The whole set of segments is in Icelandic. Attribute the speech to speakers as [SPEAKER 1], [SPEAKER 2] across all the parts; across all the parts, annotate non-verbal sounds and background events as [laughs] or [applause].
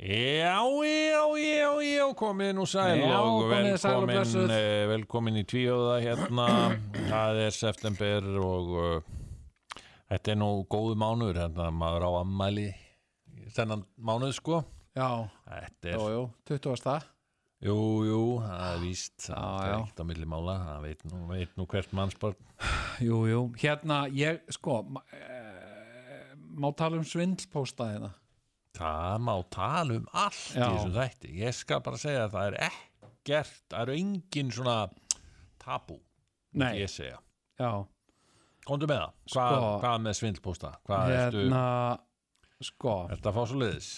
[SPEAKER 1] Já, já, já, já, komið nú sæl
[SPEAKER 2] Já,
[SPEAKER 1] og
[SPEAKER 2] komið sæl og
[SPEAKER 1] velkomin,
[SPEAKER 2] blessuð.
[SPEAKER 1] eh, velkomin í tvíóða hérna, það er september og uh, þetta er nú góðu mánuður, hérna, maður á ammæli í þennan mánuð sko,
[SPEAKER 2] Já,
[SPEAKER 1] þetta er,
[SPEAKER 2] jú, jú, 20.
[SPEAKER 1] jú, jú, það er víst, það er
[SPEAKER 2] já.
[SPEAKER 1] ekkert á milli mála, það veit nú, veit nú hvert mannsbarn,
[SPEAKER 2] Jú, jú, hérna, ég, sko ma- eh, Má tala um svindlpósta hérna
[SPEAKER 1] það má tala um allt
[SPEAKER 2] Já.
[SPEAKER 1] í þessum þætti, ég skal bara segja að það er ekkert, það eru engin svona tabú, myndi
[SPEAKER 2] Nei,
[SPEAKER 1] ég segja.
[SPEAKER 2] já,
[SPEAKER 1] Komdu með það, hvað,
[SPEAKER 2] Sko-
[SPEAKER 1] hvað með svindlpósta? Hvað ertu,
[SPEAKER 2] hérna Sko,
[SPEAKER 1] ertu að fá svo liðis?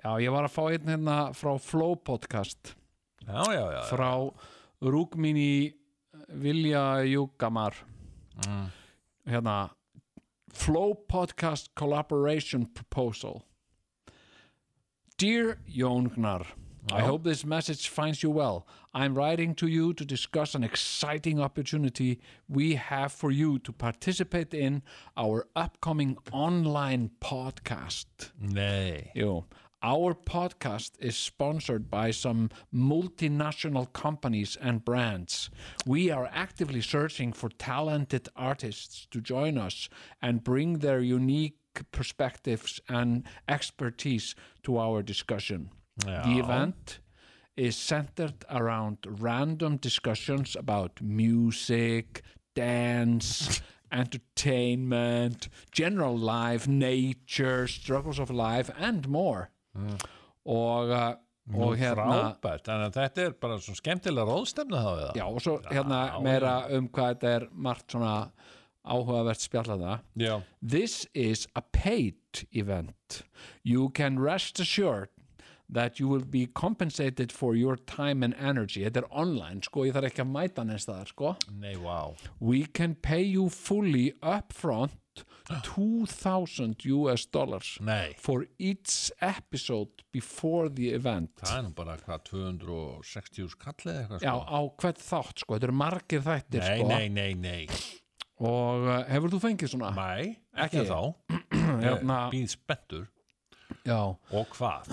[SPEAKER 2] já, ég var að fá einn hérna frá Flow Podcast
[SPEAKER 1] Já, já, já, já.
[SPEAKER 2] frá Rúkminni Vilja Júkamar
[SPEAKER 1] Mm.
[SPEAKER 2] hérna Flow Podcast Collaboration Proposal Dear Jóngnar I
[SPEAKER 1] Já.
[SPEAKER 2] hope this message finds you well. I'm writing to you to discuss an exciting opportunity we have for you to participate in our upcoming online podcast.
[SPEAKER 1] Nei,
[SPEAKER 2] Jú, our podcast is sponsored by some multinational companies and brands. We are actively searching for talented artists to join us and bring their unique perspectives and expertise to our discussion. The
[SPEAKER 1] Já.
[SPEAKER 2] event is centered around random discussions about music, [laughs] dance, entertainment, general life, nature, struggles of life and more. Og, uh, og hérna
[SPEAKER 1] frábært, þannig að þetta er bara svo skemmtilega ráðstefna þá við það.
[SPEAKER 2] Já, og svo hérna meira um hvað þetta er margt svona áhugavert spjallaða.
[SPEAKER 1] Já.
[SPEAKER 2] This is a paid event. You can rest assured that you will be compensated for your time and energy. Þetta er online, sko, ég þarf ekki að mæta neins staðar, sko.
[SPEAKER 1] Nei, vá.
[SPEAKER 2] We can pay you fully upfront 2000 US dollars
[SPEAKER 1] Nei,
[SPEAKER 2] for each episode before the event.
[SPEAKER 1] það er nú bara hvað 260 skallið eitthvað
[SPEAKER 2] Já,
[SPEAKER 1] sko.
[SPEAKER 2] á hvert þátt, sko, þetta eru margir þættir,
[SPEAKER 1] Nei,
[SPEAKER 2] sko.
[SPEAKER 1] nei, nei, nei.
[SPEAKER 2] Og uh, hefur þú fengið svona?
[SPEAKER 1] Mæ, ekki
[SPEAKER 2] Ekki. [clears throat]
[SPEAKER 1] þá.
[SPEAKER 2] Hérna,
[SPEAKER 1] Býð spenntur.
[SPEAKER 2] já,
[SPEAKER 1] Og hvað?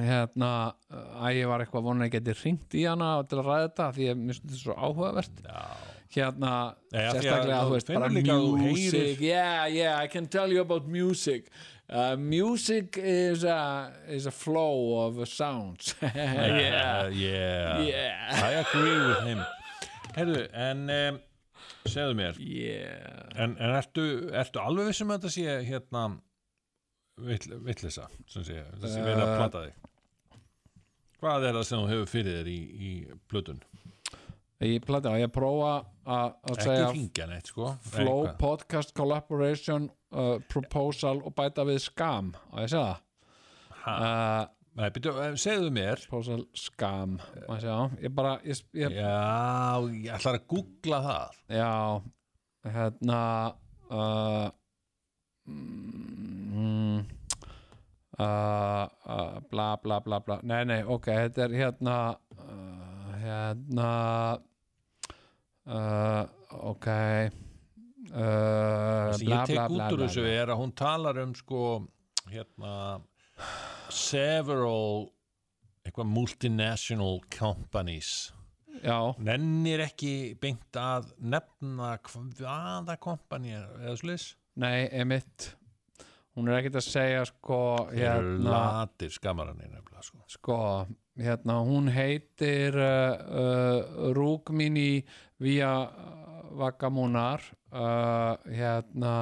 [SPEAKER 2] hérna, uh, að ég var eitthvað vona að ég geti ringt í hana til að ræða þetta því ég myndi þetta svo áhugavert
[SPEAKER 1] Já.
[SPEAKER 2] hérna,
[SPEAKER 1] Nei, af því að
[SPEAKER 2] sérstaklega,
[SPEAKER 1] þú
[SPEAKER 2] þú veist,
[SPEAKER 1] finnur
[SPEAKER 2] bara
[SPEAKER 1] líka að þú
[SPEAKER 2] music
[SPEAKER 1] heyrir-
[SPEAKER 2] yeah, yeah, I can tell you about music uh, music is a, is a flow of sounds [clears throat] [laughs] yeah,
[SPEAKER 1] Eh, Yeah.
[SPEAKER 2] yeah
[SPEAKER 1] I agree with him. Herðu, en um, segðu mér,
[SPEAKER 2] yeah
[SPEAKER 1] En, en ertu, ertu alveg vissum að þetta sé hérna vill- villisa, sem sé, þessi uh,
[SPEAKER 2] Eh,
[SPEAKER 1] verið að plata þig? Hvað er það sem þú hefur fyrir þér í, í blötun?
[SPEAKER 2] ég plati á, ég prófa að að
[SPEAKER 1] Ekki
[SPEAKER 2] segja
[SPEAKER 1] hringja neitt, sko.
[SPEAKER 2] flow
[SPEAKER 1] Eitthvað.
[SPEAKER 2] podcast collaboration uh, proposal og bæta við skam og ég segja
[SPEAKER 1] Ha.
[SPEAKER 2] það uh,
[SPEAKER 1] Nei, byrju, eh, segðu mér.
[SPEAKER 2] Proposal Scam má ég sjá. ég bara, ég, ég,
[SPEAKER 1] Já, ég ætlar að googla það.
[SPEAKER 2] Eh, já hérna uh, mm, uh, uh, bla bla bla bla nei nei, ok, þetta er hérna uh, hérna uh, ok uh, bla
[SPEAKER 1] Það sem ég tek út úr
[SPEAKER 2] bla,
[SPEAKER 1] þessu
[SPEAKER 2] bla.
[SPEAKER 1] er að hún talar um, sko, hérna, several, eitthvað multinational companies.
[SPEAKER 2] já,
[SPEAKER 1] nennir ekki beint að nefna hvaða kompanjar eða slis
[SPEAKER 2] nei, emitt hún er ekkert að segja sko
[SPEAKER 1] eru
[SPEAKER 2] hérna
[SPEAKER 1] latir skamarannir nefnilega sko.
[SPEAKER 2] Sko, hérna, hún heitir uh, uh, Rúkminni Vía Vagamúnar uh, hérna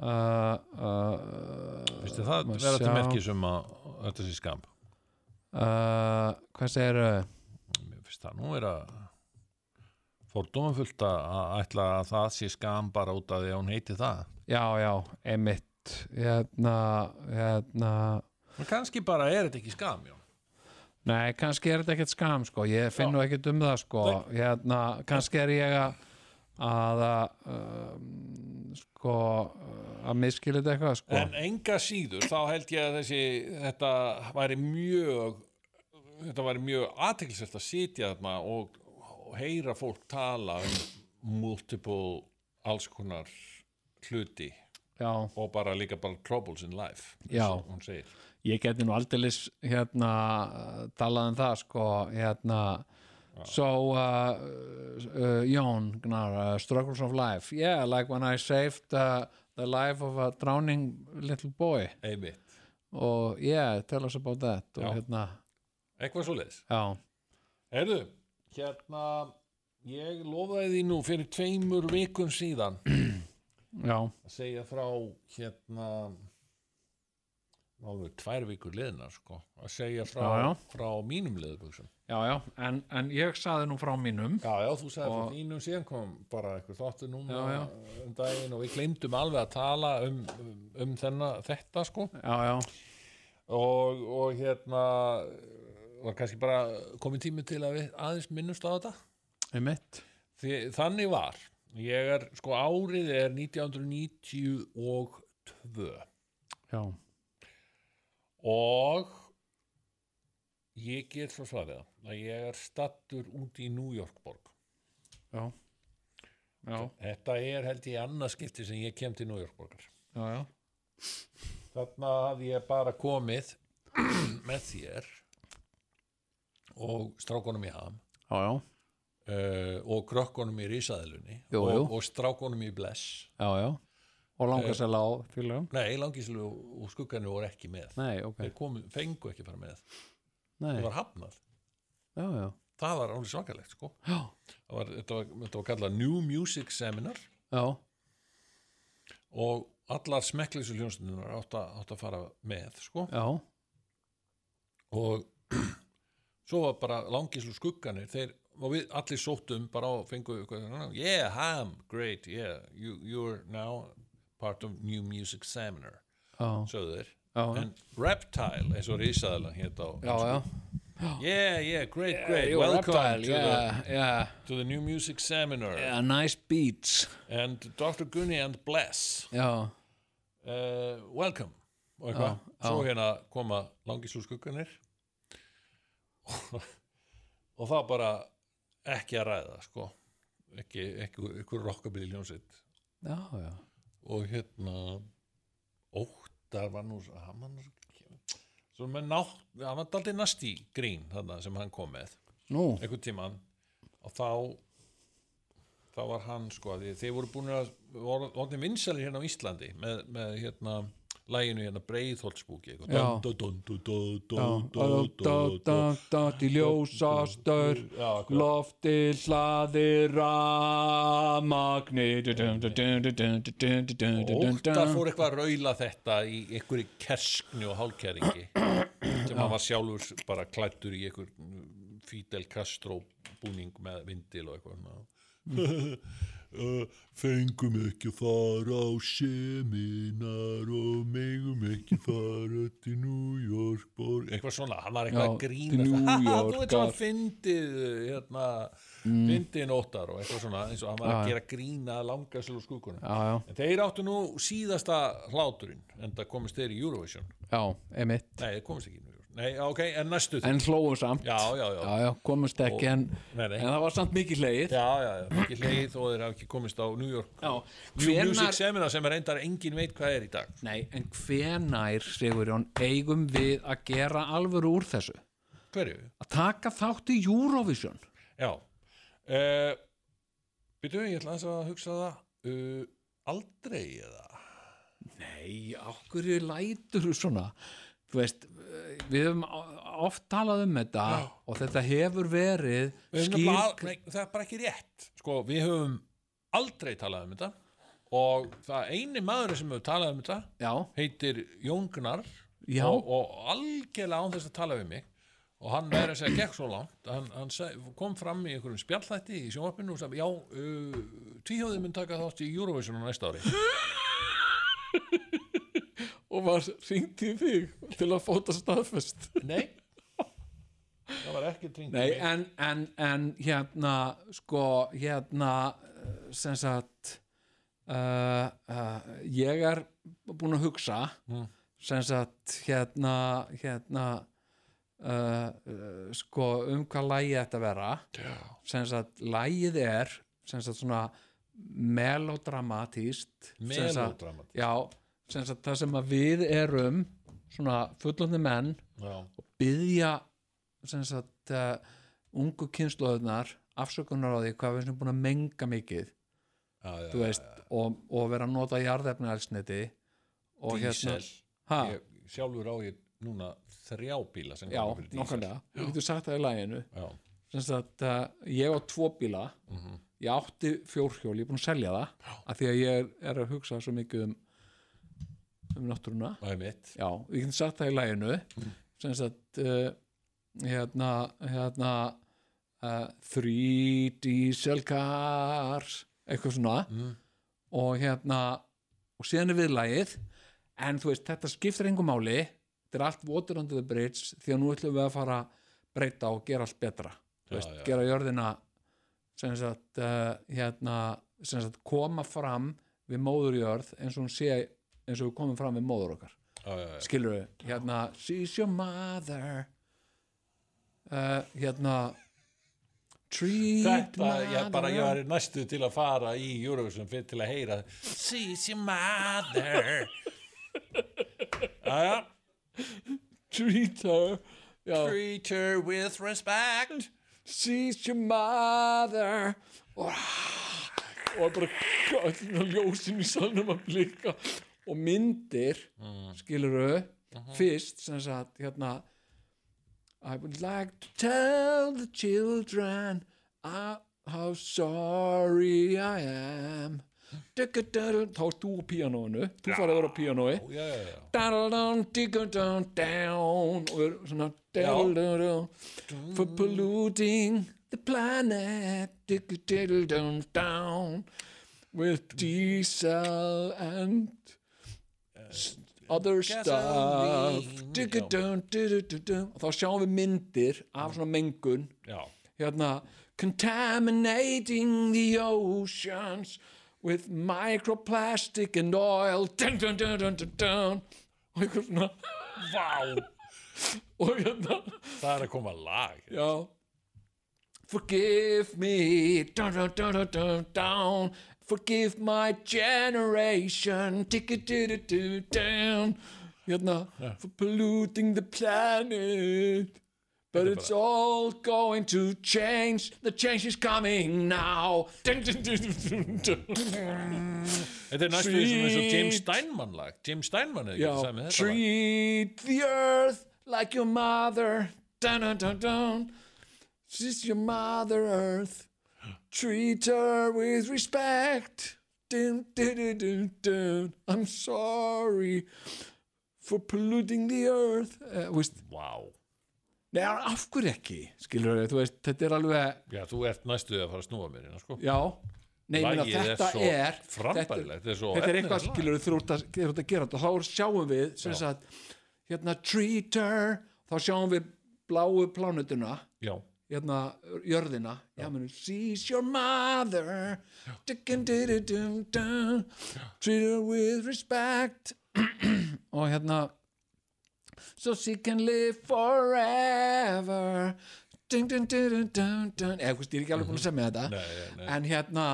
[SPEAKER 2] uh, uh,
[SPEAKER 1] Vistu, það
[SPEAKER 2] Má
[SPEAKER 1] verða til
[SPEAKER 2] sjá.
[SPEAKER 1] merki sem að þetta sé skam
[SPEAKER 2] uh, hvað segirðu?
[SPEAKER 1] Mér finnst það nú er að fordóma fullt að ætla að það sé skam bara út af því að hún heiti það
[SPEAKER 2] Já, já, emitt hérna, hérna
[SPEAKER 1] en kannski bara er þetta ekki skam já.
[SPEAKER 2] Nei, kannski er þetta ekkert skam sko, ég finn nú ekkert um það sko hérna, kannski er ég að að að um, sko að miskilja þetta eitthvað sko
[SPEAKER 1] en enga síður þá held ég að þessi þetta væri mjög þetta væri mjög aðteklisvægt að sitja þarna og, og heyra fólk tala um multiple alls konar hluti
[SPEAKER 2] já,
[SPEAKER 1] og bara líka bara troubles in life eins
[SPEAKER 2] Já.
[SPEAKER 1] og hún segir
[SPEAKER 2] ég geti nú aldeilis hérna uh, talað um það sko hérna so uh, uh, Jón Gnar, uh, Struggles of Life yeah, like when I saved uh, the life of a drowning little boy
[SPEAKER 1] einmitt,
[SPEAKER 2] og yeah, tell us about that og
[SPEAKER 1] Já.
[SPEAKER 2] hérna,
[SPEAKER 1] eitthvað svo leiðis
[SPEAKER 2] já,
[SPEAKER 1] Herðu, hérna ég lofaði því nú fyrir tveimur vikum síðan
[SPEAKER 2] já
[SPEAKER 1] að segja frá hérna alveg tvær vikur liðnar sko að segja frá,
[SPEAKER 2] Já, já.
[SPEAKER 1] frá mínum liðbuxum
[SPEAKER 2] já, já, en, en ég saði nú frá mínum
[SPEAKER 1] Já, já, þú sagði
[SPEAKER 2] Og-
[SPEAKER 1] frá þínum síðan kom bara eitthvað þáttu núna
[SPEAKER 2] Já,
[SPEAKER 1] um daginn og við gleymdum alveg að tala um, um, um þenna, þetta sko
[SPEAKER 2] já, já,
[SPEAKER 1] og, og hérna var kannski bara komið tími til að við aðeins minnumst á þetta
[SPEAKER 2] einmitt
[SPEAKER 1] Því, þannig var ég er, sko árið er 1992
[SPEAKER 2] já,
[SPEAKER 1] og ég get svo svarið það að ég er stattur út í New York borg
[SPEAKER 2] já já,
[SPEAKER 1] þetta er held ég annað skipti sem ég kem til New York borgar
[SPEAKER 2] já, já
[SPEAKER 1] þarna hafði ég bara komið [clears throat] með þér og strákunum í ham
[SPEAKER 2] já, já,
[SPEAKER 1] uh, og krökkunum í Rísaðilunni
[SPEAKER 2] Jú,
[SPEAKER 1] og,
[SPEAKER 2] jú.
[SPEAKER 1] og strákunum í Bless
[SPEAKER 2] já, já og langast að lá fylgum
[SPEAKER 1] nei, langislu og skugganu voru ekki með
[SPEAKER 2] nei, ok,
[SPEAKER 1] þeir komu, fengu ekki að fara með
[SPEAKER 2] nei,
[SPEAKER 1] það var hafnað,
[SPEAKER 2] já, já
[SPEAKER 1] það var alveg svakalegt sko.
[SPEAKER 2] já,
[SPEAKER 1] Það var, þetta, var, þetta var kallað New Music Seminar
[SPEAKER 2] já,
[SPEAKER 1] og allar smekklisu hljónstundunar átt, að- átt að fara með sko.
[SPEAKER 2] já,
[SPEAKER 1] og [clears throat] svo var bara langislu skugganir þeir, og við allir sóttum bara á fengu eitthvað, yeah, ham, great yeah, you, you're now part of New Music Seminar
[SPEAKER 2] já,
[SPEAKER 1] sögðu þeir
[SPEAKER 2] já, já.
[SPEAKER 1] en reptile eins og risaðalan hétt á
[SPEAKER 2] já, já
[SPEAKER 1] yeah, yeah, great, great,
[SPEAKER 2] You're
[SPEAKER 1] welcome
[SPEAKER 2] reptile,
[SPEAKER 1] to,
[SPEAKER 2] yeah, yeah,
[SPEAKER 1] the, to the new music seminar
[SPEAKER 2] yeah, nice beats
[SPEAKER 1] and Dr. Gunni and Bless
[SPEAKER 2] já,
[SPEAKER 1] uh, welcome og eitthvað, svo hérna koma langisúskugganir [laughs] og það bara ekki að ræða sko ekki, ekki ykkur rockabili ljónsitt
[SPEAKER 2] já, já
[SPEAKER 1] og hérna Óttar var nú hann var nú svo með nátt, hann var daldið næst í grín þarna sem hann kom með
[SPEAKER 2] nú,
[SPEAKER 1] einhvern tímann og þá þá var hann sko því þeir voru búin að voru orðin vinsalir hérna á Íslandi með, með hérna læginu hérna Breiðholtsbúki eitthvað.
[SPEAKER 2] Já.
[SPEAKER 1] Dun, dun, dun, dun,
[SPEAKER 2] já
[SPEAKER 1] dun, dun, dun, dun, dun.
[SPEAKER 2] dot í ljósastur
[SPEAKER 1] Já, akkurat.
[SPEAKER 2] lofti hlaði ramagni
[SPEAKER 1] Óttar fór eitthvað að raula þetta í einhverju kerskni og hálkæringi sem hann var sjálfur bara klættur í einhver Fidel Castro búning með vindil og eitthvað Uh, fengum ekki að fara á seminar og megum ekki að fara til New York borg eitthvað svona, hann var eitthvað
[SPEAKER 2] Já,
[SPEAKER 1] að
[SPEAKER 2] til
[SPEAKER 1] grína
[SPEAKER 2] New
[SPEAKER 1] þú veit
[SPEAKER 2] Yorkar.
[SPEAKER 1] að fyndið hérna, fyndið nóttar og eitthvað svona eins og hann var
[SPEAKER 2] Já, já.
[SPEAKER 1] að gera grína langaslu skúkuna
[SPEAKER 2] já, já,
[SPEAKER 1] En þeir áttu nú síðasta hláturinn, en það komist þeir í Eurovision.
[SPEAKER 2] já, emitt
[SPEAKER 1] Nei, þeir komist ekki í Eurovision. Nei, já, ok, en næstu þeir.
[SPEAKER 2] en hlóum samt
[SPEAKER 1] Já, já, já.
[SPEAKER 2] já, já, komust ekki en,
[SPEAKER 1] Nei, nei.
[SPEAKER 2] en það var samt mikið hlegið
[SPEAKER 1] Já, já, já, ekki hleið og þeir hafa ekki komist á New York.
[SPEAKER 2] já,
[SPEAKER 1] New Music
[SPEAKER 2] hvenar
[SPEAKER 1] Seminar sem er reyndar engin veit hvað er í dag.
[SPEAKER 2] Nei, en hvenær, Sigurjón, eigum við að gera alvöru úr þessu?
[SPEAKER 1] Hverju?
[SPEAKER 2] Að taka þátt í Eurovision?
[SPEAKER 1] Já. Uh, Býtu, ég ætla aðeins að hugsa það uh, aldrei eða.
[SPEAKER 2] Nei, okkur er lætur svona Þú veist, eh, við höfum oft talað um þetta og þetta hefur verið
[SPEAKER 1] Við höfum
[SPEAKER 2] skýr...
[SPEAKER 1] nefnilega al- Nei, það er bara ekki rétt. Sko, við höfum aldrei talað um þetta og það eini maður sem hefur talað um þetta
[SPEAKER 2] Já,
[SPEAKER 1] heitir Jón Gunnar
[SPEAKER 2] Já.
[SPEAKER 1] og, og algjörlega án þess að tala við mig og hann verið að segja gekk svo langt að hann, hann seg, kom fram í einhverjum spjallþætti í sjónvarpinu og sagði já, uh, tvíhjóði mun taka þátt í Eurovision á næsta ári
[SPEAKER 2] og var ringt í þig til að fóta staðfest
[SPEAKER 1] nei það var ekki tringt
[SPEAKER 2] Nei, en, en, en hérna, sko, hérna eh, sem sagt uh, uh, ég er búin að hugsa sem sagt, hérna hérna uh, uh, sko, um hvað lægi þetta vera
[SPEAKER 1] já,
[SPEAKER 2] sem sagt, lægið er sem sagt svona melodramatíst sem sagt-
[SPEAKER 1] melodramat
[SPEAKER 2] já, sem sagt það sem að við erum svona fullandi menn
[SPEAKER 1] já,
[SPEAKER 2] byðja sem sagt uh, ungu kynnslóðunar afsökunar á því hvað við erum búin að menga mikið
[SPEAKER 1] já, já,
[SPEAKER 2] þú veist, og, og vera að nota jarðefnaelsniti og hérna-
[SPEAKER 1] Diesel.
[SPEAKER 2] ha,
[SPEAKER 1] ég, sjálfur á ég núna þrjá bíla sem
[SPEAKER 2] já,
[SPEAKER 1] ganga fyrir diesel.
[SPEAKER 2] nokkarlega þú getur sagt það í læginu
[SPEAKER 1] já,
[SPEAKER 2] sem sagt, uh, ég á tvo bíla ég átti fjórhjól, ég er búin að selja það Mhm. já. af því að ég er, er að hugsa svo mikið um um náttúruna
[SPEAKER 1] það er mitt
[SPEAKER 2] já, ég getur sagt það í læginu sem sagt uh, hérna, hérna uh, three diesel cars eitthvað svona
[SPEAKER 1] Mm.
[SPEAKER 2] og hérna og síðan er við lægið en þú veist, þetta skiptir engum máli þetta er allt water under the bridge því að nú ætlum við að fara að breyta og gera allt betra
[SPEAKER 1] Já,
[SPEAKER 2] já, veist,
[SPEAKER 1] já.
[SPEAKER 2] gera jörðina sem sagt, uh, hérna, sem sagt koma fram við móðurjörð eins og hún sé eins og við komum fram við móður okkar
[SPEAKER 1] já, já, já.
[SPEAKER 2] skilur við, hérna she's your mother uh, hérna treat
[SPEAKER 1] Þetta, ég, bara, ég
[SPEAKER 2] mother-
[SPEAKER 1] var næstu til að fara í Eurovision fyrir til að heyra She's your mother Jæja,
[SPEAKER 2] treat her já,
[SPEAKER 1] Treat her with respect
[SPEAKER 2] she's your mother og, ah, og bara öllina ljósin í salnum að blika og myndir skilurðu, fyrst sem sagt hérna I would like to tell the children I, how sorry I am Dugga-dugga- þá erst þú á píanóinu þú farið að vera á píanói
[SPEAKER 1] Já, já, já
[SPEAKER 2] Down, down, down, down og verður svona down, down, down, for polluting the planet down, down, down with diesel and s- other stuff
[SPEAKER 1] gasoline.
[SPEAKER 2] down, down, down, og þá sjáum við myndir af svona mengun
[SPEAKER 1] Já,
[SPEAKER 2] hérna contaminating the oceans with microplastic and oil dun, dun, dun, dun, dun, dun. og eitthvað svona
[SPEAKER 1] vá,
[SPEAKER 2] og hérna
[SPEAKER 1] það er að koma lag
[SPEAKER 2] já forgive me dun, dun, dun, dun, dun, dun. forgive my generation down hérna for polluting the planet But it's all going to change. The change is coming now. Dun, dun, dun, dun, dun, dun.
[SPEAKER 1] Þetta er næstu því sem eins og James
[SPEAKER 2] Sweet.
[SPEAKER 1] Steinman lag James Steinman er ekki
[SPEAKER 2] Já,
[SPEAKER 1] það með þetta lag
[SPEAKER 2] treat the earth like your mother. Dun, dun, dun, dun. She's your mother earth. Treat her with respect. Dun, dun, dun, dun, dun. I'm sorry for polluting the earth. Uh, veist,
[SPEAKER 1] Vá,
[SPEAKER 2] Nei, af hverju ekki, skilur þú veist, þetta er alveg,
[SPEAKER 1] já, þú ert næstu því að fara að snúa mér hérna, sko
[SPEAKER 2] já, nei, ég meina,
[SPEAKER 1] Lagið er
[SPEAKER 2] þetta
[SPEAKER 1] svo
[SPEAKER 2] er,
[SPEAKER 1] frambærilegt, þetta er svo
[SPEAKER 2] þetta
[SPEAKER 1] efnilegt
[SPEAKER 2] er eitthvað,
[SPEAKER 1] lag.
[SPEAKER 2] skilur þú ert að, þú ert að gera þetta, þá sjáum við, sem
[SPEAKER 1] Já.
[SPEAKER 2] sagt, hérna, treater, þá sjáum við bláu plánutuna,
[SPEAKER 1] Já,
[SPEAKER 2] hérna, jörðina, já, meni, she's your mother, dickin-di-di-dum-dum, treat her with respect, [clears throat] og hérna, so she can live forever dun, dun, dun, dun, dun, dun. eða hvist, ég er ekki alveg búin að semja þetta
[SPEAKER 1] Mhm. Nei, nei.
[SPEAKER 2] en hérna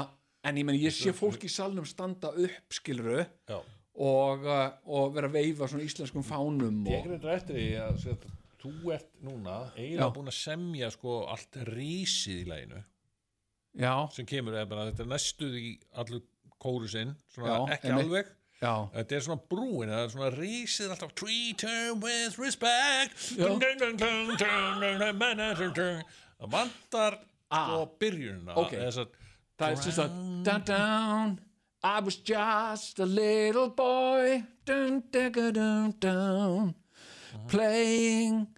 [SPEAKER 2] en ég meni, ég sé fólk í salnum standa upp skilru
[SPEAKER 1] já
[SPEAKER 2] og, uh, og vera að veifa svona íslenskum fánum
[SPEAKER 1] Ég
[SPEAKER 2] og,
[SPEAKER 1] er reyndar eftir því að sko, þetta- þú ert núna eiginlega
[SPEAKER 2] Já.
[SPEAKER 1] búin að semja sko allt rísið í læginu
[SPEAKER 2] já,
[SPEAKER 1] sem kemur eða bara þetta er næstuð í allur kórusinn, svona
[SPEAKER 2] Já,
[SPEAKER 1] ekki
[SPEAKER 2] einmitt.
[SPEAKER 1] alveg
[SPEAKER 2] já
[SPEAKER 1] Þetta er svona brúin, það er svona rísið alltaf Treat her with respect
[SPEAKER 2] Já.
[SPEAKER 1] Dun, dun, dun, dun, dun, dun, dun, dun, dun, dun. Það vantar
[SPEAKER 2] Ah.
[SPEAKER 1] sko byrjunina
[SPEAKER 2] Ok.
[SPEAKER 1] þess að
[SPEAKER 2] það er sem sagt down, down I was just a little boy dun, dun, dun, dun, dun playing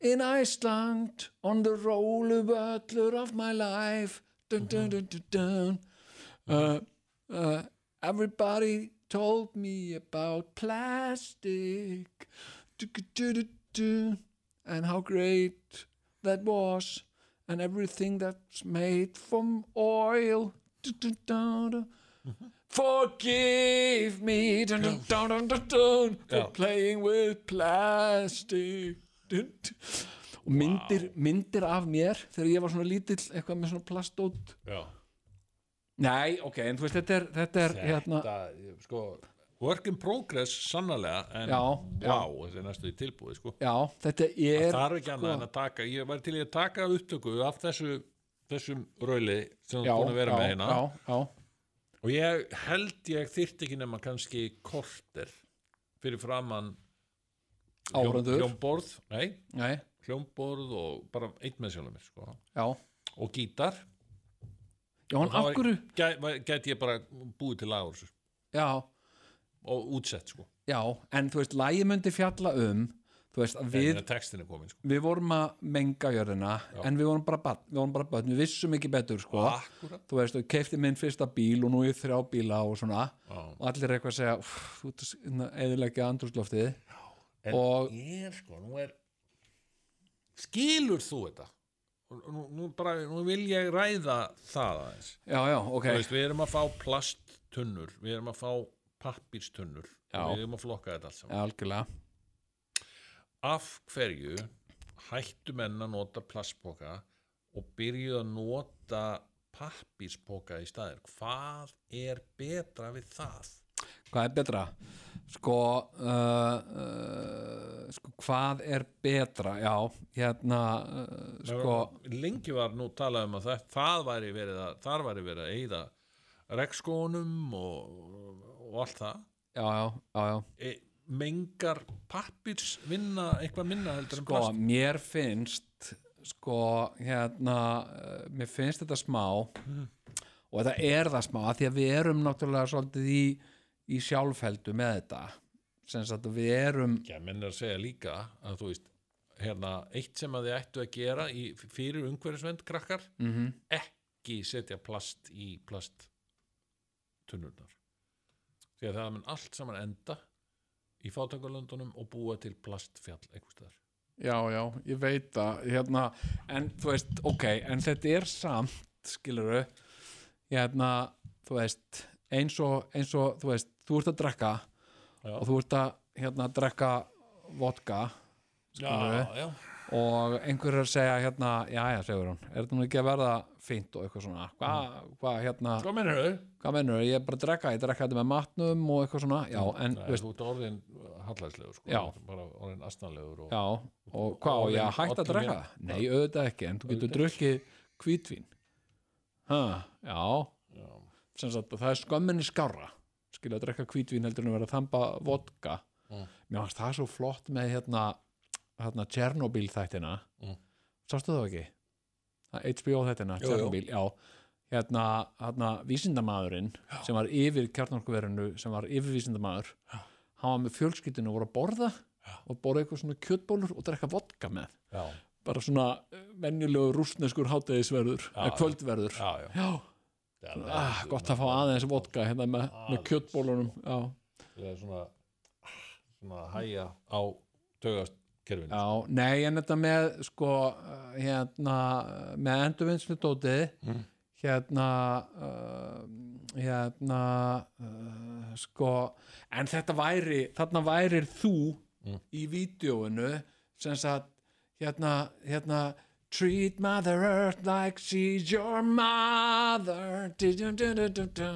[SPEAKER 2] in Iceland on the roller butler of my life. Dun, dun, dun, dun, dun. Uh, uh, everybody told me about plastic Du-du-du-du-du. and how great that was, and everything that's made from oil. Du-du-du-du. Forgive me dun, dun, dun, dun, dun, dun, for
[SPEAKER 1] Já.
[SPEAKER 2] playing with plastic dun, dun. og myndir, myndir af mér þegar ég var svona lítill eitthvað með svona plastót
[SPEAKER 1] já,
[SPEAKER 2] nei, ok, en þú veist, þetta er, hérna, þetta er
[SPEAKER 1] Þetta,
[SPEAKER 2] hérna,
[SPEAKER 1] sko work in progress sannarlega en
[SPEAKER 2] Já, já.
[SPEAKER 1] wow, þessi er næstu í tilbúið sko.
[SPEAKER 2] já, þetta er sko-
[SPEAKER 1] það er ekki annað en að taka ég var til í að taka upptöku af þessu þessum rauli sem þú
[SPEAKER 2] já,
[SPEAKER 1] er búin að vera
[SPEAKER 2] já,
[SPEAKER 1] með hérna
[SPEAKER 2] já, já,
[SPEAKER 1] og ég held ég þyrfti ekki nema kannski korter fyrir framann hljóm-
[SPEAKER 2] Áhorfendur.
[SPEAKER 1] hljómborð, nei,
[SPEAKER 2] nei,
[SPEAKER 1] hljómborð og bara einn með sjálfum mér sko.
[SPEAKER 2] já
[SPEAKER 1] og gítar
[SPEAKER 2] Jón, af hverju,
[SPEAKER 1] gæti gæt ég bara búið til lagur
[SPEAKER 2] já,
[SPEAKER 1] og útsett sko
[SPEAKER 2] já en þú veist, lægi myndi fjalla um þú veist, að við
[SPEAKER 1] en textin er komin sko
[SPEAKER 2] við vorum að menga jörðina en við vorum bara barn, við vorum bara barn við vissum ekki betur sko
[SPEAKER 1] Akkúrat.
[SPEAKER 2] þú veist, þú keifti minn fyrsta bíl og nú ég þrjá bíla og svona
[SPEAKER 1] Já.
[SPEAKER 2] og allir eru eitthvað að segja "Úff, þú ert að s- hérna, eðilegja andrúsloftið
[SPEAKER 1] en
[SPEAKER 2] Og-
[SPEAKER 1] ég sko, nú er skilur þú þetta Og nú, nú, bara, nú vil ég ræða það aðeins
[SPEAKER 2] já, já, ok,
[SPEAKER 1] Þú veist, við erum að fá plasttunnur við erum að fá pappírstunnur
[SPEAKER 2] Já.
[SPEAKER 1] við erum að flokka þetta allt saman
[SPEAKER 2] já, algjörlega
[SPEAKER 1] af hverju hættu menn að nota plastpoka og byrjuðu að nota pappírspoka í staðir hvað er betra við það?
[SPEAKER 2] hvað er betra sko, uh, uh, sko hvað er betra já, hérna uh, sko,
[SPEAKER 1] lengi var nú talað um að það, það væri verið að þar væri verið að eyða rekskónum og, og allt það
[SPEAKER 2] já, já, já, já
[SPEAKER 1] e, mengar pappirs vinna eitthvað minna heldur
[SPEAKER 2] sko,
[SPEAKER 1] en plast
[SPEAKER 2] mér finnst sko, hérna eh, mér finnst þetta smá og þetta er það smá, að því að við erum náttúrulega svolítið í, í sjálfheldu með þetta sem sagt að við erum
[SPEAKER 1] Já, menn er að segja líka að þú veist hérna, eitt sem að þið ættu að gera í, fyrir umhverfisvend krakkar
[SPEAKER 2] mhm,
[SPEAKER 1] ekki setja plast í plasttunnurnar því að það mun allt saman enda í fátakalöndunum og búa til plastfjall einhvers staðar
[SPEAKER 2] já, já, ég veit það hérna, en þú veist, ok en þetta er samt, skilurðu hérna, þú veist eins og, eins og, þú veist þú ert að drekka
[SPEAKER 1] Já.
[SPEAKER 2] og þú ert að, hérna, drekka vodka Skilurðu?
[SPEAKER 1] já,
[SPEAKER 2] og einhverjur segja hérna, já já, segur hún, er þetta nú ekki að verða fínt og eitthvað svona, hvað hva, hérna,
[SPEAKER 1] Hvað mennur þau?
[SPEAKER 2] hvað mennur, ég er bara að drekka ég drekka þetta með matnum og eitthvað svona já, en,
[SPEAKER 1] Nei,
[SPEAKER 2] þú veist,
[SPEAKER 1] þú ert orðin hallæslegur sko,
[SPEAKER 2] Já.
[SPEAKER 1] Þú ert bara orðin astanlegur og...
[SPEAKER 2] já, og hvað, og ég að hætta að drekka það? nei, auðvitað ekki, en þú getur drukkið hvítvín ha, já,
[SPEAKER 1] Já.
[SPEAKER 2] sem sagt, það er skömminni skárra skilja að drekka hvítvín heldur en að vera að þamba vodka
[SPEAKER 1] Mm.
[SPEAKER 2] mér fannst það svo flott með hérna, hérna Tjernobyl þættina
[SPEAKER 1] Mm.
[SPEAKER 2] sástu það ekki? Það HBO þættina,
[SPEAKER 1] Jú, jú.
[SPEAKER 2] Tjernobyl, já hérna, hérna vísindamaðurinn sem var yfir kjarnorkuverinu sem var yfir vísindamaður hann var með fjölskyldinu og voru að borða og borða eitthvað svona kjötbólur og drekka vodka með
[SPEAKER 1] Já.
[SPEAKER 2] bara svona eh, venjulegu rústneskur hátæðisverður,
[SPEAKER 1] Já,
[SPEAKER 2] eða kvöldverður
[SPEAKER 1] Já, já.
[SPEAKER 2] já,
[SPEAKER 1] Já,
[SPEAKER 2] ah, gott að fá aðeins vodka hérna með, með
[SPEAKER 1] Aðeins.
[SPEAKER 2] kjötbólunum já,
[SPEAKER 1] það er svona, svona að hæja á tögaskerfinu
[SPEAKER 2] já, nei en þetta með sko, uh, hérna með endurvinnslu dótið hérna uh, hérna uh, sko, en þetta væri þarna værir þú í vídjóinu sem sagt hérna, hérna Treat mother earth like she's your mother du, du, du, du, du, du.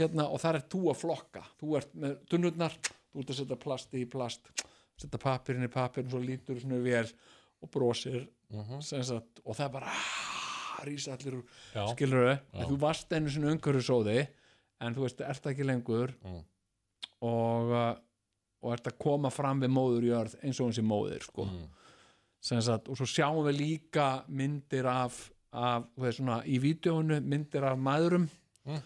[SPEAKER 2] Hérna, og þar er þú að flokka þú ert með tunnurnar þú ert að setja plast í plast setja pappirinn í pappirinn svo lítur svona vel og brosir sem sagt, og það er bara ah, rísa allir úr
[SPEAKER 1] Já.
[SPEAKER 2] skilur þau, þú varst einu svona umhverju sóði en þú veist, ert það ekki lengur
[SPEAKER 1] Mm.
[SPEAKER 2] og uh, og ert að koma fram við móður jörð eins og hans í móðir sko.
[SPEAKER 1] Mm.
[SPEAKER 2] Sem sagt, og svo sjáum við líka myndir af, af þú veist, svona, í vídjóinu myndir af maðurum
[SPEAKER 1] Mm.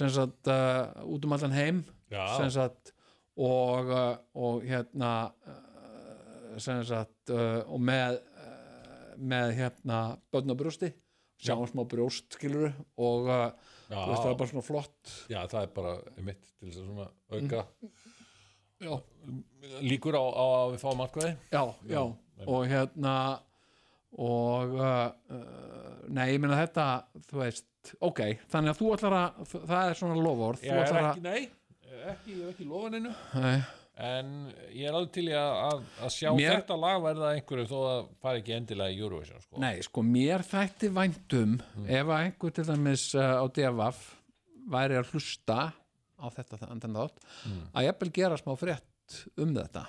[SPEAKER 2] sem sagt uh, út um allan heim
[SPEAKER 1] Já.
[SPEAKER 2] sem sagt og, uh, og hérna uh, sem sagt uh, og með uh, með hérna börn á brjósti sjáum smá brjóst skilur og uh,
[SPEAKER 1] Já.
[SPEAKER 2] þú veist það er bara svona flott
[SPEAKER 1] Já, það er bara mitt til þess að svona auka
[SPEAKER 2] Mm. já,
[SPEAKER 1] líkur á, á að við fáum markvæði
[SPEAKER 2] já, já og hérna og uh, uh, nei, ég meina þetta þú veist, ok, þannig að þú ætlar að það er svona lofórð
[SPEAKER 1] Ég
[SPEAKER 2] þú
[SPEAKER 1] er
[SPEAKER 2] ætlar
[SPEAKER 1] ekki, nei, ekki, ég er ekki lofan einu
[SPEAKER 2] nei,
[SPEAKER 1] en ég er alveg til í að, að, að sjá
[SPEAKER 2] Mér-
[SPEAKER 1] þetta lag verða einhverju þó að fara ekki endilega í Eurovision sko.
[SPEAKER 2] nei, sko, mér þætti um
[SPEAKER 1] Mm.
[SPEAKER 2] væntum ef að einhver til dæmis uh, á DFF væri að hlusta á þetta þennan þátt
[SPEAKER 1] Mm.
[SPEAKER 2] að jafnvel gera smá frétt um þetta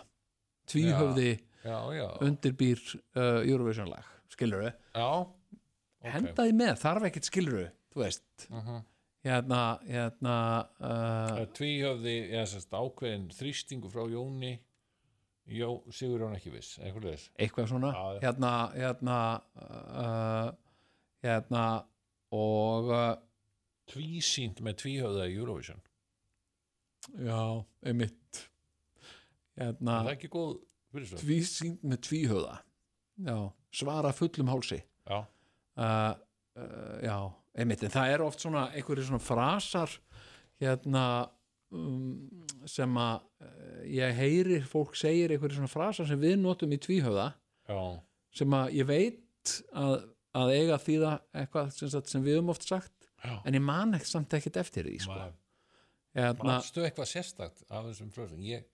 [SPEAKER 2] tvíhöfði
[SPEAKER 1] já, já,
[SPEAKER 2] undirbýr uh, Eurovision lag skiluru,
[SPEAKER 1] já
[SPEAKER 2] hendaði með þarf ekkert skiluru, þú veist
[SPEAKER 1] Mhm.
[SPEAKER 2] hérna, hérna uh,
[SPEAKER 1] Tvíhöfði, já, sérst, ákveðin þrýstingu frá Jóni Jó, Sigur Jón ekki viss, eitthvað leðis
[SPEAKER 2] eitthvað svona
[SPEAKER 1] Já, já.
[SPEAKER 2] hérna, hérna uh, hérna og uh,
[SPEAKER 1] Tvísýnt með tvíhöfða í Eurovision
[SPEAKER 2] já, einmitt hérna
[SPEAKER 1] Er það ekki góð fyrir svo?
[SPEAKER 2] tvísýnd með tvíhöða já, svara fullum hálsi
[SPEAKER 1] Já,
[SPEAKER 2] uh, uh, já, einmitt en það er oft svona einhverju svona frasar hérna um, sem að uh, ég heyri fólk segir einhverju svona frasar sem við notum í tvíhöða
[SPEAKER 1] já,
[SPEAKER 2] sem að ég veit að, að eiga því það eitthvað sem, sagt, sem við höfum oft sagt
[SPEAKER 1] já
[SPEAKER 2] en ég man ekki samt ekkert eftir því sko.
[SPEAKER 1] Maður-
[SPEAKER 2] hérna,
[SPEAKER 1] Manstu eitthvað sérstakt af þessum fröðum? Ég,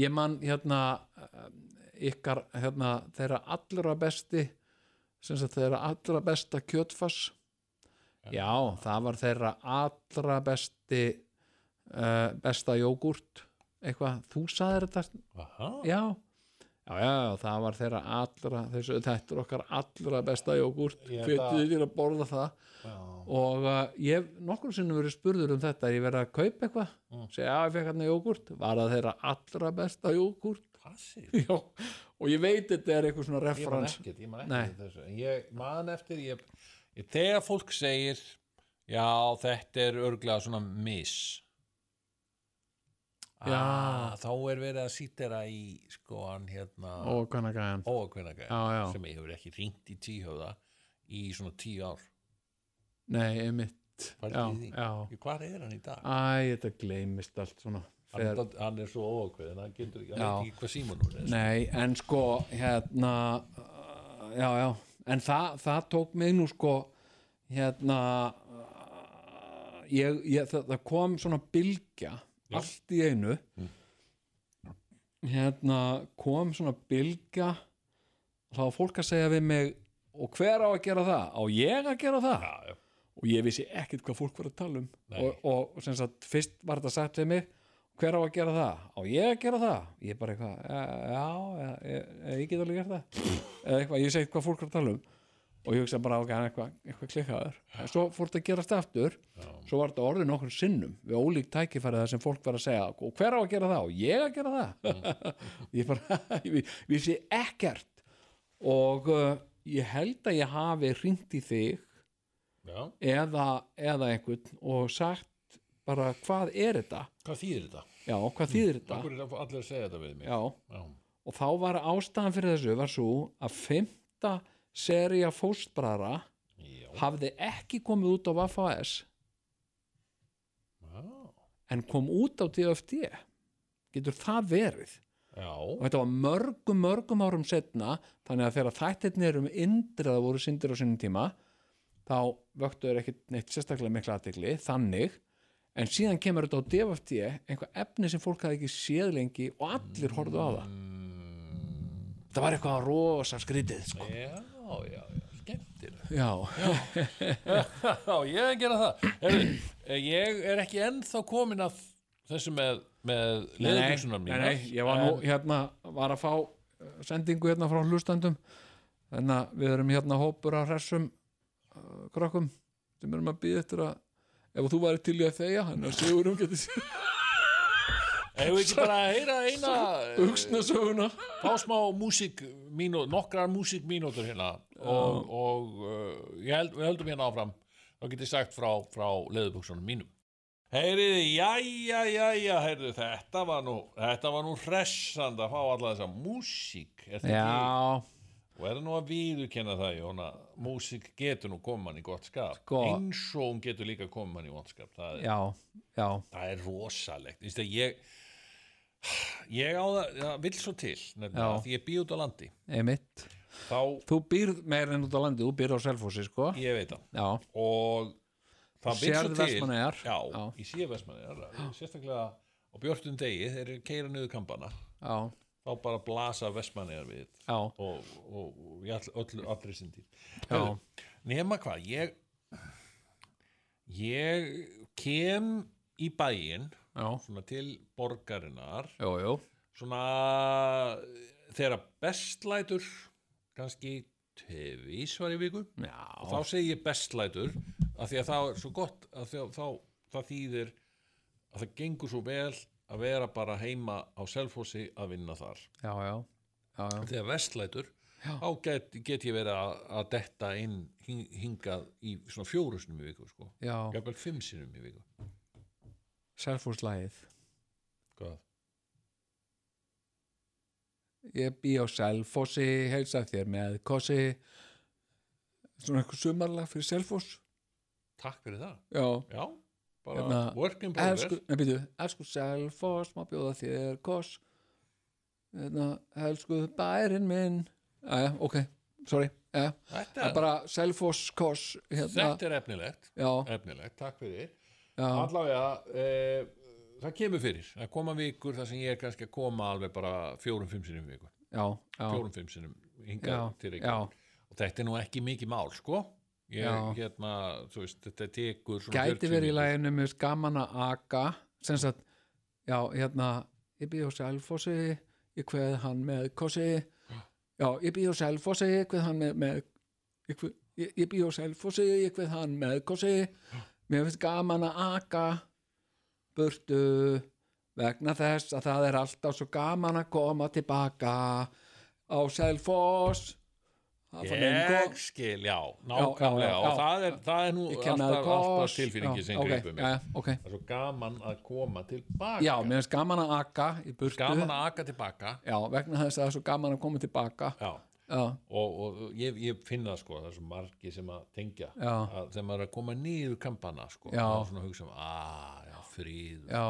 [SPEAKER 2] ég man hérna um, ykkar hérna þeirra allra besti sem sagt þeirra allra besta kjötfass já, það var þeirra allra besti uh, besta jógurt eitthvað, þú saðir þetta
[SPEAKER 1] aha,
[SPEAKER 2] já, já, já, já það var þeirra allra, þessu, þetta er okkar allra besta jógurt,
[SPEAKER 1] Ég
[SPEAKER 2] hvetið
[SPEAKER 1] þetta-
[SPEAKER 2] þér að borða það
[SPEAKER 1] já,
[SPEAKER 2] og uh, ég hef nokkur sinnum verið spurður um þetta ég verið að kaupa eitthvað mm. segja að ég fekk hann jógurt var það þeirra allra besta jógurt [laughs]
[SPEAKER 1] passið
[SPEAKER 2] já, og ég veit þetta er eitthvað svona
[SPEAKER 1] ég man
[SPEAKER 2] referens
[SPEAKER 1] ekkert, ég man
[SPEAKER 2] Nei.
[SPEAKER 1] ekkert eftir þessu en ég man eftir ég, ég, þegar fólk segir já þetta er örglega svona miss
[SPEAKER 2] Já.
[SPEAKER 1] ah, þá er verið að sýttera í sko hann hérna
[SPEAKER 2] og hvernig gæðan Já, já.
[SPEAKER 1] óakvinnagæð sem ég hefur ekki ringt í tíhöfða í svona tíu ár
[SPEAKER 2] nei, ég mitt
[SPEAKER 1] Pældu
[SPEAKER 2] já,
[SPEAKER 1] í því.
[SPEAKER 2] já.
[SPEAKER 1] hvað er hann í dag?
[SPEAKER 2] æ, þetta gleymist allt svona
[SPEAKER 1] Hann er,
[SPEAKER 2] Fer,
[SPEAKER 1] dálítið- hann er svo óakvinn hann getur hann
[SPEAKER 2] Já.
[SPEAKER 1] veit ekki hvað símanúmer er
[SPEAKER 2] nei, en sko hérna uh, já, já, en það, það tók mig nú sko hérna uh, ég, ég, það, það kom svona bylgja
[SPEAKER 1] Já.
[SPEAKER 2] allt í einu hérna kom svona bylgja þá var fólk að segja við mig og hver á að gera það? Á ég að gera það?
[SPEAKER 1] já, já,
[SPEAKER 2] og ég vissi ekkert hvað fólk var að tala um
[SPEAKER 1] Nei.
[SPEAKER 2] og, og sem sagt, fyrst var þetta sagt við mig hver á að gera það? Á ég að gera það? Ég bara eitthvað, "Eh, já, eh, ég, ég, ég get alveg gert það eða eitthvað, ég segi hvað fólk var að tala um og ég hugsa bara á hann eitthvað, eitthvað klikkaður en svo fór þetta að gerast aftur svo var þetta orðið nokkur sinnum við ólík tækifærið þar sem fólk var að segja og hver á að gera það? Og ég að gera það? [laughs] ég bara, ég vissi ekkert og uh, ég held að ég hafi hringt í þig
[SPEAKER 1] já.
[SPEAKER 2] eða, eða einhvern og sagt bara hvað er þetta
[SPEAKER 1] hvað þýðir þetta?
[SPEAKER 2] já, hvað þýðir þetta
[SPEAKER 1] Akkur er allir að segja þetta við mig
[SPEAKER 2] já,
[SPEAKER 1] Já.
[SPEAKER 2] og þá var ástæðan fyrir þessu var svo að fymta seria fóstbrara
[SPEAKER 1] Já.
[SPEAKER 2] hafði ekki komið út á Waffas
[SPEAKER 1] Já.
[SPEAKER 2] en kom út á DFD getur það verið
[SPEAKER 1] Já.
[SPEAKER 2] og þetta var mörgum, mörgum árum setna þannig að þegar þættirnir um indriða voru sindir á sinni tíma þá vöktu þeir ekkit neitt sérstaklega mikla aðtegli, þannig en síðan kemur þetta á DFT einhver efni sem fólk hafði ekki séð lengi og allir horfðu á það Mm. það var eitthvað rosa skrítið sko.
[SPEAKER 1] Mm, Já, já, já, skemmtileg
[SPEAKER 2] já,
[SPEAKER 1] [laughs] Já, ég er að gera það Heru, Ég er ekki ennþá komin að þessu með, með leðurbuxunar
[SPEAKER 2] nei,
[SPEAKER 1] mínar
[SPEAKER 2] nei, ég var nú
[SPEAKER 1] en,
[SPEAKER 2] hérna var að fá eh, sendingu hérna frá hlustandum þannig að við erum hérna hópur af hressum uh, krakkum sem erum að býða eftir að ef þú væri til í að þegja hann að sigurum getið [laughs] sér
[SPEAKER 1] Hefur ekki bara að heyra eina
[SPEAKER 2] buksna söguna
[SPEAKER 1] Fá smá músík mínú, nokkrar músík mínútur hérna og, og uh, ég held, við höldum hérna áfram þá get ég sagt frá, frá leðurbuxunum mínum Heyriði, jæja, jæja, heyrðu, þetta var nú, þetta var nú hressand að fá alla þessa músík, er þetta ekki?
[SPEAKER 2] já,
[SPEAKER 1] og er það nú að viðurkenna það Jón að músík getur nú koma mann í gott skap
[SPEAKER 2] Sko.
[SPEAKER 1] eins og hún getur líka koma mann í gott skap það, er-
[SPEAKER 2] já, já
[SPEAKER 1] það er rosalegt Vist, ég, ég á það, það vill svo til nefnilega,
[SPEAKER 2] Já.
[SPEAKER 1] að því ég bý út á landi
[SPEAKER 2] einmitt
[SPEAKER 1] þá,
[SPEAKER 2] þú býrð meira enn út á landi, þú býrð á Selfossi sko
[SPEAKER 1] ég veit það
[SPEAKER 2] já,
[SPEAKER 1] og það vill
[SPEAKER 2] Sérð
[SPEAKER 1] svo til
[SPEAKER 2] Vestmannaeyjar.
[SPEAKER 1] já,
[SPEAKER 2] Já.
[SPEAKER 1] ég sé Vestmannaeyjar sérstaklega á björtum degi þeir eru keira niður kampana
[SPEAKER 2] já,
[SPEAKER 1] þá bara blasa Vestmannaeyjar við
[SPEAKER 2] já,
[SPEAKER 1] og, og, og í all, öll, allri sindi
[SPEAKER 2] Já.
[SPEAKER 1] nema hvað ég ég kem í bæinn
[SPEAKER 2] já,
[SPEAKER 1] svona til borgarinnar
[SPEAKER 2] já, já,
[SPEAKER 1] svona þegar bestlætur kannski tvisvar í viku og
[SPEAKER 2] já,
[SPEAKER 1] þá segi ég bestlætur af því að það er svo gott að þá, þá það þýðir að það gengur svo vel að vera bara heima á selfhósi að vinna þar
[SPEAKER 2] já, já, já, já.
[SPEAKER 1] þegar vestlætur
[SPEAKER 2] Já.
[SPEAKER 1] þá get, get ég verið að, að detta inn hin- hingað í svona fjórusunum í viku sko.
[SPEAKER 2] Já,
[SPEAKER 1] jafnvel fimm sinum í viku
[SPEAKER 2] selfhúslægið.
[SPEAKER 1] Hvað?
[SPEAKER 2] Ég bý á selfossi, heilsa þér með kossi, svona eitthvað sumarlag fyrir selfoss.
[SPEAKER 1] takk fyrir það
[SPEAKER 2] Já,
[SPEAKER 1] já, bara
[SPEAKER 2] Hérna,
[SPEAKER 1] work in progress
[SPEAKER 2] elsku, nei býtu, elsku selfoss, má bjóða þér koss. Hérna, elsku bærin minn. Æja, ok, sorry, já,
[SPEAKER 1] þetta,
[SPEAKER 2] það er bara selfoss koss, hérna,
[SPEAKER 1] þetta er efnilegt
[SPEAKER 2] já,
[SPEAKER 1] efnilegt, takk fyrir
[SPEAKER 2] já,
[SPEAKER 1] allavega e, það kemur fyrir, það koma vikur þar sem ég er kannski að koma alveg bara fjórum-fimm sinum í viku
[SPEAKER 2] já, já,
[SPEAKER 1] fjórum-fimm sinum
[SPEAKER 2] Já,
[SPEAKER 1] hingað til
[SPEAKER 2] já.
[SPEAKER 1] Reykjavík og þetta er nú ekki mikið mál sko ég,
[SPEAKER 2] Já.
[SPEAKER 1] hérna, þú veist, þetta tekur svona 40
[SPEAKER 2] gæti verið í
[SPEAKER 1] mínútur.
[SPEAKER 2] læginu mér finnst gaman að aka sem sagt, já, hérna ég býð á Selfossi ég kveð hann með kossi
[SPEAKER 1] Ah.
[SPEAKER 2] já, ég býð á Selfossi ég kveð hann með, með ég, kveð, ég, ég býð á Selfossi ég kveð hann með kossi
[SPEAKER 1] Ah.
[SPEAKER 2] mér finnst gaman að aka burtu vegna þess að það er alltaf svo gaman að koma tilbaka á Selfoss Það fór minn
[SPEAKER 1] Ég
[SPEAKER 2] ko-
[SPEAKER 1] skil, já,
[SPEAKER 2] já,
[SPEAKER 1] nákvæmlega
[SPEAKER 2] já,
[SPEAKER 1] og
[SPEAKER 2] já.
[SPEAKER 1] það er, það er nú
[SPEAKER 2] ég kenna
[SPEAKER 1] alltaf,
[SPEAKER 2] þér
[SPEAKER 1] alltaf
[SPEAKER 2] koss.
[SPEAKER 1] tilfinningi
[SPEAKER 2] Já,
[SPEAKER 1] sem
[SPEAKER 2] ok,
[SPEAKER 1] gripum mig
[SPEAKER 2] já, ok
[SPEAKER 1] það er svo gaman að koma tilbaka
[SPEAKER 2] Já, mér finnst gaman að aka í burtu
[SPEAKER 1] gaman að aka tilbaka
[SPEAKER 2] Já, vegna þess að það er svo gaman að koma tilbaka
[SPEAKER 1] já,
[SPEAKER 2] Já,
[SPEAKER 1] og, og ég, ég finna það sko það er svo margi sem að tengja
[SPEAKER 2] Já.
[SPEAKER 1] að þegar maður er að koma niður kampana sko,
[SPEAKER 2] Já.
[SPEAKER 1] þá svona hugsa um, að, já, fríður
[SPEAKER 2] já,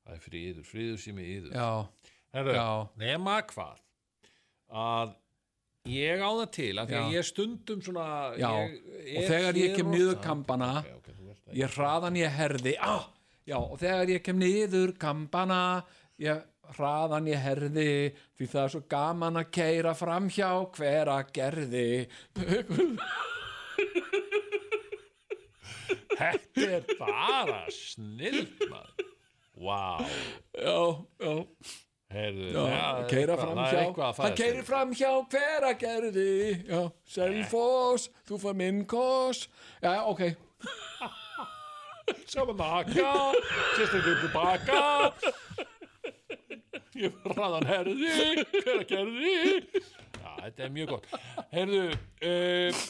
[SPEAKER 1] það er fríður, fríður sem ég íður
[SPEAKER 2] já,
[SPEAKER 1] Herðu,
[SPEAKER 2] Já.
[SPEAKER 1] nema hvað að ég á það til að því að
[SPEAKER 2] Já.
[SPEAKER 1] ég stundum svona
[SPEAKER 2] Já.
[SPEAKER 1] ég,
[SPEAKER 2] Og þegar ég kem niður kampana,
[SPEAKER 1] okay, okay, þú ert að-
[SPEAKER 2] ég hraðan ég herði ah, Já, og þegar ég kem niður kampana ég hraðan ég herði því það er svo gaman að keira framhjá hver að gerði
[SPEAKER 1] Þetta er bara snild maður Vá, wow.
[SPEAKER 2] Já, já,
[SPEAKER 1] heyrðu
[SPEAKER 2] já,
[SPEAKER 1] það er
[SPEAKER 2] keira
[SPEAKER 1] eitthvað- Það er eitthvað að
[SPEAKER 2] framhjá Hann
[SPEAKER 1] fæðast
[SPEAKER 2] keiri framhjá hver að gerði Já, selfos, þú fær minn kos Já, ok,
[SPEAKER 1] Saman að haka, sérstaklega tilbaka Ég var hraðan herði, hver að gerði Já, þetta er mjög gott Heyrðu, uh,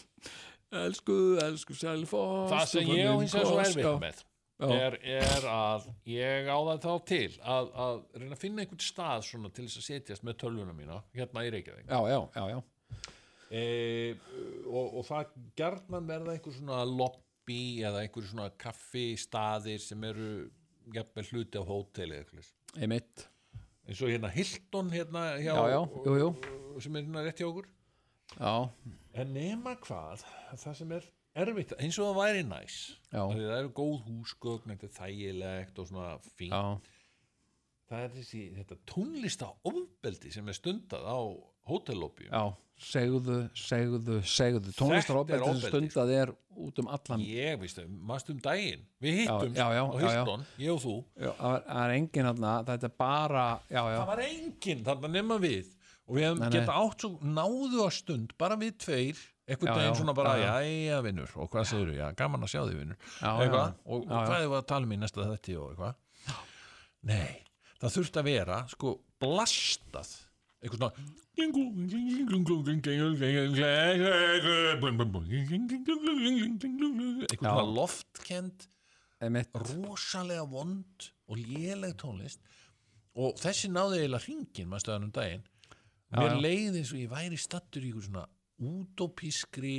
[SPEAKER 2] Elsku, elsku Selfoss
[SPEAKER 1] það sem ég á hins vegar svo erfitt með
[SPEAKER 2] Já.
[SPEAKER 1] er, er að ég á það þá til að, að reyna að finna einhvern stað svona til þess að setjast með tölvuna mína hérna í Reykjavík
[SPEAKER 2] Já, já, já, já
[SPEAKER 1] e, og, og það gjarnan verða einhver svona lobby eða einhver svona kaffistaðir sem eru jafnvel hluti á hóteli eða eitthvað svoleiðis.
[SPEAKER 2] Einmitt
[SPEAKER 1] eins og hérna Hilton hérna hjá,
[SPEAKER 2] Já, já, jú, jú
[SPEAKER 1] sem er hérna rétt hjá okkur
[SPEAKER 2] Já,
[SPEAKER 1] en nema hvað, það sem er erfitt eins og það væri næs
[SPEAKER 2] Já.
[SPEAKER 1] Af því það eru góð húsgögn, þetta er þægilegt og svona fínt
[SPEAKER 2] já,
[SPEAKER 1] það er þessi, þetta tónlista ofbeldi sem er stundað á hótellobby
[SPEAKER 2] já Segðu, segðu,
[SPEAKER 1] er
[SPEAKER 2] segðu Tónlistarofbeldi sem
[SPEAKER 1] ofbeldi. sko.
[SPEAKER 2] stundað er út um allan
[SPEAKER 1] ég veist það, mannst um daginn við hittum
[SPEAKER 2] Já, já, já,
[SPEAKER 1] á
[SPEAKER 2] já, já.
[SPEAKER 1] Hilton, ég og þú
[SPEAKER 2] Já, Það er- það er engin aðna, þetta er bara Já, já,
[SPEAKER 1] það var enginn þarna nema við og við hefum
[SPEAKER 2] Nei, nei.
[SPEAKER 1] geta átt svo náðu á stund bara við tveir
[SPEAKER 2] Já,
[SPEAKER 1] einhvern veginn
[SPEAKER 2] já,
[SPEAKER 1] svona bara,
[SPEAKER 2] já,
[SPEAKER 1] já, já, vinnur og hvað segirðu, já, gaman að sjá því vinnur
[SPEAKER 2] Já,
[SPEAKER 1] eitthvað,
[SPEAKER 2] já,
[SPEAKER 1] og, og
[SPEAKER 2] já, já.
[SPEAKER 1] hvað hefur að tala um í næsta þetta og eitthvað nei, það þurfti að vera sko blastað eitthvað svona eitthvað svona loftkend
[SPEAKER 2] einmitt
[SPEAKER 1] rosalega vond og léleg tónlist og þessi náði eiginlega hringin maður stöðanum um daginn mér
[SPEAKER 2] já.
[SPEAKER 1] leið eins og ég væri stattur í ykkur svona útópískri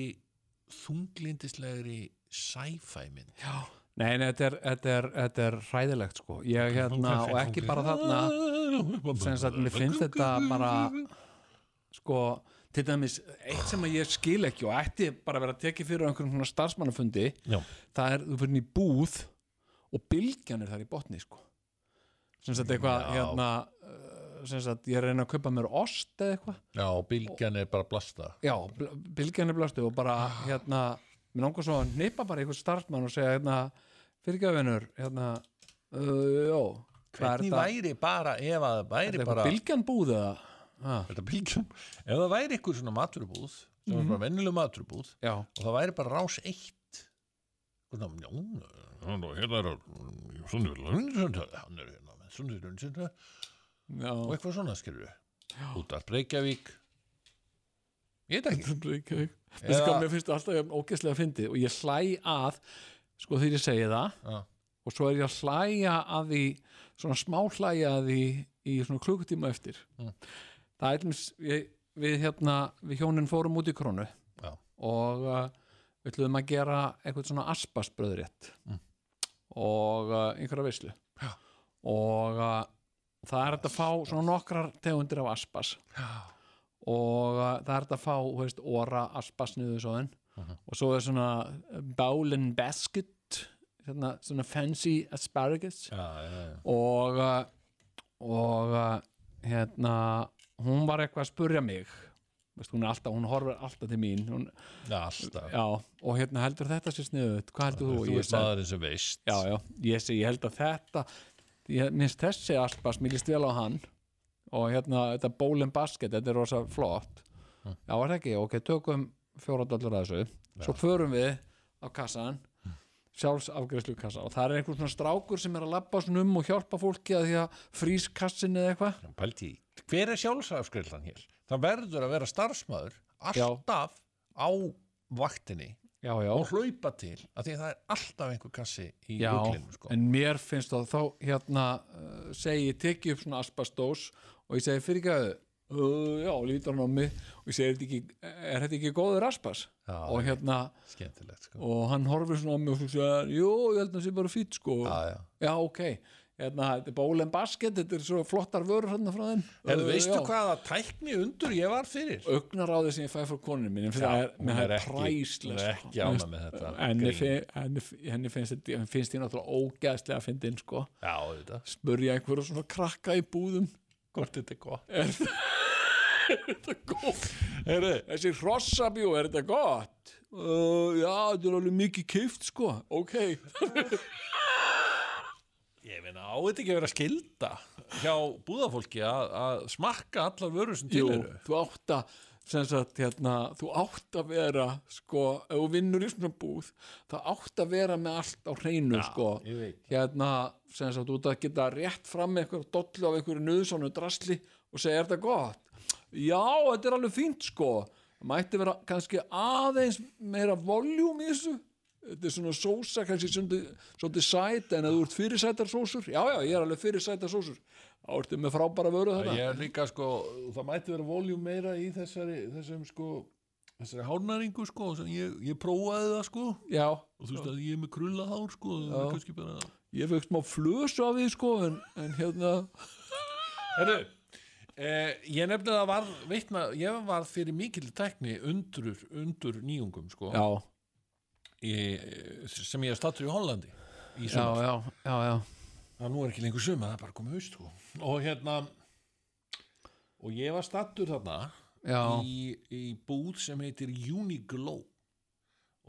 [SPEAKER 1] þunglindislegri sci-fi mynd
[SPEAKER 2] Já Nei, nei, þetta er, þetta er, þetta er hræðilegt sko Ég hérna, og ekki bara þarna sem sagt, mér finnst þetta bara sko, til dæmis eitt sem að ég skil ekki og ætti bara að vera tekið fyrir á einhverjum svona starfsmannafundi
[SPEAKER 1] já,
[SPEAKER 2] það er, þú fyrir í búð og bylgjan er þar í botni sko. sem sagt eitthvað
[SPEAKER 1] Já.
[SPEAKER 2] hérna, uh, sem sagt, ég er að reyna að kaupa mér ost eða eitthvað,
[SPEAKER 1] já bylgjan er bara blasta
[SPEAKER 2] já, bl- bylgjan er blastu og bara, hérna, mér langar svo að neipa bara eitthvað starfsmann og segja, hérna fyrirgjöfinur, hérna Uh, já, hvað er
[SPEAKER 1] Hvernig
[SPEAKER 2] þetta?
[SPEAKER 1] væri bara ef að
[SPEAKER 2] Er
[SPEAKER 1] væri
[SPEAKER 2] þetta
[SPEAKER 1] bara
[SPEAKER 2] eitthvað bylgjan búð eða?
[SPEAKER 1] Er þetta bylgjum? Ef það væri eitthvað svona maturubúð sem
[SPEAKER 2] Mhm.
[SPEAKER 1] er bara vennileg maturubúð
[SPEAKER 2] Já,
[SPEAKER 1] og það væri bara rás eitt Sko, svona, já, hérna er hérna er Lundsönda hann er hérna með Sunni Lundsönda
[SPEAKER 2] já. [laughs]
[SPEAKER 1] og eitthvað svona skilur út af Reykjavík Ég veit ekki
[SPEAKER 2] Reykjavík Veistu
[SPEAKER 1] Eða-
[SPEAKER 2] hvað, mér finnst alltaf jafn ógeðslega fyndið og ég hlæ að sko þegar ég segi það
[SPEAKER 1] Já.
[SPEAKER 2] og svo er ég að hlæja að því svona smá hlæja að því í svona klukkutíma eftir
[SPEAKER 1] Mm.
[SPEAKER 2] það er einhvers við, við hérna, við hjónin fórum út í krónu
[SPEAKER 1] Já.
[SPEAKER 2] og uh, við ætluðum að gera eitthvað svona aspasbröðrétt
[SPEAKER 1] Mm.
[SPEAKER 2] og uh, einhverja veislu
[SPEAKER 1] Já.
[SPEAKER 2] og uh, það er hægt að fá svona nokkrar tegundir af aspas og uh, það er þetta að fá þú veist, óra aspasniðu svo þenn
[SPEAKER 1] Mhm.
[SPEAKER 2] og svo er svona bowl and basket svona, svona fancy asparagus
[SPEAKER 1] Já, já, já
[SPEAKER 2] og uh, og uh, hérna hún var eitthvað að spurja mig Vist, hún, er alltaf, hún horfir alltaf til mín hún,
[SPEAKER 1] Já, alltaf
[SPEAKER 2] já, og hérna heldur þetta sér sniðut hvað heldur þú?
[SPEAKER 1] Þú
[SPEAKER 2] Ég
[SPEAKER 1] veist
[SPEAKER 2] sagði-
[SPEAKER 1] maðurinn sem veist
[SPEAKER 2] já, já, ég segi, ég held að þetta ég minnst þessi aspas, mér líst vel á hann og hérna, þetta bowl and basket þetta er rosa flott já, er það ekki, ok, tökum fjóra dollar að þessu, svo förum við á kassan, sjálfsafgreðslu kassa og það er einhver svona strákur sem er að labba svona um og hjálpa fólki að því að frýs kassin eða eitthvað
[SPEAKER 1] Pældi, í. hver er sjálfsafskrillan hér? Það verður að vera starfsmaður alltaf á vaktinni
[SPEAKER 2] já, já,
[SPEAKER 1] og hlaupa til að því að það er alltaf einhver kassi í
[SPEAKER 2] já,
[SPEAKER 1] ruglinum sko.
[SPEAKER 2] en mér finnst það þá hérna, uh, segi ég teki upp svona aspastós og ég segi fyrir ekki uh, já, lítur hann á mig og ég segi, "Er þetta ekki- er þetta ekki góður aspas?
[SPEAKER 1] Já,
[SPEAKER 2] og hérna,
[SPEAKER 1] skemmtilegt sko.
[SPEAKER 2] og hann horfir svona á mig og svo segja, jú, ég held að það sé bara fýtt sko,
[SPEAKER 1] já, já.
[SPEAKER 2] já, ok hérna, þetta er bólem basket, þetta er svo flottar vörur hann frá þeim,
[SPEAKER 1] Herðu, veistu
[SPEAKER 2] já.
[SPEAKER 1] hvaða tækni undur ég var fyrir?
[SPEAKER 2] augnaráði sem ég fæ frá koninu mín en það
[SPEAKER 1] Já,
[SPEAKER 2] er,
[SPEAKER 1] hún
[SPEAKER 2] mér
[SPEAKER 1] er
[SPEAKER 2] er
[SPEAKER 1] ekki-
[SPEAKER 2] præslega
[SPEAKER 1] hún er ekki ánægð með þetta
[SPEAKER 2] henni,
[SPEAKER 1] grín.
[SPEAKER 2] fi- henni, henni finnst, þetta- henni finnst ég náttúrulega ógeðslega að finna inn sko
[SPEAKER 1] Já, þetta,
[SPEAKER 2] spurja einhverju svona krakka í búðum
[SPEAKER 1] hvort þetta er gott
[SPEAKER 2] þetta er gott
[SPEAKER 1] Herðu,
[SPEAKER 2] þessi hrossabjú, er þetta gott? Uh, já, þetta er alveg mikið kift sko ok,
[SPEAKER 1] ég meina á þetta ekki að vera skilda hjá búðafólki að, að smakka allar vörur sem til
[SPEAKER 2] Jú,
[SPEAKER 1] eru
[SPEAKER 2] þú átt að sem sagt, hérna, þú átt að vera sko, ef þú vinnur í svona búð þá átt að vera með allt á hreinu sko,
[SPEAKER 1] ég veit.
[SPEAKER 2] hérna sem sagt, út að geta rétt fram með eitthvað dollu af einhverju nöðsónu drasli og segja, er þetta gott? Já, þetta er alveg fínt sko það mætti vera kannski aðeins meira voljúm í þessu þetta er svona sósa, kannski svolítið svolítið sæt, en að þú ert fyrirsætar sósur já, já, ég er alveg fyrirsætar sósur þá ertu með frábæra vöru þetta
[SPEAKER 1] Ég er líka sko, það mætti vera voljum meira í þessari, þessum sko þessari hárnæringu sko, sem ég, ég prófaði það sko
[SPEAKER 2] já,
[SPEAKER 1] og þú veist að ég er með krulla hár sko það er kannski bara
[SPEAKER 2] ég fekk smá flösu af því sko en, en hérna
[SPEAKER 1] Herru, eh, ég nefndi að var veitna, ég var fyrir mikil tækni undur, undur nýjungum sko
[SPEAKER 2] já,
[SPEAKER 1] í, sem ég er stattur í Hollandi í
[SPEAKER 2] já,
[SPEAKER 1] sumar,
[SPEAKER 2] já, já, já.
[SPEAKER 1] það nú er ekki lengur suma það er bara komið haust sko og hérna og ég var stattur þarna
[SPEAKER 2] Já,
[SPEAKER 1] í, í búð sem heitir Uniglow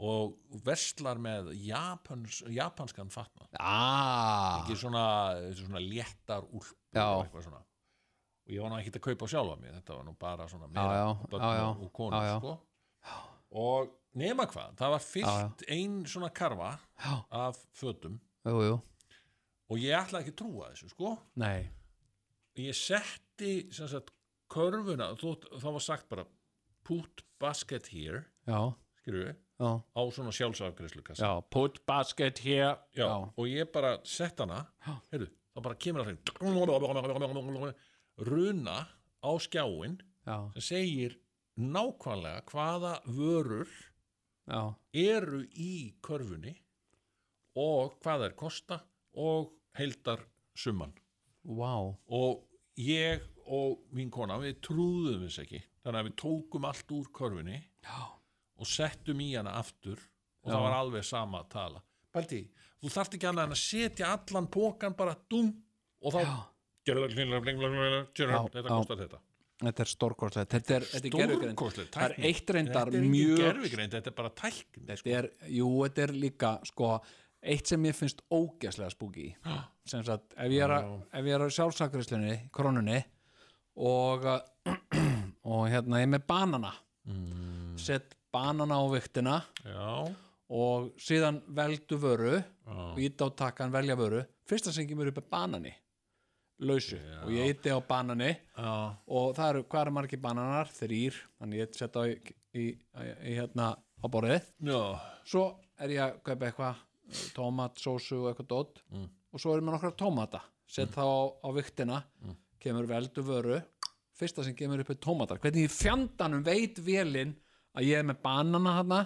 [SPEAKER 1] og verslar með Japans, japanskan fatna
[SPEAKER 2] ah,
[SPEAKER 1] ekki svona, svona léttar úlpur
[SPEAKER 2] Já.
[SPEAKER 1] og eitthvað svona og ég var nú ekkert að kaupa sjálfa mig þetta var nú bara svona meira
[SPEAKER 2] já,
[SPEAKER 1] börn
[SPEAKER 2] já, já,
[SPEAKER 1] og konu
[SPEAKER 2] já, já.
[SPEAKER 1] Sko. og nema hvað, það var fyllt ein svona karfa
[SPEAKER 2] já,
[SPEAKER 1] af fötum
[SPEAKER 2] jú, jú
[SPEAKER 1] og ég ætla ekki að trúa þessu sko
[SPEAKER 2] Nei,
[SPEAKER 1] ég setti sem sagt körfuna, þó, þá var sagt bara put basket here
[SPEAKER 2] já,
[SPEAKER 1] skilur
[SPEAKER 2] já,
[SPEAKER 1] á svona sjálfsafgreðslu
[SPEAKER 2] já put basket here
[SPEAKER 1] já, og ég bara sett hana heyrðu, þá bara kemur það runa á skjáin
[SPEAKER 2] já,
[SPEAKER 1] sem segir nákvæmlega hvaða vörur
[SPEAKER 2] já,
[SPEAKER 1] eru í körfunni og hvað þær kosta og heldar summan
[SPEAKER 2] wow
[SPEAKER 1] og ég og mín kona við trúðum þess ekki þannig að við tókum allt úr körfunni
[SPEAKER 2] Já,
[SPEAKER 1] og settum í hana aftur og
[SPEAKER 2] Já.
[SPEAKER 1] það var alveg sama að tala Baldi, þú þarft ekki annað en að setja allan pókan bara dum og þá
[SPEAKER 2] já Já,
[SPEAKER 1] þetta
[SPEAKER 2] já.
[SPEAKER 1] kostar þetta
[SPEAKER 2] Þetta er stórkorslegt, þetta er, þetta er gerfugreind
[SPEAKER 1] Stórkostleg
[SPEAKER 2] Það er
[SPEAKER 1] tækni.
[SPEAKER 2] eitt reyndar
[SPEAKER 1] þetta er engin
[SPEAKER 2] mjög
[SPEAKER 1] gerfugreind, þetta er bara tækni
[SPEAKER 2] Þetta er, jú, þetta er líka sko eitt sem ég finnst ógæslega spooky sem sagt, ef ég er að, ef ég er að sjálfsakrislunni, krónunni og [clears throat] að- og hérna, ég er með banana mm. set banana á viktina
[SPEAKER 1] já,
[SPEAKER 2] og síðan veldu vöru og
[SPEAKER 1] já,
[SPEAKER 2] ít á takkan velja vöru fyrsta sem kemur upp er banani lausu og ég íti á banani
[SPEAKER 1] já,
[SPEAKER 2] og það eru, hvað eru margir bananar? þrýr, þannig ég set á í, í, í, í hérna á borðið
[SPEAKER 1] já,
[SPEAKER 2] svo er ég að kaupa eitthvað eh, tómat, sósu og eitthvað dót
[SPEAKER 1] Mm.
[SPEAKER 2] og svo erum við nokkra tómata set þá á, á viktina
[SPEAKER 1] Mm.
[SPEAKER 2] kemur veldu vöru fyrsta sem kemur upp er tómatar hvernig í fjandanum veit velin að ég er með banana hana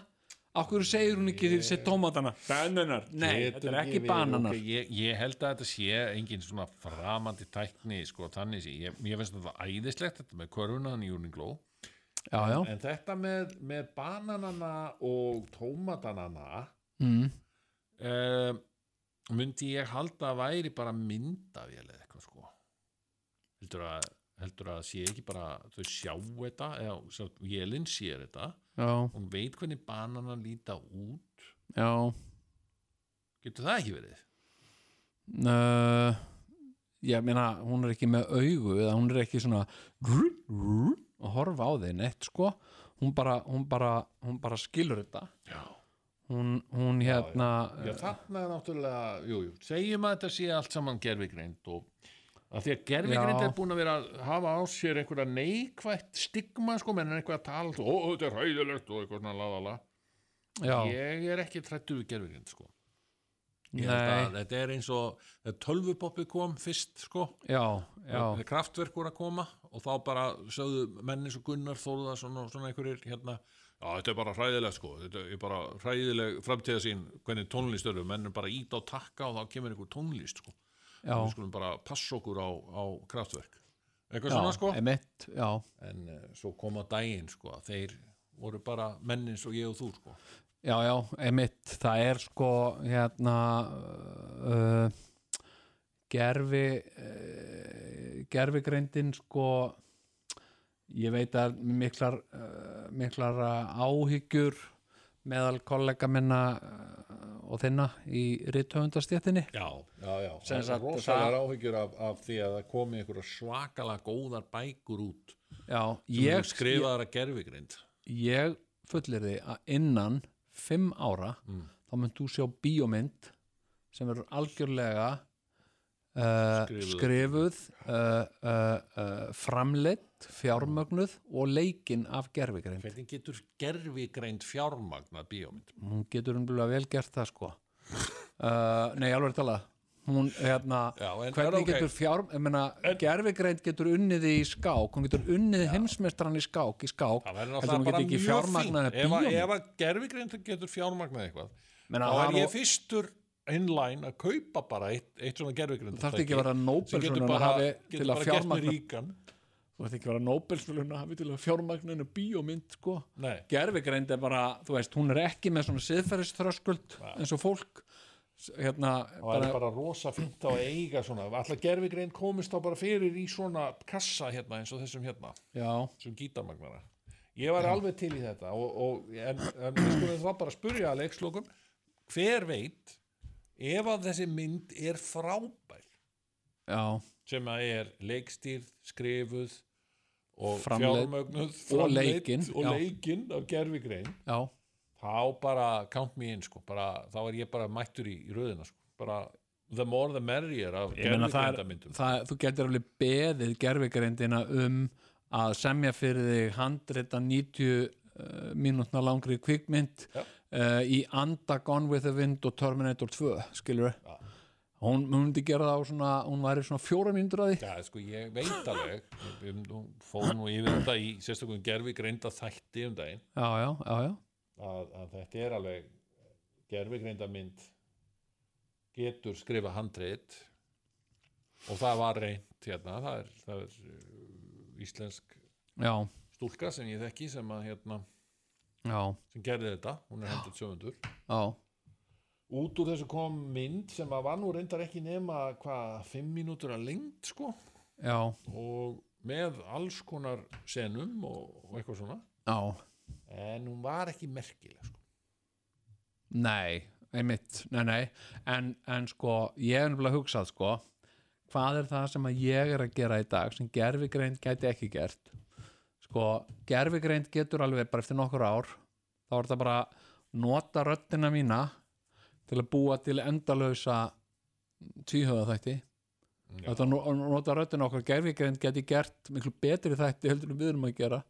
[SPEAKER 2] af hverju segir hún ekki yeah. set tómatana bananar, nei,
[SPEAKER 1] Getur
[SPEAKER 2] þetta er ekki
[SPEAKER 1] verið,
[SPEAKER 2] bananar
[SPEAKER 1] ok, ég, ég held að þetta sé engin svona framandi tækni sko þannig sé, ég, ég finnst þetta æðislegt þetta með körfunan í Unigló
[SPEAKER 2] já, já,
[SPEAKER 1] en þetta með, með bananana og tómatanana
[SPEAKER 2] mm.
[SPEAKER 1] um, myndi ég halda að væri bara myndavél eða eitthvað sko heldur að, heldur að sé ekki bara þau sjá þetta eða sjá, vélinn sér þetta
[SPEAKER 2] já,
[SPEAKER 1] hún veit hvernig banana líta út
[SPEAKER 2] já
[SPEAKER 1] getur það ekki verið
[SPEAKER 2] uh, ég meina hún er ekki með augu eða hún er ekki svona grr, grr, að horfa á þig neitt sko hún bara, hún bara, hún bara skilur þetta
[SPEAKER 1] já,
[SPEAKER 2] hún, hún hérna
[SPEAKER 1] já þarna er náttúrulega jú, jú, segjum að þetta sé allt saman gerfigreind og að því að gerfigreind
[SPEAKER 2] Já.
[SPEAKER 1] er búin að vera að hafa á sér einhverja neikvætt stigma sko, menn er eitthvað að tala alltaf, ó, þetta er hæðilegt og eitthvað svona laðala
[SPEAKER 2] já,
[SPEAKER 1] ég er ekki trættu við gerfigreind sko Ég held
[SPEAKER 2] nei,
[SPEAKER 1] að þetta er eins og þegar tölvupoppi kom fyrst sko
[SPEAKER 2] já, já
[SPEAKER 1] þegar kraftverk voru að koma og þá bara sögðu menni svo Gunnar Þórðarsson og svona einhverjir hérna já þetta er bara hræðilegt sko þetta er bara hræðileg framtíða sín hvernig tónlist eru menn er bara ít á takka og þá kemur einhver tónlist sko
[SPEAKER 2] já,
[SPEAKER 1] við skulum bara passa okkur á, á kraftverk eitthvað
[SPEAKER 2] já,
[SPEAKER 1] svona sko
[SPEAKER 2] emitt, já
[SPEAKER 1] en uh, svo koma daginn sko að þeir voru bara menni eins og ég og þú sko
[SPEAKER 2] Já, já, emitt, það er sko hérna uh, gerfi uh, gerfigreindin sko ég veit að miklar, uh, miklar uh, áhyggjur meðal kollega minna uh, og þinna í rithöfundastéttinni
[SPEAKER 1] Já, já, já,
[SPEAKER 2] Sem
[SPEAKER 1] það
[SPEAKER 2] sagt,
[SPEAKER 1] er rosalega
[SPEAKER 2] það-
[SPEAKER 1] áhyggjur af, af því að það komi einhverja svakalega góðar bækur út
[SPEAKER 2] Já,
[SPEAKER 1] ég
[SPEAKER 2] ég,
[SPEAKER 1] skrifaðar að gerfigrind
[SPEAKER 2] ég fullir því að innan fimm ára
[SPEAKER 1] Mm.
[SPEAKER 2] þá mynd þú sjá bíómynd sem verður algjörlega uh,
[SPEAKER 1] Skrifuð.
[SPEAKER 2] skrifuð uh, uh, uh, framleitt, fjármögnuð og leikinn af gerfigreind
[SPEAKER 1] Hvernig getur gerfigreind fjármagna bíómynd?
[SPEAKER 2] hún getur umlega vel gert það sko uh, nei, alveg talað hún, hérna,
[SPEAKER 1] Já, en- en
[SPEAKER 2] hvernig
[SPEAKER 1] ok.
[SPEAKER 2] getur fjár ég meina, gerfigreind getur unnið í skák hún getur unnið heimsmeistran í skák í skák,
[SPEAKER 1] Það verður
[SPEAKER 2] heldur hún
[SPEAKER 1] náttúrulega bara mjög
[SPEAKER 2] getur ekki fjármagnaði
[SPEAKER 1] fínt Ef, að-
[SPEAKER 2] bíómynd
[SPEAKER 1] ef að gerfigreind getur fjármagnað eitthvað
[SPEAKER 2] Meina,
[SPEAKER 1] þá
[SPEAKER 2] það
[SPEAKER 1] er
[SPEAKER 2] er
[SPEAKER 1] ég
[SPEAKER 2] nú-
[SPEAKER 1] fyrstur inline að kaupa bara eitt, eitt svona gerfigreind
[SPEAKER 2] þarf ekki að vera
[SPEAKER 1] sem
[SPEAKER 2] Nobelsson
[SPEAKER 1] getur bara,
[SPEAKER 2] hafi til
[SPEAKER 1] getur
[SPEAKER 2] að
[SPEAKER 1] bara gert með
[SPEAKER 2] fjármagna
[SPEAKER 1] ríkan
[SPEAKER 2] þú veist ekki að vera Nobelsféluna hafi til að fjármagna hennu bíómynd sko.
[SPEAKER 1] Nei,
[SPEAKER 2] gerfigreind er bara, þú veist, hún er ekki með svona siðferðisþröskuld eins og fólk s- hérna,
[SPEAKER 1] það er
[SPEAKER 2] bara,
[SPEAKER 1] bara rosa fínt að eiga svona Alltaf gerfigreind komist þá bara fyrir í svona kassa hérna eins og þessum hérna
[SPEAKER 2] já,
[SPEAKER 1] sem gítarmagnara ég var alveg til í þetta og, og, en, en við skulum þá bara spurja að leikslokum hver veit ef að þessi mynd er frábær
[SPEAKER 2] já,
[SPEAKER 1] sem að er leikstýrð, skrifuð og
[SPEAKER 2] Framleidd.
[SPEAKER 1] fjármögnuð
[SPEAKER 2] Og
[SPEAKER 1] framleidd
[SPEAKER 2] leikin,
[SPEAKER 1] og
[SPEAKER 2] já.
[SPEAKER 1] leikin af gerfigrein
[SPEAKER 2] já
[SPEAKER 1] þá bara count me in sko, bara, þá er ég bara mættur í, í röðina sko. bara the more the merrier af
[SPEAKER 2] Ég meina, það er,
[SPEAKER 1] gerfigreindamyndum
[SPEAKER 2] það, þú getur alveg beðið gerfigreindina um að semja fyrir þig 190 uh, mínútna langri kvikmynd
[SPEAKER 1] Já.
[SPEAKER 2] uh, í anda Gone with the Wind og Terminator 2 skilur við hún hún myndi gera það á svona, hún væri svona fjóra mínútur að því
[SPEAKER 1] Já, sko, ég veit alveg við við fórum nú yfir þetta í sérstaklega gerfigreinda þætti um daginn
[SPEAKER 2] já, já, já, já,
[SPEAKER 1] að, að þetta er alveg gerfigreinda mynd getur skrifa handrit og það var reynt hérna, það er, það er uh, íslensk
[SPEAKER 2] já,
[SPEAKER 1] stúlka sem ég þekki sem að hérna,
[SPEAKER 2] já,
[SPEAKER 1] sem gerði þetta, hún er hendur sögundur
[SPEAKER 2] já.
[SPEAKER 1] út úr þessu kom mynd sem að var nú reyndar ekki nema hvað, fimm mínútur að lengt sko
[SPEAKER 2] já,
[SPEAKER 1] og með alls konar senum og, og eitthvað svona
[SPEAKER 2] já,
[SPEAKER 1] en hún var ekki merkileg sko.
[SPEAKER 2] nei einmitt, nei nei en, en sko, ég er nefnilega hugsað sko, hvað er það sem að ég er að gera í dag sem gerfigreind gæti ekki gert sko, gerfigreind getur alveg bara eftir nokkur ár þá er þetta bara nota röddina mína til að búa til endalösa tvíhöða þætti þetta no- nota röddina okkar gerfigreind gæti gert miklu betri þætti heldur en við erum að gera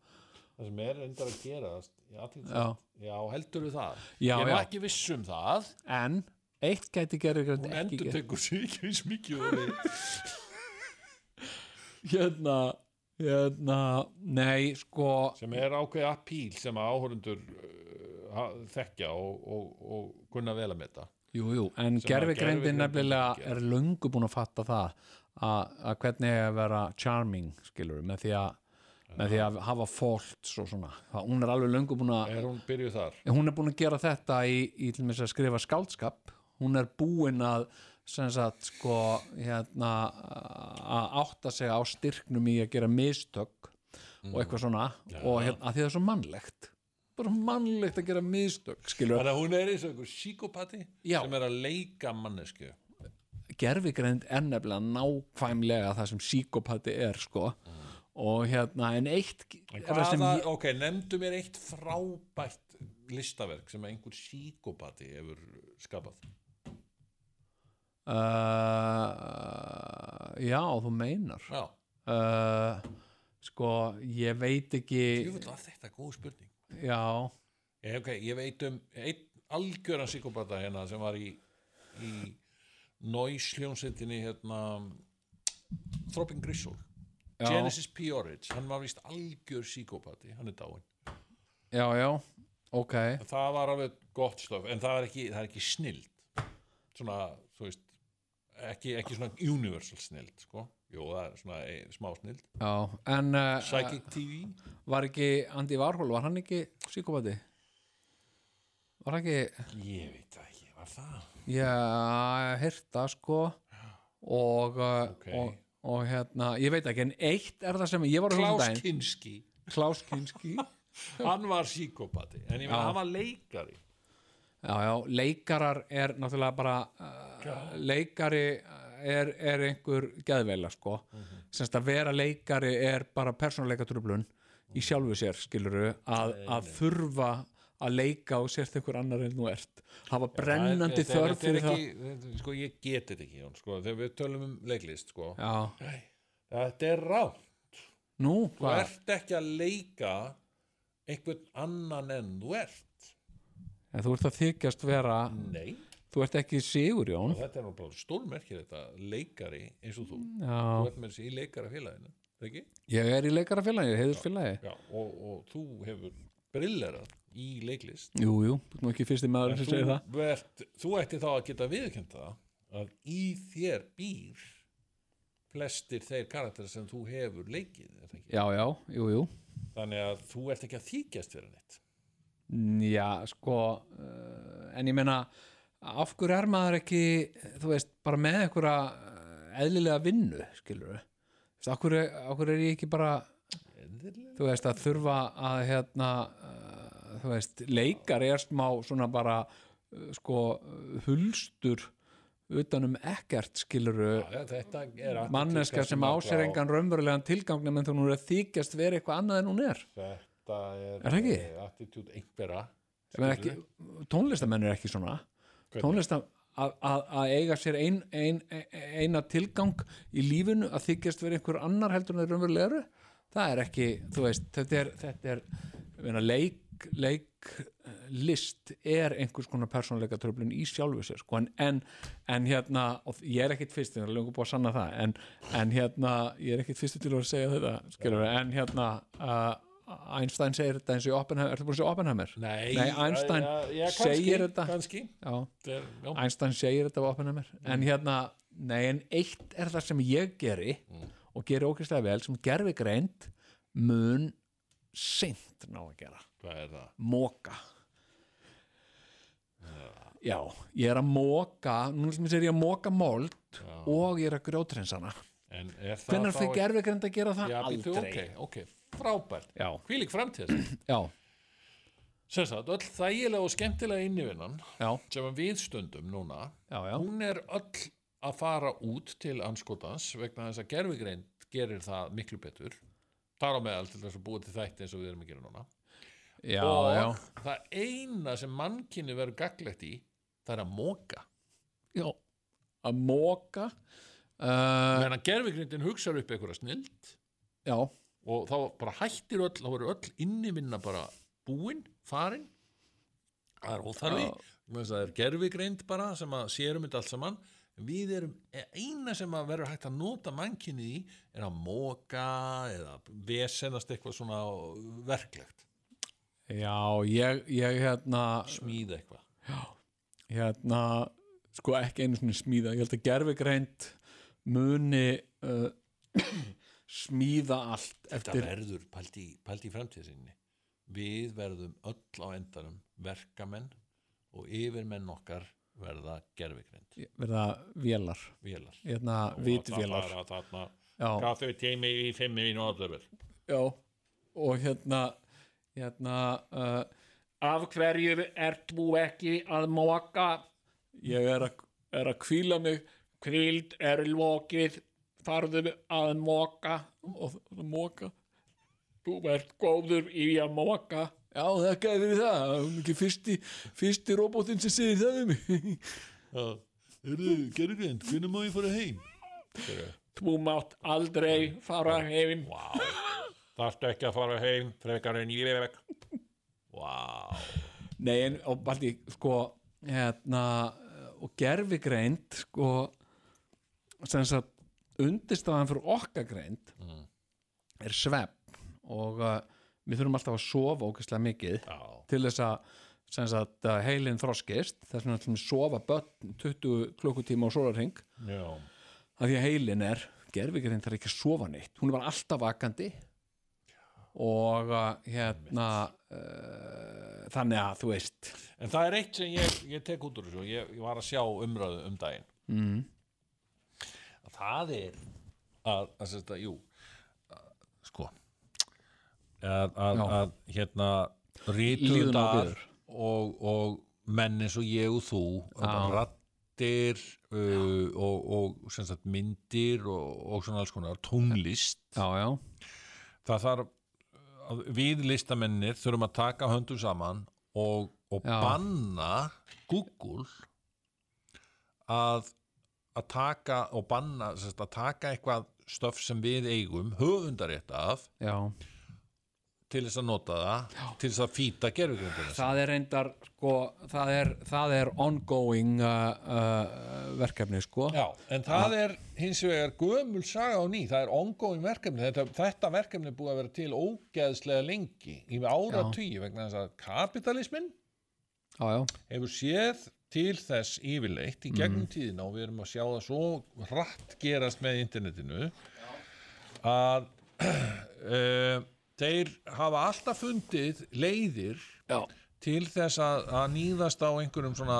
[SPEAKER 1] það sem er reyndar að gera já, já.
[SPEAKER 2] já.
[SPEAKER 1] já heldur við það
[SPEAKER 2] Já,
[SPEAKER 1] ég er nú
[SPEAKER 2] já.
[SPEAKER 1] ekki viss um það
[SPEAKER 2] en eitt gæti gerfigreind
[SPEAKER 1] hún
[SPEAKER 2] ekki
[SPEAKER 1] endur
[SPEAKER 2] gert
[SPEAKER 1] tekur sig ekki eins mikið og við
[SPEAKER 2] [laughs] hérna hérna, nei sko
[SPEAKER 1] sem er ákveðið appíl sem að áhorundur þekkja og, og, og kunna vel að metta
[SPEAKER 2] jú, jú, en
[SPEAKER 1] Sem að gervigreindin
[SPEAKER 2] gerfigreindin nefnilega
[SPEAKER 1] ekki
[SPEAKER 2] er löngu búin að fatta það að að hvernig eigi að vera charming skilur, með því að með því að hafa fólk svo svona það, hún er alveg löngu búin að
[SPEAKER 1] er hún byrjuð þar
[SPEAKER 2] hún er búin að gera þetta í, í til þess að skrifa skáldskap hún er búin að sem sagt sko hérna að átta sig á styrknum í að gera mistök og eitthvað svona og hérna, að því það er svo mannlegt bara mannlegt að gera mistök skilur,
[SPEAKER 1] þannig að hún er eins og einhver síkopati
[SPEAKER 2] Já.
[SPEAKER 1] sem er að leika mannesku
[SPEAKER 2] gerfigreind er nefnilega nákvæmlega það sem síkopati er sko og hérna en eitt er það sem
[SPEAKER 1] Hvaða,
[SPEAKER 2] ég,
[SPEAKER 1] ok, nefndu mér eitt frábært listaverk sem einhver síkopati hefur skapað
[SPEAKER 2] uh, já þú meinar
[SPEAKER 1] já,
[SPEAKER 2] uh, sko ég veit
[SPEAKER 1] ég
[SPEAKER 2] ekki
[SPEAKER 1] veit að þetta er góð spurning
[SPEAKER 2] já
[SPEAKER 1] ég, ok, ég veit um einn algjöran síkopata hérna sem var í, í nóisljónsettinni hérna Throbbing Gristle
[SPEAKER 2] já,
[SPEAKER 1] Genesis P. Orridge, hann var vist algjör síkopati, hann er dáinn
[SPEAKER 2] já já ok
[SPEAKER 1] En það var alveg gott stof, en það er ekki, það er ekki snild svona, þú veist ekki, ekki svona universal snild, sko jú, það er svona e, smá snild
[SPEAKER 2] já en uh,
[SPEAKER 1] Psychic TV
[SPEAKER 2] var ekki Andy Warhol var hann ekki síkopati var hann ekki
[SPEAKER 1] ég veit það ekki, var það
[SPEAKER 2] Já, hirta sko og, uh,
[SPEAKER 1] Ok.
[SPEAKER 2] og, og hérna, ég veit ekki en eitt er það sem ég var að hugsa um
[SPEAKER 1] Klaus
[SPEAKER 2] daginn.
[SPEAKER 1] Kinski,
[SPEAKER 2] Klaus Kinski Já,
[SPEAKER 1] hann var síkopati en ég meina,
[SPEAKER 2] Já.
[SPEAKER 1] hann var leikari
[SPEAKER 2] já, leikarar er náttúrulega bara uh, leikari er, er einhver geðveila sko
[SPEAKER 1] Mhm.
[SPEAKER 2] semst að vera leikari er bara persónuleika tröflun í sjálfu sér skiluru að, að þurfa að leika og sérst einhver annar en þú ert hafa brennandi
[SPEAKER 1] Það er-
[SPEAKER 2] þörf fyrir
[SPEAKER 1] þetta
[SPEAKER 2] það
[SPEAKER 1] er ekki, þetta- sko, ég geti þetta ekki, Jón, sko þegar við tölum um leiklist, sko
[SPEAKER 2] Já,
[SPEAKER 1] Æ, þetta er rátt
[SPEAKER 2] nú,
[SPEAKER 1] þú
[SPEAKER 2] hvað?
[SPEAKER 1] ert ekki að leika einhvern annan en þú ert
[SPEAKER 2] En Þú ert að þykjast vera
[SPEAKER 1] nei,
[SPEAKER 2] Þú ert ekki Sigurjón
[SPEAKER 1] og þetta er nú bara stórmerkir þetta leikari eins og þú
[SPEAKER 2] Já,
[SPEAKER 1] þú ert með þessi í leikarafélaginu er það ekki?
[SPEAKER 2] ég er í leikarafélagi, heiðursfélagi
[SPEAKER 1] Já, og, og þú hefur brillerað í leiklist
[SPEAKER 2] Jú, jú, þú ert nú ekki fyrsti maður sem segir
[SPEAKER 1] þú,
[SPEAKER 2] það
[SPEAKER 1] ert, þú ætti þá að geta viðurkennt það að í þér býr flestir þeir karakter sem þú hefur leikið er það ekki?
[SPEAKER 2] Já, já, jú, jú
[SPEAKER 1] þannig að þú ert ekki að þykjast fyrir neitt
[SPEAKER 2] Mm, Já, sko uh, En ég meina, af hverju er maður ekki eh, þú veist, bara með einhverja eh, eðlilega vinnu, skilur við Af hverju, af hverju er ég ekki bara
[SPEAKER 1] Eðlilega.
[SPEAKER 2] þú veist, að þurfa að hérna, uh, þú veist, leikar er smá svona bara uh, sko, uh, hulstur utanum ekkert, skilur við
[SPEAKER 1] Já, þetta er attitúd
[SPEAKER 2] manneska sem á sér
[SPEAKER 1] alla-
[SPEAKER 2] engan raunverulegan tilgang en þú nú er að þykjast vera eitthvað annað en hún er
[SPEAKER 1] Þetta er, eh,
[SPEAKER 2] Er það ekki?
[SPEAKER 1] attitút einhverja
[SPEAKER 2] sem er ekki, tónlistamenn er ekki svona tónlistam að- að að eiga sér ein, ein, eina tilgang í lífinu að þykjast vera einhver annar heldur en þeir raunverulega eru það er ekki, þú veist, þetta er, þetta er ég meina, leik, leik eh, list er einhvers konar persónuleika tröflun í sjálfu sér sko, en, en, en hérna, og ég er ekkit fyrst, ég er löngu búið að sanna það en, en hérna, ég er ekkit fyrst til að segja þetta, skilur við, en hérna uh, Einstein segir þetta eins og í Oppenheimer, ertu búin að segja Oppenheimer?
[SPEAKER 1] Nei, eh,
[SPEAKER 2] Nei, Einstein
[SPEAKER 1] ja, ja, ja, kannski,
[SPEAKER 2] segir þetta.
[SPEAKER 1] kannski.
[SPEAKER 2] Já,
[SPEAKER 1] Þetta er, já,
[SPEAKER 2] Einstein segir þetta var opinn að mér
[SPEAKER 1] Mm.
[SPEAKER 2] en hérna, nei en eitt er það sem ég geri
[SPEAKER 1] Mm.
[SPEAKER 2] og geri ókvæslega vel sem gerfi greint mun seint ná að gera
[SPEAKER 1] Hvað er það?
[SPEAKER 2] móka já, ég er að móka nú sem ég segir ég að móka mold og ég er að grjótrinsana
[SPEAKER 1] En er það
[SPEAKER 2] hvernig
[SPEAKER 1] þá
[SPEAKER 2] fyrir
[SPEAKER 1] ekki-
[SPEAKER 2] gerfi greint að gera það?
[SPEAKER 1] Já,
[SPEAKER 2] aldrei
[SPEAKER 1] býttu, ok, ok, frábært
[SPEAKER 2] já,
[SPEAKER 1] Hvílík framtíð
[SPEAKER 2] já,
[SPEAKER 1] sem sagt, öll þægilega og skemmtilega innivinnan
[SPEAKER 2] já,
[SPEAKER 1] sem að við stundum núna
[SPEAKER 2] já, já,
[SPEAKER 1] hún er öll að fara út til anskotans vegna þess að gerfigreind gerir það miklu betur þar á meðal til þess að búa til þætti eins og við erum að gera núna
[SPEAKER 2] já,
[SPEAKER 1] og
[SPEAKER 2] já.
[SPEAKER 1] það eina sem mannkinni verður gaglegt í það er að móka
[SPEAKER 2] já. að móka uh,
[SPEAKER 1] meðan gerfigreindin hugsar upp einhverja snild
[SPEAKER 2] já,
[SPEAKER 1] og þá bara hættir öll, þá verður öll innivinna bara búin, farin það er óþarfi
[SPEAKER 2] Já.
[SPEAKER 1] vegna þess að það er gerfigreind bara sem að sérum þetta allt saman En við erum, e, eina sem að verður hægt að nota mannkinni í er að móka eða vesenast eitthvað svona verklegt,
[SPEAKER 2] já, ég, ég hérna
[SPEAKER 1] smíða eitthvað
[SPEAKER 2] hérna, sko ekki einu svona smíða, ég held að gerfigreind muni uh, smíða allt
[SPEAKER 1] þetta
[SPEAKER 2] eftir,
[SPEAKER 1] verður paldi, paldi í framtíðsynni við verðum öll á endanum verkamenn og yfirmenn okkar verða gerfigreind,
[SPEAKER 2] verða vélar,
[SPEAKER 1] vélar
[SPEAKER 2] hérna vitvélar,
[SPEAKER 1] Þarna- þarna-
[SPEAKER 2] já
[SPEAKER 1] Kaffi tími í fimm mínútur
[SPEAKER 2] Já, og hérna hérna uh, Af hverju ert þú ekki að móka? Ég er að, er að kvíla mig Kvíld er lókið farðu að móka og móka Þú ert góður í að móka Já, þakka þér fyrir það Það er ekki fyrsti, fyrsti robotinn sem segir það um mig
[SPEAKER 1] Erðu, gerðurgrind, hvernig má ég fara heim?
[SPEAKER 2] Þú mátt aldrei fara heim
[SPEAKER 1] Vá, þarftu ekki að fara heim frekar en ég vek Vá
[SPEAKER 2] Nei, en og Baldi, sko hérna, og gerfigreind sko sem sagt, undirstaðan fyrir okkar greind
[SPEAKER 1] Mm.
[SPEAKER 2] er svepp og uh, við þurfum alltaf að sofa ókvæslega mikið
[SPEAKER 1] Já,
[SPEAKER 2] til þess að sem sagt, að heilin þroskist þess vegna ætlum við að sofa börn 20 klukkutíma á sólarhing
[SPEAKER 1] já,
[SPEAKER 2] að því að heilin er gerfigreind þarf ekki að sofa neitt hún er bara alltaf vakandi og uh, hérna uh, þannig að þú veist
[SPEAKER 1] En það er eitt sem ég, ég tek út úr þessu ég, ég var að sjá umræðu um daginn
[SPEAKER 2] mm.
[SPEAKER 1] að Það er að, að sérst að, jú að- sko að, að,
[SPEAKER 2] Já.
[SPEAKER 1] að hérna
[SPEAKER 2] Líðun á
[SPEAKER 1] rítuðar
[SPEAKER 2] biður.
[SPEAKER 1] og, og menn eins og ég og þú
[SPEAKER 2] Já.
[SPEAKER 1] rattir uh, og, og sem sagt, myndir og, og svona alls konar tónlist
[SPEAKER 2] Já, já,
[SPEAKER 1] það þarf að við listamennir þurfum að taka höndum saman og, og
[SPEAKER 2] Já.
[SPEAKER 1] banna Google að, að taka og banna sem sagt, að taka eitthvað stöf sem við eigum höfundarétt af
[SPEAKER 2] já.
[SPEAKER 1] til þess að nota það til þess að fýta gerfugrindina
[SPEAKER 2] Það er reyndar, sko, það er, það er ongoing uh, uh, verkefni, sko.
[SPEAKER 1] Já, en það er hins vegar gömul saga á ný, það er ongoing verkefni þetta, þetta verkefni er búið að vera til ógeðslega lengi í ára tíu vegna þess að kapitalismin
[SPEAKER 2] já, já,
[SPEAKER 1] hefur séð til þess yfirleitt í gegnum tíðina og við erum að sjá það svo hratt gerast með internetinu að [clears throat] uh, þeir hafa alltaf fundið leiðir
[SPEAKER 2] já.
[SPEAKER 1] til þess að, að nýðast á einhverjum svona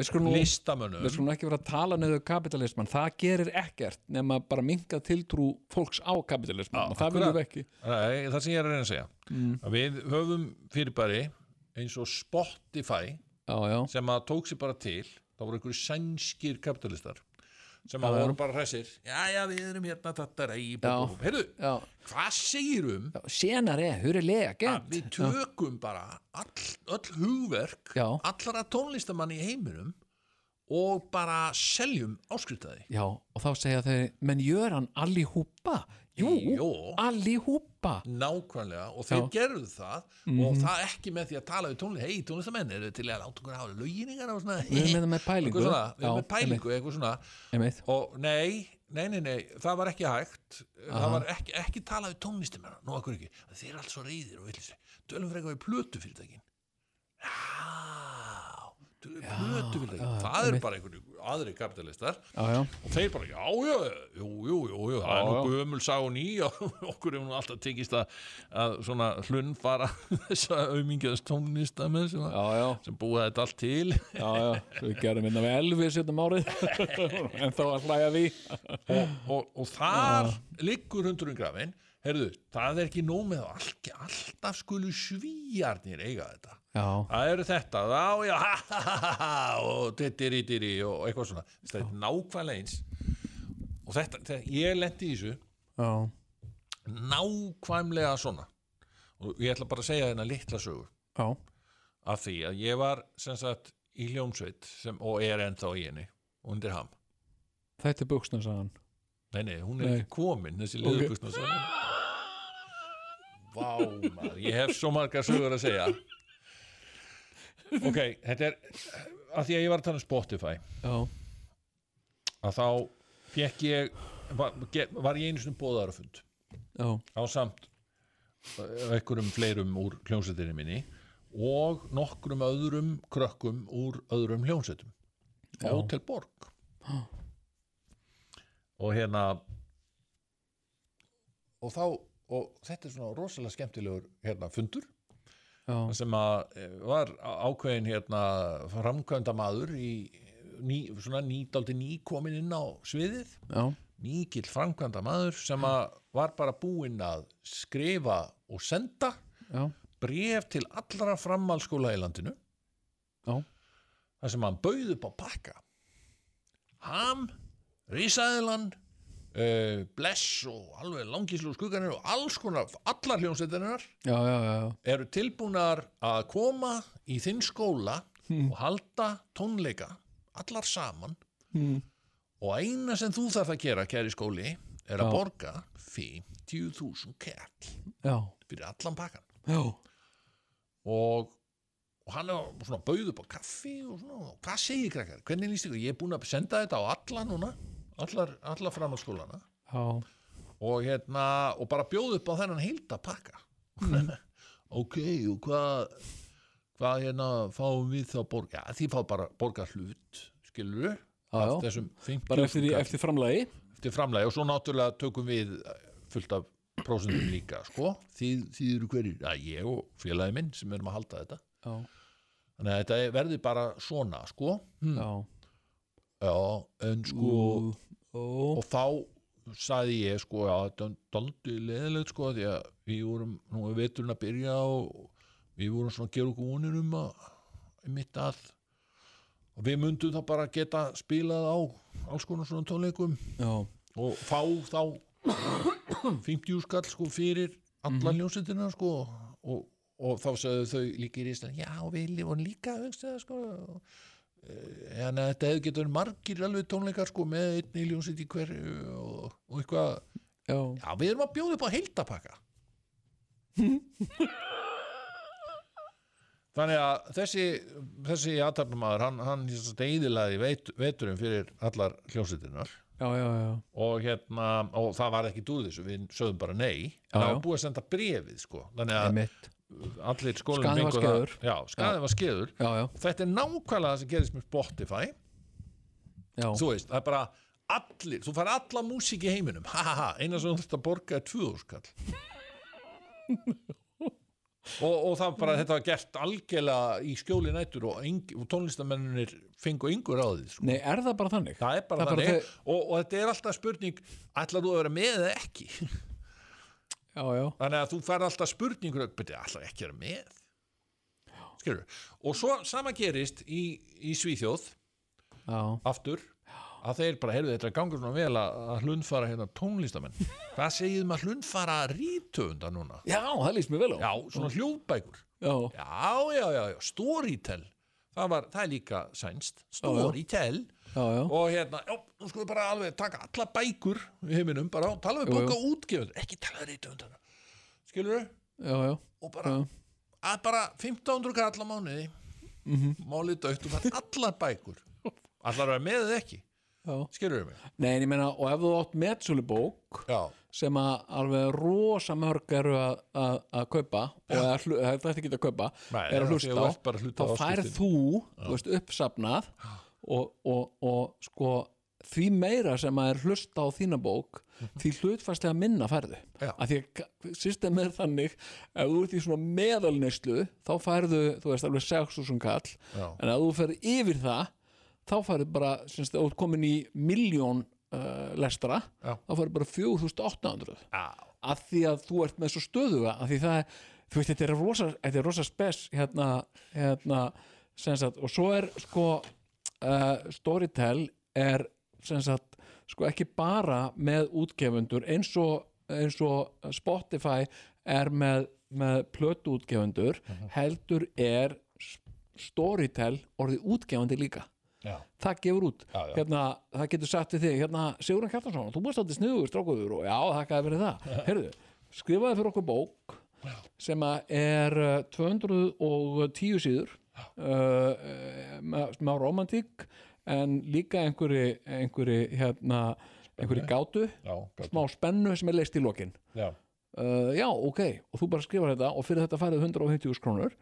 [SPEAKER 2] við skulum, nú,
[SPEAKER 1] listamönnum
[SPEAKER 2] við skulum ekki vera að tala niður kapitalisman. Það gerir ekkert nema bara minga tiltrú fólks á kapitalisman og það
[SPEAKER 1] akkurat.
[SPEAKER 2] viljum við ekki.
[SPEAKER 1] Nei, það sem ég er að reyna að segja að við höfum fyrirbæri eins og Spotify
[SPEAKER 2] Já, já,
[SPEAKER 1] sem að tók sér bara til þá voru einhverju sænskir kapitalistar sem að voru bara hressir já já við erum hérna þetta rei heyrðu,
[SPEAKER 2] já.
[SPEAKER 1] hvað segir um
[SPEAKER 2] Senar er, hur er lega,
[SPEAKER 1] að við tökum bara all, öll hugverk
[SPEAKER 2] Já.
[SPEAKER 1] allra tónlistamann í heiminum og bara seljum áskriftaði
[SPEAKER 2] Já, og þá segja þau, menn gör hann allihúpa? Jú,
[SPEAKER 1] Jó.
[SPEAKER 2] allihúpa.
[SPEAKER 1] nákvæmlega og þeir gerðu það
[SPEAKER 2] Mhm.
[SPEAKER 1] og það ekki með því að tala við tónlist hei tónlistamenn, eru til í að láta okkur hafa löginingar og svona
[SPEAKER 2] Við erum hérna með það með pælingu.
[SPEAKER 1] eitthvað svona, við erum
[SPEAKER 2] Já,
[SPEAKER 1] með pælingu eitthvað svona
[SPEAKER 2] Einmitt,
[SPEAKER 1] og nei, nei, nei, nei það var ekki hægt það var ekki, ekki talað við tónlistumenn nú akkur ekki, þeir eru allt svo reyðir og villis tölum fyrir eitthvað við plötu fyrirtækin já tölum við plötu fyrirtækin, það eru bara einhverju aðri kapitalistar
[SPEAKER 2] já, já.
[SPEAKER 1] og þeir bara, já, já, jú, jú, jú, jú það er
[SPEAKER 2] Já,
[SPEAKER 1] nú gömul sá ný [laughs] og okkur hefur nú alltaf tekist að, að svona hlunnfara [laughs] þessa aumingjaðs tónlistamenn sem, að-
[SPEAKER 2] Já, já.
[SPEAKER 1] sem búa þetta allt til
[SPEAKER 2] Já, já, svo við gerum hérna með Elvis hérna um árið [laughs] en þá að hlæja því
[SPEAKER 1] og, og þar liggur hundurinn grafin herðu, það er ekki nóg með það, all, alltaf skulu svíjarnir eiga þetta
[SPEAKER 2] já,
[SPEAKER 1] það eru þetta, þá já [laughs] ha, ha, ha, ha, ha, og dittiri, dittiri og eitthvað svona, þetta er nákvæmlega eins og þetta, þetta ég lendi í þessu
[SPEAKER 2] já,
[SPEAKER 1] nákvæmlega svona og ég ætla bara að segja þennan litla sögu
[SPEAKER 2] já,
[SPEAKER 1] af því að ég var sem sagt í hljómsveit sem, og er ennþá í henni undir ham
[SPEAKER 2] þetta er buksna sagðan
[SPEAKER 1] nei, nei, hún er
[SPEAKER 2] Nei.
[SPEAKER 1] ekki komin þessi leðurbuksna vá maður, ég hef svo margar sögur að segja ok, þetta er af því að ég var að tala um Spotify
[SPEAKER 2] já,
[SPEAKER 1] að þá fekk ég var, ge- var ég einu sinni bóðarafund
[SPEAKER 2] já,
[SPEAKER 1] á samt eh, einhverjum fleirum úr hljómsveitinni minni og nokkrum öðrum krökkum úr öðrum hljómsveitum á Hotel Borg og hérna og þá og þetta er svona rosalega skemmtilegur hérna fundur
[SPEAKER 2] já,
[SPEAKER 1] sem að eh, var á- ákveðin hérna framkvæmda maður í eh, ný, svona nýdaldi nýkomin inn á sviðið
[SPEAKER 2] já,
[SPEAKER 1] mikill framkvæmda maður sem að var bara búinn að skrifa og senda
[SPEAKER 2] já,
[SPEAKER 1] bref til allra framhalskóla í landinu
[SPEAKER 2] já,
[SPEAKER 1] þar sem hann bauð upp á pakka ham, risaðilan uh, bless og alveg langislu skugganir og alls konar allar hljómsveitinar
[SPEAKER 2] já, já, já,
[SPEAKER 1] eru tilbúnar að koma í þinn skóla og halda tónleika allar saman
[SPEAKER 2] Hmm.
[SPEAKER 1] og eina sem þú þarf að gera kæri skóli er að borga 50.000 kall
[SPEAKER 2] já,
[SPEAKER 1] fyrir allan pakkan
[SPEAKER 2] já,
[SPEAKER 1] og, og hann er svona bauð upp á kaffi og svona, og hvað segir krakkar, hvernig líst ykkur ég er búin að senda þetta á alla núna allar, allar fram á skólana
[SPEAKER 2] já,
[SPEAKER 1] og hérna og bara bjóð upp á þennan heilda pakka
[SPEAKER 3] Mm.
[SPEAKER 1] [laughs] ok, og hvað hvað hérna fáum við þá borga ja, því fá bara borga hlut skilur við,
[SPEAKER 2] Já,
[SPEAKER 1] af
[SPEAKER 2] já.
[SPEAKER 1] þessum 50
[SPEAKER 3] bara eftir, því,
[SPEAKER 1] kall-
[SPEAKER 3] eftir framlagi
[SPEAKER 1] eftir framlega og svo náttúrulega tökum við fullt af prósentum líka sko, þið, þið eru hverjir að ég og félagi minn sem erum að halda þetta
[SPEAKER 2] já,
[SPEAKER 1] þannig að þetta verði bara svona sko, hm.
[SPEAKER 2] já,
[SPEAKER 1] já, en sko
[SPEAKER 2] ó,
[SPEAKER 1] og þá sagði ég sko já, þetta er daldi leðilegt sko því að við vorum, nú er veturinn að byrja og við vorum svona að gera okkur vonir um að mitt að og við myndum þá bara geta spilað á alls konar svona tónleikum
[SPEAKER 2] já,
[SPEAKER 1] og fá þá 50 skall sko fyrir allan mm sko og, og þá sagðu þau líka í Ísland já við vorum líka hugstu það sko Eh, en þetta hefði getur margir alveg tónleikar sko með einni ljónsitt í hverju og, og eitthvað
[SPEAKER 2] já,
[SPEAKER 1] já við erum að bjóða upp á heildapakka [laughs] þannig að þessi þessi aðtapnamaður hann, hann deyðilaði veit, veturinn fyrir allar hljónsittinnar
[SPEAKER 2] já, já, já,
[SPEAKER 1] og hérna, og það var ekki dúr þessu við sögðum bara nei,
[SPEAKER 2] Já,
[SPEAKER 1] en það
[SPEAKER 2] já.
[SPEAKER 1] var búið að senda brefið sko, þannig að
[SPEAKER 2] emitt,
[SPEAKER 1] allir skólinn
[SPEAKER 2] Skaðinn var
[SPEAKER 1] fengu það-
[SPEAKER 2] skeður.
[SPEAKER 1] já, skaðið var skeður
[SPEAKER 2] já, já,
[SPEAKER 1] þetta er nákvæmlega það sem gerist með Spotify
[SPEAKER 2] já,
[SPEAKER 1] þú veist, það er bara allir, þú fær alla músík í heiminum ha ha ha, eina sem þú þurft að borga er 2000
[SPEAKER 2] [laughs]
[SPEAKER 1] skall og, og það bara, þetta var gert algjörlega í skjóli nætur og, eng- og tónlistamennunir fengu yngur á því sko.
[SPEAKER 3] nei, er það bara þannig?
[SPEAKER 1] það er bara
[SPEAKER 2] Það er bara
[SPEAKER 1] þannig
[SPEAKER 2] þau-
[SPEAKER 1] og, og þetta er alltaf spurning ætlar þú að vera með eða ekki
[SPEAKER 2] já, já,
[SPEAKER 1] þannig að þú fær alltaf spurningur beti, ætlar ekki að vera með Skilur. og svo sama gerist í, í Svíþjóð
[SPEAKER 2] já,
[SPEAKER 1] aftur að þeir bara, heyrðu þetta er að ganga svona vel að, að hlundfara hérna tónlistamenn hvað segið maður hlundfara rítöfunda núna
[SPEAKER 3] já, það líst mér vel á
[SPEAKER 1] já, svona hljóðbækur
[SPEAKER 3] já,
[SPEAKER 1] já, já, já, já, storytell það, var, það er líka sænst storytell
[SPEAKER 2] já, já,
[SPEAKER 1] og hérna, já, nú skulum við bara alveg taka alla bækur í heiminum, bara og tala við
[SPEAKER 2] Jú, jú.
[SPEAKER 1] bóka útgefund, ekki tala um við rítöfundana skilur þau,
[SPEAKER 2] já, já,
[SPEAKER 1] og bara að bara 1500 kall á mánuði
[SPEAKER 2] Mhm.
[SPEAKER 1] málið dögt og fær um allar bækur allar að vera með eða ekki
[SPEAKER 2] Já.
[SPEAKER 1] skilur þau mig
[SPEAKER 2] nei, en ég meina, og ef þú átt metsölubók,
[SPEAKER 1] já
[SPEAKER 2] sem að alveg rosa mörg eru að- að að kaupa og að hlu- að þetta ekki að kaupa
[SPEAKER 1] Nei, af
[SPEAKER 2] er að
[SPEAKER 1] því
[SPEAKER 2] hlusta
[SPEAKER 1] að þú
[SPEAKER 2] á
[SPEAKER 1] ert bara að hlusta
[SPEAKER 2] þá
[SPEAKER 1] á
[SPEAKER 2] færð
[SPEAKER 1] áskriftin.
[SPEAKER 2] þú, þú veist, uppsafnað og, og, og sko því meira sem að er hlusta á þína bók því hlutfærslega minna færðu
[SPEAKER 1] Mhm. Já.
[SPEAKER 2] að því að system er þannig ef þú ert í svona meðalneyslu þá færðu, þú veist, alveg 6.000 kall
[SPEAKER 1] Já.
[SPEAKER 2] en ef þú ferð yfir það þá færðu bara, syns það, út komin í miljón uh, lestra
[SPEAKER 1] Já.
[SPEAKER 2] þá færðu bara 4.800
[SPEAKER 1] Já,
[SPEAKER 2] að því að þú ert með svo stöðuga að því það, þú veist, þetta er rosa, þetta er rosa spes hérna, hérna sem sagt, og svo er sko uh, Storytel er sem sagt, sko ekki bara með útgefundur eins og, eins og Spotify er með, með plötu útgefundur heldur er S- Storytel orðið útgefundi líka
[SPEAKER 1] já,
[SPEAKER 2] það gefur út
[SPEAKER 1] Já, já.
[SPEAKER 2] Hérna, það getur sagt við þig, hérna Sigurðan Kjartansson, þú búist átti sniðugur strákuður og já, það gæði verið það, heyrðu skrifaði fyrir okkur bók sem að er uh, 210 síður uh, uh, með smá romantík en líka einhverju einhverju, hérna, einhverju gátu
[SPEAKER 1] já, gott.
[SPEAKER 2] smá spennu sem er leist í lokin
[SPEAKER 1] já,
[SPEAKER 2] uh, já, ok, og þú bara skrifar þetta og fyrir þetta færið 150 krónur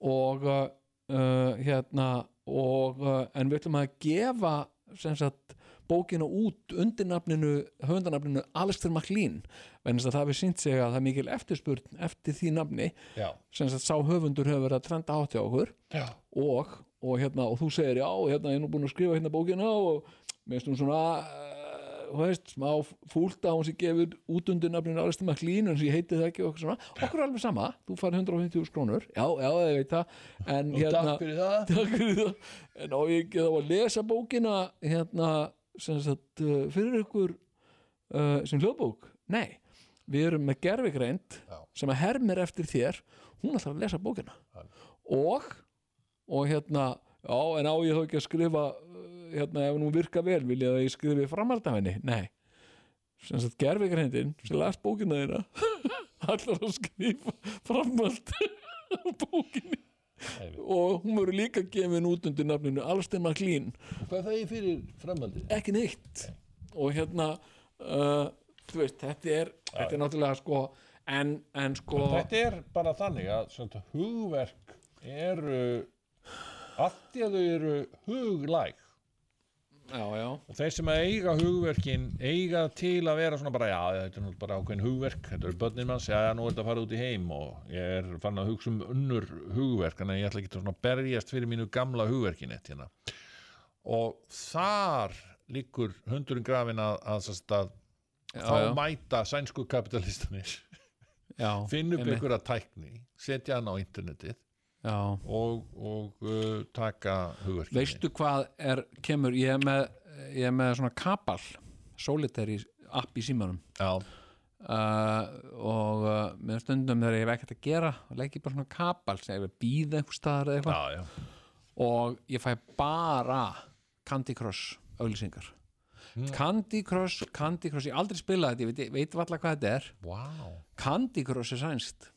[SPEAKER 2] og uh, uh, hérna og, uh, en við ætlum að gefa sem sagt bókina út undir nafninu, höfundanafninu Alistair MacLean, vegna þess að það hefur sínt sig að það er mikil eftirspurn eftir því nafni
[SPEAKER 1] já,
[SPEAKER 2] sem sagt sá höfundur hefur verið að trenda átti á okkur
[SPEAKER 1] já,
[SPEAKER 2] og, og, hérna, og þú segir já, hérna, ég er nú búin að skrifa hérna bókina og minnst hún svona eh, þú veist, smá fúlt að hún sé gefur út undir nafninu Alistair McLean en sem ég heiti það ekki og okkur svona okkur er alveg sama, þú fær 150 krónur já, já, ég veit það en
[SPEAKER 1] og
[SPEAKER 2] hérna,
[SPEAKER 1] takk fyrir það
[SPEAKER 2] takk fyrir það en á ég ekki þá að lesa bókina hérna, sem sagt eh, fyrir ykkur uh, sem hljóðbók nei, við erum með gerfigreind
[SPEAKER 1] Já.
[SPEAKER 2] sem að hermir eftir þér hún ætlar að lesa bókina og og hérna, já, en á ég þá ekki að skrifa uh, hérna, ef nú virka vel vil ég að ég skrifi framhald af henni nei, sem sagt gerfigreindin sem las bókina þína [laughs] ætlar að skrifa framhald [laughs] á bókinni
[SPEAKER 1] Ævi.
[SPEAKER 2] og hún verður líka gefin út undir nafninu Alistair MacLean
[SPEAKER 1] Og hvað það ég fyrir framhaldið?
[SPEAKER 2] ekki neitt og hérna uh, þú veist, þetta er, þetta er náttúrulega sko en, en sko
[SPEAKER 1] Þetta er bara þannig að svona, hugverk eru allt í að þau eru huglæg
[SPEAKER 2] já, já,
[SPEAKER 1] og þeir sem að eiga hugverkin eiga til að vera svona bara já, þetta er nú bara ákveðin hugverk þetta eru börnin manns, já, já, nú er þetta að fara út í heim og ég er fann að hugsa um unnur hugverk en ég ætla ekki að svona berjast fyrir mínu gamla hugverkin eitt hérna og þar líkur hundurinn grafin að, að, sem sagt að
[SPEAKER 2] já,
[SPEAKER 1] þá
[SPEAKER 2] já,
[SPEAKER 1] mæta sænsku
[SPEAKER 2] [laughs]
[SPEAKER 1] kapitalistanir
[SPEAKER 2] já
[SPEAKER 1] finna upp
[SPEAKER 2] einmitt,
[SPEAKER 1] ykkur að tækni setja hann á internetið
[SPEAKER 2] já.
[SPEAKER 1] og, og uh, taka hugverkinni
[SPEAKER 4] Veistu hvað er, kemur, ég er með, ég er með svona kapal, solitary app í símanum
[SPEAKER 1] já,
[SPEAKER 4] uh, og uh, með stundum þegar ég hef ekkert að gera og legg ég bara svona kapal sem ég er að býða einhver staðar eða
[SPEAKER 1] já,
[SPEAKER 4] eitthvað
[SPEAKER 1] já,
[SPEAKER 4] og ég fæ bara Candy Crush auglýsingar Candy Crush, Candy Crush, ég hef aldrei spilað þetta, ég veit, ég veit varla hvað þetta er
[SPEAKER 1] wow
[SPEAKER 4] Candy Crush er sænst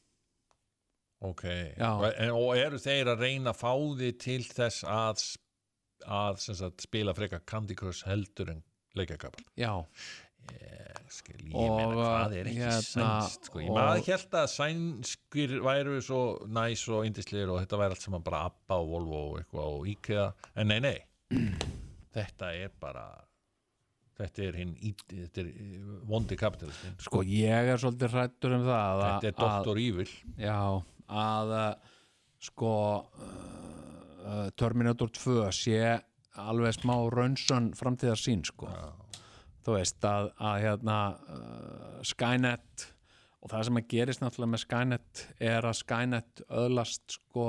[SPEAKER 1] ok,
[SPEAKER 4] Já.
[SPEAKER 1] og, en- og eru þeir að reyna að fá þið til þess að s- að sem sagt, spila frekar Candy Crush heldur en leikakapal
[SPEAKER 4] Já,
[SPEAKER 1] skil, ég
[SPEAKER 4] Og,
[SPEAKER 1] meina það er ekki
[SPEAKER 4] hérna,
[SPEAKER 1] sænst sko. ég
[SPEAKER 4] og-
[SPEAKER 1] maður held að sænskir væru svo næs og indisleir og þetta væri allt saman bara Abba og Volvo og eitthvað og IKEA, en nei nei [clears throat] þetta er bara þetta er hinn ít- þetta er eh, vondi kapitalistin
[SPEAKER 4] sko ég er svolítið hrættur um það að-
[SPEAKER 1] þetta er Dr. Evil
[SPEAKER 4] Já, að uh, sko uh, uh, Terminator 2 sé alveg smá raunsun framtíðar sín sko þú veist að, að hérna uh, Skynet og það sem að gerist náttúrulega með Skynet er að Skynet öðlast sko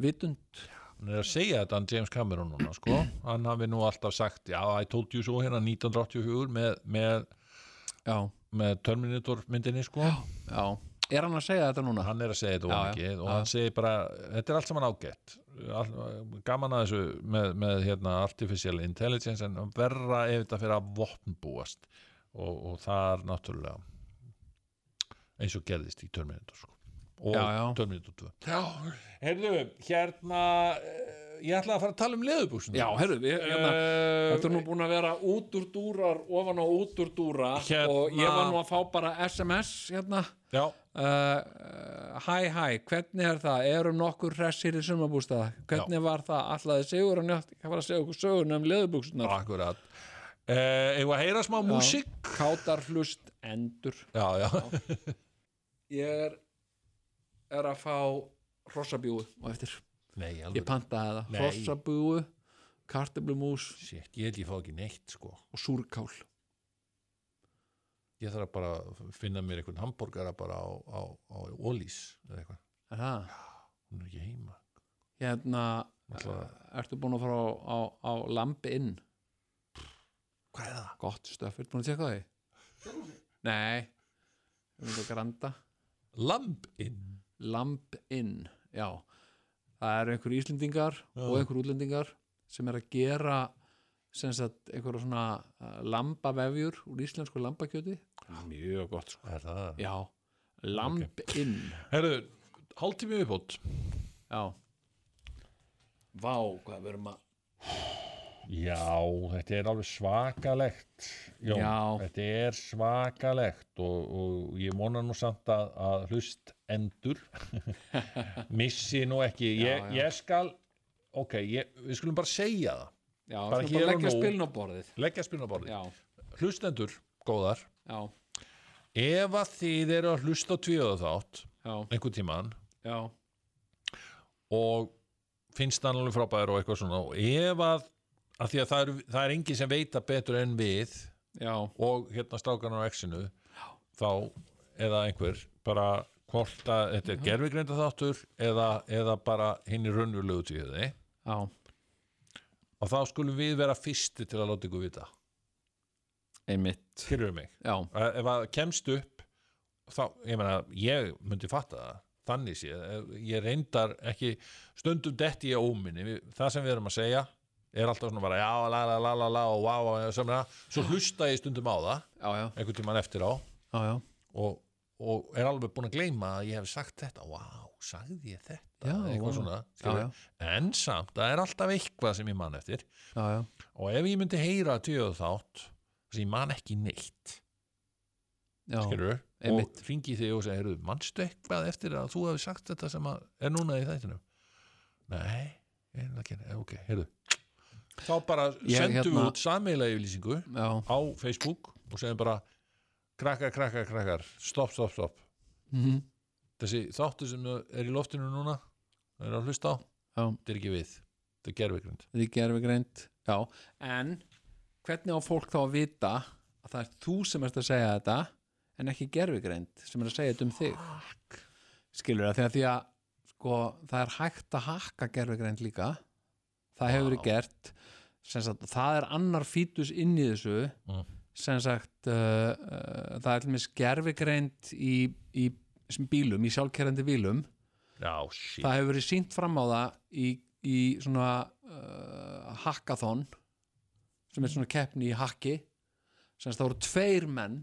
[SPEAKER 4] vitund
[SPEAKER 1] hann er að segja þetta hann James Cameron núna sko. hann hafi nú alltaf sagt já, I told you so hérna 1984 með, með,
[SPEAKER 4] já,
[SPEAKER 1] með Terminator myndinni sko.
[SPEAKER 4] já, er hann að segja þetta núna?
[SPEAKER 1] hann er að segja þetta
[SPEAKER 4] Já,
[SPEAKER 1] og
[SPEAKER 4] já,
[SPEAKER 1] ekki og
[SPEAKER 4] já.
[SPEAKER 1] hann segir bara, þetta er allt saman ágætt All, gaman að þessu með, með hérna, artificial intelligence en verra ef þetta fyrir að vopnbúast og, og það er náttúrulega eins og gerðist í Terminator sko. og
[SPEAKER 4] Já, já.
[SPEAKER 1] Terminator 2 já, heyrðu, hérna eh, ég ætla að fara að tala um leðubúsum
[SPEAKER 4] Já, herru, við, hérna,
[SPEAKER 1] Eh,
[SPEAKER 4] þetta er nú búin að vera út úr dúrar ofan á út úr dúra
[SPEAKER 1] Hérna-
[SPEAKER 4] og ég var nú að fá bara SMS hérna
[SPEAKER 1] já
[SPEAKER 4] Uh, hæ hæ, hvernig er það erum nokkur hressir í sumabústaða hvernig var það, allaði sigur hann var að segja okkur söguna um leðubuksunar
[SPEAKER 1] Akkurat eh, Eða heyra smá músík
[SPEAKER 4] kátar hlust endur
[SPEAKER 1] Já, já,
[SPEAKER 4] ég er, er að fá hrossabjúu og eftir,
[SPEAKER 1] Nei,
[SPEAKER 4] ég
[SPEAKER 1] alveg
[SPEAKER 4] pantaði það
[SPEAKER 1] Nei.
[SPEAKER 4] hrossabjúu, kartöblumús
[SPEAKER 1] Shit, ég held ég fá ekki neitt sko
[SPEAKER 4] og súrkál
[SPEAKER 1] ég þarf bara að finna mér einhvern hambúrgara bara á, á, á ólís eða eitthvað,
[SPEAKER 2] Er það?
[SPEAKER 1] hún er ekki heima
[SPEAKER 2] Hérna,
[SPEAKER 1] Náttúrulega.
[SPEAKER 2] eh, ertu búin að fara á, á, á lambi inn?
[SPEAKER 1] hvað er það?
[SPEAKER 2] Gott stöf, ertu búin að tjekka á því? Nei, við erum að granda
[SPEAKER 1] Lamb inn
[SPEAKER 2] Lamb inn, já Það eru einhver Íslendingar og einhver útlendingar sem er að gera sem sagt einhverja svona uh, lambavefjur úr íslensku lambakjöti
[SPEAKER 1] Ah,
[SPEAKER 5] mjög gott sko.
[SPEAKER 1] er það?
[SPEAKER 2] Já, lamb inn
[SPEAKER 1] herru, hálftími viðbót
[SPEAKER 2] Já Vá, hvað við erum að
[SPEAKER 1] Já, þetta er alveg svakalegt Jón,
[SPEAKER 2] Já.
[SPEAKER 1] þetta er svakalegt og, og ég vona nú samt að, að hlust
[SPEAKER 2] [laughs]
[SPEAKER 1] endur missi nú ekki ég,
[SPEAKER 2] já.
[SPEAKER 1] ég skal ok, ég, við skulum bara segja það
[SPEAKER 2] Já,
[SPEAKER 1] Bara
[SPEAKER 2] við skulum
[SPEAKER 1] hér og
[SPEAKER 2] bara leggja
[SPEAKER 1] nú.
[SPEAKER 2] spilin á borðið
[SPEAKER 1] leggja spilnaborði,
[SPEAKER 2] Já,
[SPEAKER 1] hlustendur góðar,
[SPEAKER 2] já,
[SPEAKER 1] ef að þið eru að hlusta á tvíða þátt
[SPEAKER 2] já,
[SPEAKER 1] einhvern tímann
[SPEAKER 2] já
[SPEAKER 1] og finnst hann alveg frábæður og eitthvað svona og ef að, að því að það er, það er engin sem veita betur en við
[SPEAKER 2] Já,
[SPEAKER 1] og hérna strákarnar á X-inu þá eða einhver bara hvort að þetta er gerfigreinda þáttur eða, eða bara hinn í raunulegu tíði
[SPEAKER 2] já,
[SPEAKER 1] og þá skulum við vera fyrsti til að láta ykkur vita
[SPEAKER 2] einmitt
[SPEAKER 1] skilur mig,
[SPEAKER 2] Já,
[SPEAKER 1] Að- ef að kemst upp þá, ég meina, ég myndi fatta það þannig sé, ég reyndar ekki, stundum detti ég á óminni Við- það sem við erum að segja er alltaf svona bara já, la, la, la, la, la og vá, vá, sem er að- svo hlusta ég stundum á það
[SPEAKER 2] já, já,
[SPEAKER 1] einhvern tímann eftir á
[SPEAKER 2] já, já
[SPEAKER 1] og, og er alveg búin að gleyma að ég hef sagt þetta, vá, sagði ég þetta
[SPEAKER 2] Já,
[SPEAKER 1] eitthvað
[SPEAKER 2] vá.
[SPEAKER 1] svona,
[SPEAKER 2] Já,
[SPEAKER 1] skilur. en samt, það er alltaf eitthvað sem ég man eftir
[SPEAKER 2] Já, já,
[SPEAKER 1] og ef ég myndi heyra tjóðu þátt sem ég man ekki neitt
[SPEAKER 2] já,
[SPEAKER 1] skilur,
[SPEAKER 2] einmitt.
[SPEAKER 1] og ringi þig og segir manstu eitthvað eftir að þú hefði sagt þetta sem að, er núna í þættinum nei, ég er ekki eh, ok, heyrðu þá bara
[SPEAKER 2] Ég,
[SPEAKER 1] sendum við
[SPEAKER 2] hérna-
[SPEAKER 1] út sameiginlega yfirlýsingu
[SPEAKER 2] já,
[SPEAKER 1] á Facebook og segjum bara krakkar, krakkar, krakkar, stopp, stopp, stopp
[SPEAKER 2] mhm,
[SPEAKER 1] þessi þáttu sem er í loftinu núna það er að hlusta á,
[SPEAKER 2] já
[SPEAKER 1] þetta er ekki við þetta er gerfikrind
[SPEAKER 2] þetta er gerfigreind já, en hvernig á fólk þá að vita að það er þú sem ert að segja þetta en ekki gerfigreind sem er að segja þetta um þig skilur það, því að sko, það er hægt að hakka gerfigreind líka það hefur verið gert sem sagt, það er annar fítus inn í þessu
[SPEAKER 1] Mm.
[SPEAKER 2] sem sagt uh, uh, það er alveg gerfigreind í, í sem bílum, í sjálfkerrandi bílum
[SPEAKER 1] já, shit,
[SPEAKER 2] það hefur verið sínt fram á það í, í svona uh, hackathon sem er svona keppni í hacki sem þess það voru tveir menn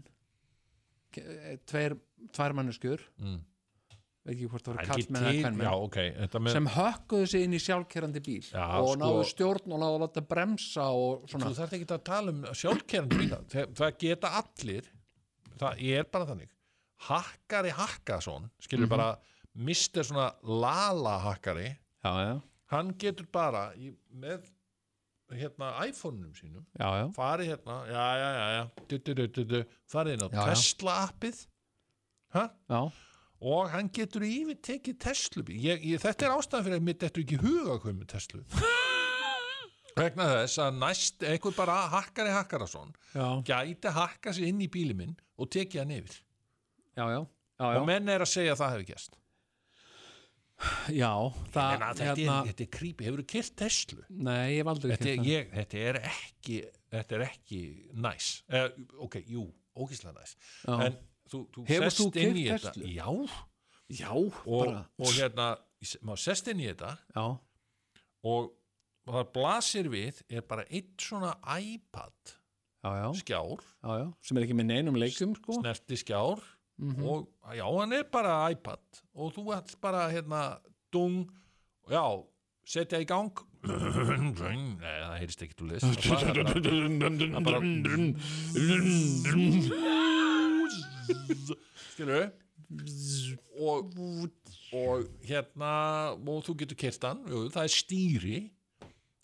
[SPEAKER 2] ke- eh, tveir, tvær manneskjur
[SPEAKER 1] Mm.
[SPEAKER 2] veit ekki hvort
[SPEAKER 1] það
[SPEAKER 2] það voru
[SPEAKER 1] er ekki
[SPEAKER 2] kall menn eða
[SPEAKER 1] til já,
[SPEAKER 2] kvenn menn
[SPEAKER 1] ok, þetta með
[SPEAKER 2] sem hökkuðu sig inn í sjálfkerrandi bíl
[SPEAKER 1] Já,
[SPEAKER 2] og
[SPEAKER 1] sko-
[SPEAKER 2] náðu stjórn og náðu að láta bremsa og
[SPEAKER 1] þú
[SPEAKER 2] svona
[SPEAKER 1] þarf ekki að tala um sjálfkerrandi bíla það, það geta allir það ég er bara þannig hakkari hakkason,
[SPEAKER 2] Mhm.
[SPEAKER 1] skilur bara mister svona lala hakkari
[SPEAKER 2] já, já,
[SPEAKER 1] hann getur bara í, með hérna iPhone-um sínum
[SPEAKER 2] já, já,
[SPEAKER 1] farið hérna, já, já, já, já du, du, du, du, du, farið inn á
[SPEAKER 2] Já, já.
[SPEAKER 1] Tesla appið hæ?
[SPEAKER 2] já,
[SPEAKER 1] og hann getur yfir tekið Tesla ég, ég, þetta er ástæðan fyrir að mitt eftir ekki huga hvað með
[SPEAKER 2] [laughs]
[SPEAKER 1] Tesla vegna þess að næst einhver bara hakkari hakkarason
[SPEAKER 2] já,
[SPEAKER 1] gæti hakka sig inn í bíli minn og tekið hann yfir
[SPEAKER 2] já, já, já,
[SPEAKER 1] og menn er að segja að það hefur gæst
[SPEAKER 2] já það, hérna-
[SPEAKER 1] en að þetta, er, þetta er creepy, hefur þú kert Tesla
[SPEAKER 2] nei, ég hef aldrei
[SPEAKER 1] þetta, er-
[SPEAKER 2] keypt það.
[SPEAKER 1] ég, þetta er ekki þetta er ekki næs eh, ok, jú, ógislega næs
[SPEAKER 2] Já.
[SPEAKER 1] en þú, þú
[SPEAKER 2] Hefur
[SPEAKER 1] sest
[SPEAKER 2] þú
[SPEAKER 1] inn í
[SPEAKER 2] keypt
[SPEAKER 1] þetta
[SPEAKER 2] Tesla?
[SPEAKER 1] já,
[SPEAKER 2] já,
[SPEAKER 1] og,
[SPEAKER 2] bara,
[SPEAKER 1] og hérna maður sest inn í þetta
[SPEAKER 2] já,
[SPEAKER 1] og það blasir við er bara eitt svona iPad
[SPEAKER 2] já, já
[SPEAKER 1] skjár,
[SPEAKER 2] já, já, sem er ekki með neinum leikum sko.
[SPEAKER 1] snerti skjár og já, hann er bara iPad og þú ert bara hérna dung, já, setja í gang nei, það heyrist ekki þú leys það er bara
[SPEAKER 2] já,
[SPEAKER 1] bara skilur og, og hérna og þú getur kert hann jú, það er stýri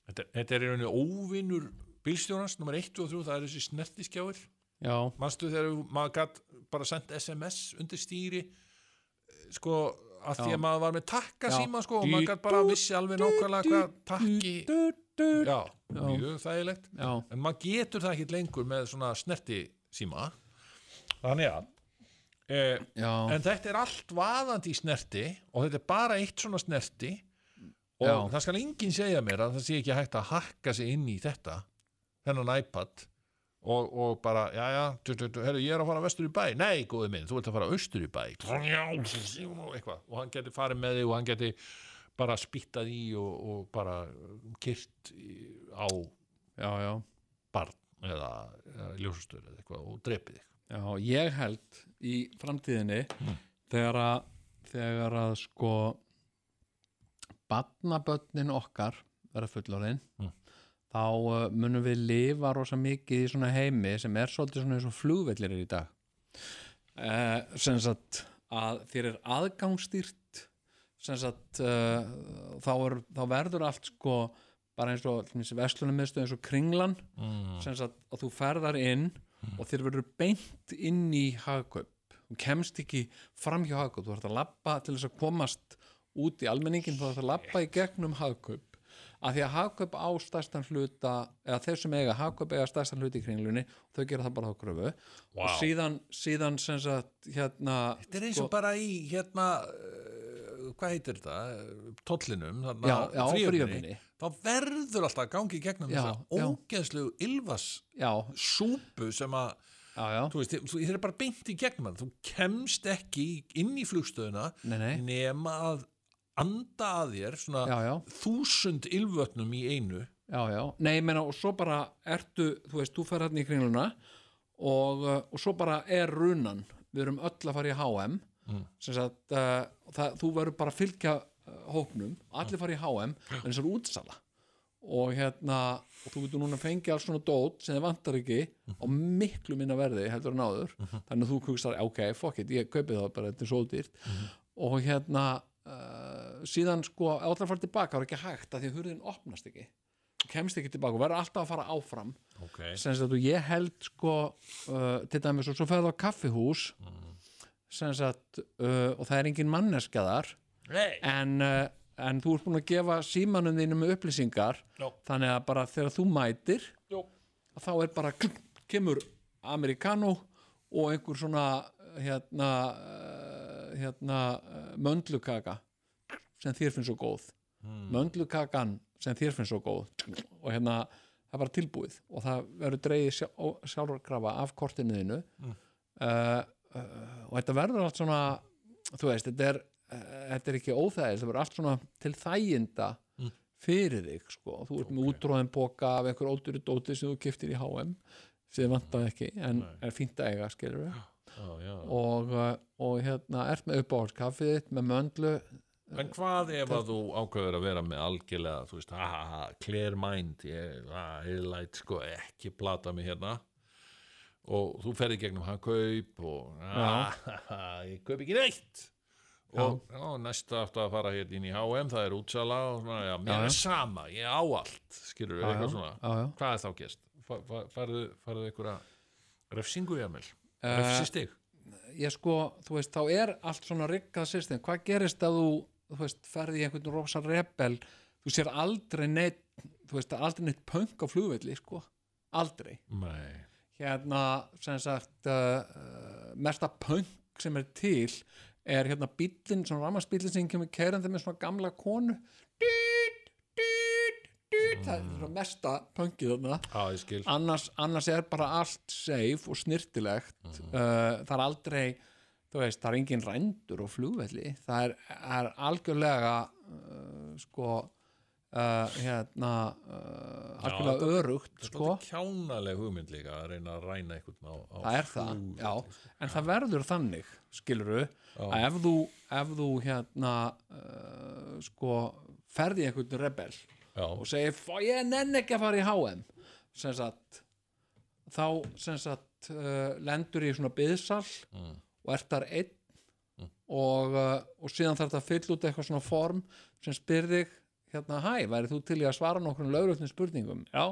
[SPEAKER 1] þetta, þetta er einu óvinnur bílstjórans nummer 1 og 3, það er þessi snertiskjáir manstu þegar maður gatt bara sendt SMS undir stýri eh, sko að því
[SPEAKER 2] Já.
[SPEAKER 1] að maður var með takka
[SPEAKER 2] Já.
[SPEAKER 1] síma sko og maður gatt bara vissi alveg nákvæmlega hvað takki já, mjög þægilegt
[SPEAKER 2] já,
[SPEAKER 1] en maður getur það ekki lengur með svona snerti síma þannig að eh,
[SPEAKER 6] já,
[SPEAKER 1] en þetta er allt vaðandi í snerti og þetta er bara eitt svona snerti og
[SPEAKER 6] Já.
[SPEAKER 1] það skal enginn segja mér að það sé ekki hægt að hakka sig inn í þetta þennan iPad og, og bara, já, já, tu, tu, tu, heru, ég er að fara vestur í bæ, nei, góði minn, þú ert að fara austur í bæ Já, eitthvað og hann geti farið með þig og hann geti bara spýttað í og, og bara kyrt á
[SPEAKER 6] já, já,
[SPEAKER 1] barn eða, eða ljósustöru eða eitthvað og drepið þig
[SPEAKER 2] Já, ég held í framtíðinni þegar að þegar að sko barnabötnin okkar verða fullorinn
[SPEAKER 1] Mm.
[SPEAKER 2] þá uh, munum við lifa rosa mikið í svona heimi sem er svolítið svona eins og flugvellir er í dag uh, sem sagt að þér er aðgangstýrt sem sagt uh, þá, er, þá verður allt sko bara eins og veslunarmiðstöð eins og kringlan
[SPEAKER 1] mm.
[SPEAKER 2] sem sagt að þú ferðar inn og þér verður beint inn í hagkaup þú kemst ekki fram hjá hagkaup þú ert að labba til þess að komast út í almenningin þú ert að labba í gegnum hagkaup af því að hagkaup á stærstan hluta eða þeir sem eiga hagkaup eiga stærstan hluta í kringlunni þau gera það bara á gröfu og
[SPEAKER 1] Vá.
[SPEAKER 2] síðan, síðan sem sagt hérna
[SPEAKER 1] Þetta er eins og bara í hérna eh, hvað heitir þetta? Tollinum, þarna
[SPEAKER 2] já, já,
[SPEAKER 1] fríöfninni
[SPEAKER 2] fríöfninni
[SPEAKER 1] þá verður alltaf að gangi í gegnum
[SPEAKER 2] Já,
[SPEAKER 1] þessa
[SPEAKER 2] já.
[SPEAKER 1] ógeðslegu ylvas
[SPEAKER 2] já,
[SPEAKER 1] súpu sem að
[SPEAKER 2] já, já,
[SPEAKER 1] þú veist, þú þér er bara beint í gegnum hann þú kemst ekki inn í flugstöðuna
[SPEAKER 2] nei, nei
[SPEAKER 1] nema að anda að þér svona
[SPEAKER 2] já, já
[SPEAKER 1] þúsund ylvötnum í einu
[SPEAKER 2] já, já, nei, ég meina og svo bara ertu, þú veist, þú fer hérna í kringluna og, uh, og svo bara er runan, við erum öll að fara í HM
[SPEAKER 1] Mm.
[SPEAKER 2] sem sagt uh, það, þú verður bara að fylgja uh, hópnum, allir fara í HM en þess er útsala og hérna, og þú getur núna að fengja alls svona dót sem þið vantar ekki á miklu minna verði heldur en áður þannig að þú kuksar, ok, fuck it, ég kaupi það bara, þetta er svo dýrt og hérna uh, síðan sko, ef allar fara tilbaka það er ekki hægt að því að hurðin opnast ekki Þú kemst ekki tilbaka, og verður alltaf að fara áfram
[SPEAKER 1] okay.
[SPEAKER 2] sem sagt og ég held sko uh, til dæmis og svo ferðu á kaffihús sem sagt uh, og það er engin manneska þar
[SPEAKER 1] Nei,
[SPEAKER 2] en, uh, en þú ert búin að gefa símanum þínum upplýsingar
[SPEAKER 1] Já.
[SPEAKER 2] þannig að bara þegar þú mætir
[SPEAKER 1] Jó.
[SPEAKER 2] að þá er bara kemur amerikano og einhver svona hérna uh, hérna uh, möndlukaka sem þér finnst svo góð
[SPEAKER 1] Mm.
[SPEAKER 2] möndlukakan sem þér finnst svo góð og hérna það er bara tilbúið og það verður dreigið sjá, sjálfkrafa af kortinu þínu mm. og þetta verður allt svona þú veist, þetta er, uh, þetta er ekki óþægis það verður allt svona til þæginda fyrir þig sko, þú ert með útróðin boka af einhver ódurri dóti sem þú kiftir í HM sem vantaði ekki en er fínt að eiga skilur við
[SPEAKER 1] já, já.
[SPEAKER 2] og, uh, og hérna ert með uppáhaldskaffið þitt með möndlu Eh,
[SPEAKER 1] En hvað ef að þú ákveður að vera með algjörlega, þú veist, ha, ha, ha, clear mind, ég, ha, ég læt sko ekki plata mig hérna og þú ferði gegnum hann kaup og ha, ha, ha, ég kaup ekki neitt og já, næsta aftur að fara hérna inn í H&M, það er útsala og svona, já, mér
[SPEAKER 2] Já, já.
[SPEAKER 1] er sama, ég á allt, skilur við eitthvað svona.
[SPEAKER 2] já, já.
[SPEAKER 1] Hvað er þá gest? Fa- fa- Farðu, farðu einhverja refsingu, Jamil?
[SPEAKER 2] Eh,
[SPEAKER 1] Refsistig?
[SPEAKER 2] ég sko, þú veist, þá er allt svona rikkað system, hvað gerist að þú þú veist, ferði í einhvern rosa rebel þú sér aldrei neitt þú veist, aldrei neitt punk á flugvelli sko, aldrei
[SPEAKER 1] Nei.
[SPEAKER 2] hérna, sem sagt uh, uh, mesta punk sem er til er hérna bíllinn, svona rammarsbíllinn sem kemur kerandi með svona gamla konu dýt, dýt, dýt það er svona mesta punkið þarna
[SPEAKER 1] Á, ég skil.
[SPEAKER 2] annars, annars er bara allt safe og snirtilegt uh, það er aldrei þú veist, það er engin rændur og flugvelli það er, er algjörlega uh, sko uh, hérna uh, algjörlega örugt sko
[SPEAKER 1] Svolítið kjánaleg hugmynd líka að reyna að ræna einhvern á, á
[SPEAKER 2] það er það,
[SPEAKER 1] flugvelli, sko.
[SPEAKER 2] já en það verður þannig, skilur að ef þú, ef þú hérna uh, sko ferði einhvern rebel
[SPEAKER 1] Já,
[SPEAKER 2] og segir, "Fá, ég nenn ekki að fara í HM sem sagt þá sem sagt uh, lendur í svona byðsal
[SPEAKER 1] Mm.
[SPEAKER 2] og ert þar einn og, uh, og síðan þarf þetta að fylla út eitthvað svona form sem spyr þig hérna, hæ, væri þú til í að svara nokkrum lögröfnum spurningum, já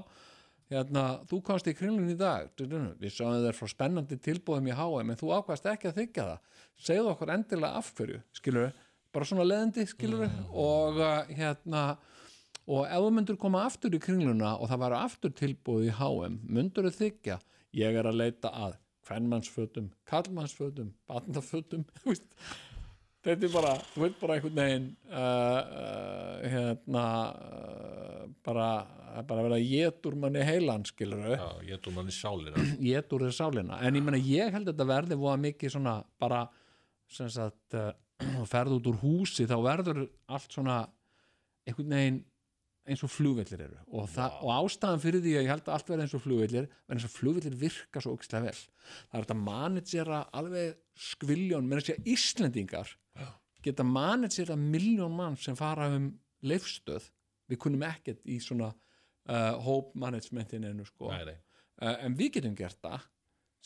[SPEAKER 2] hérna, þú komst í kringlun í dag dudunu, við sáum þér frá spennandi tilbúðum í HM en þú ákvæðast ekki að þykja það segðu okkur endilega af hverju, skilur bara svona leðandi, skilur og uh, hérna og ef þú myndur koma aftur í kringluna og það væri aftur tilbúð í HM, myndur þykja ég er að leita að kvennmannsfötum, kallmannsfötum barnafötum [laughs] þú veist, þetta er bara, þú veit bara einhvern veginn uh, uh, hérna uh, bara, það er bara að vera jetur manni heilan skilur við,
[SPEAKER 1] Já, ég tók manni sálir
[SPEAKER 2] [clears throat]
[SPEAKER 1] að
[SPEAKER 2] jetur er sálina en ég meina ég held að þetta verði voða mikið svona bara sem sagt [clears throat] uh, þú ferð út úr húsi þá verður allt svona einhvern veginn eins og flugvellir eru og, það, og ástæðan fyrir því að ég held að allt verði eins og flugvellir verði eins og flugvellir virka svo ógislega vel það er þetta managera alveg skviljón, menn að segja Íslendingar geta managera miljón mann sem fara um leifstöð við kunnum ekkert í svona uh, hóp managementin enu sko
[SPEAKER 1] Nei, nei.
[SPEAKER 2] uh, en við getum gert það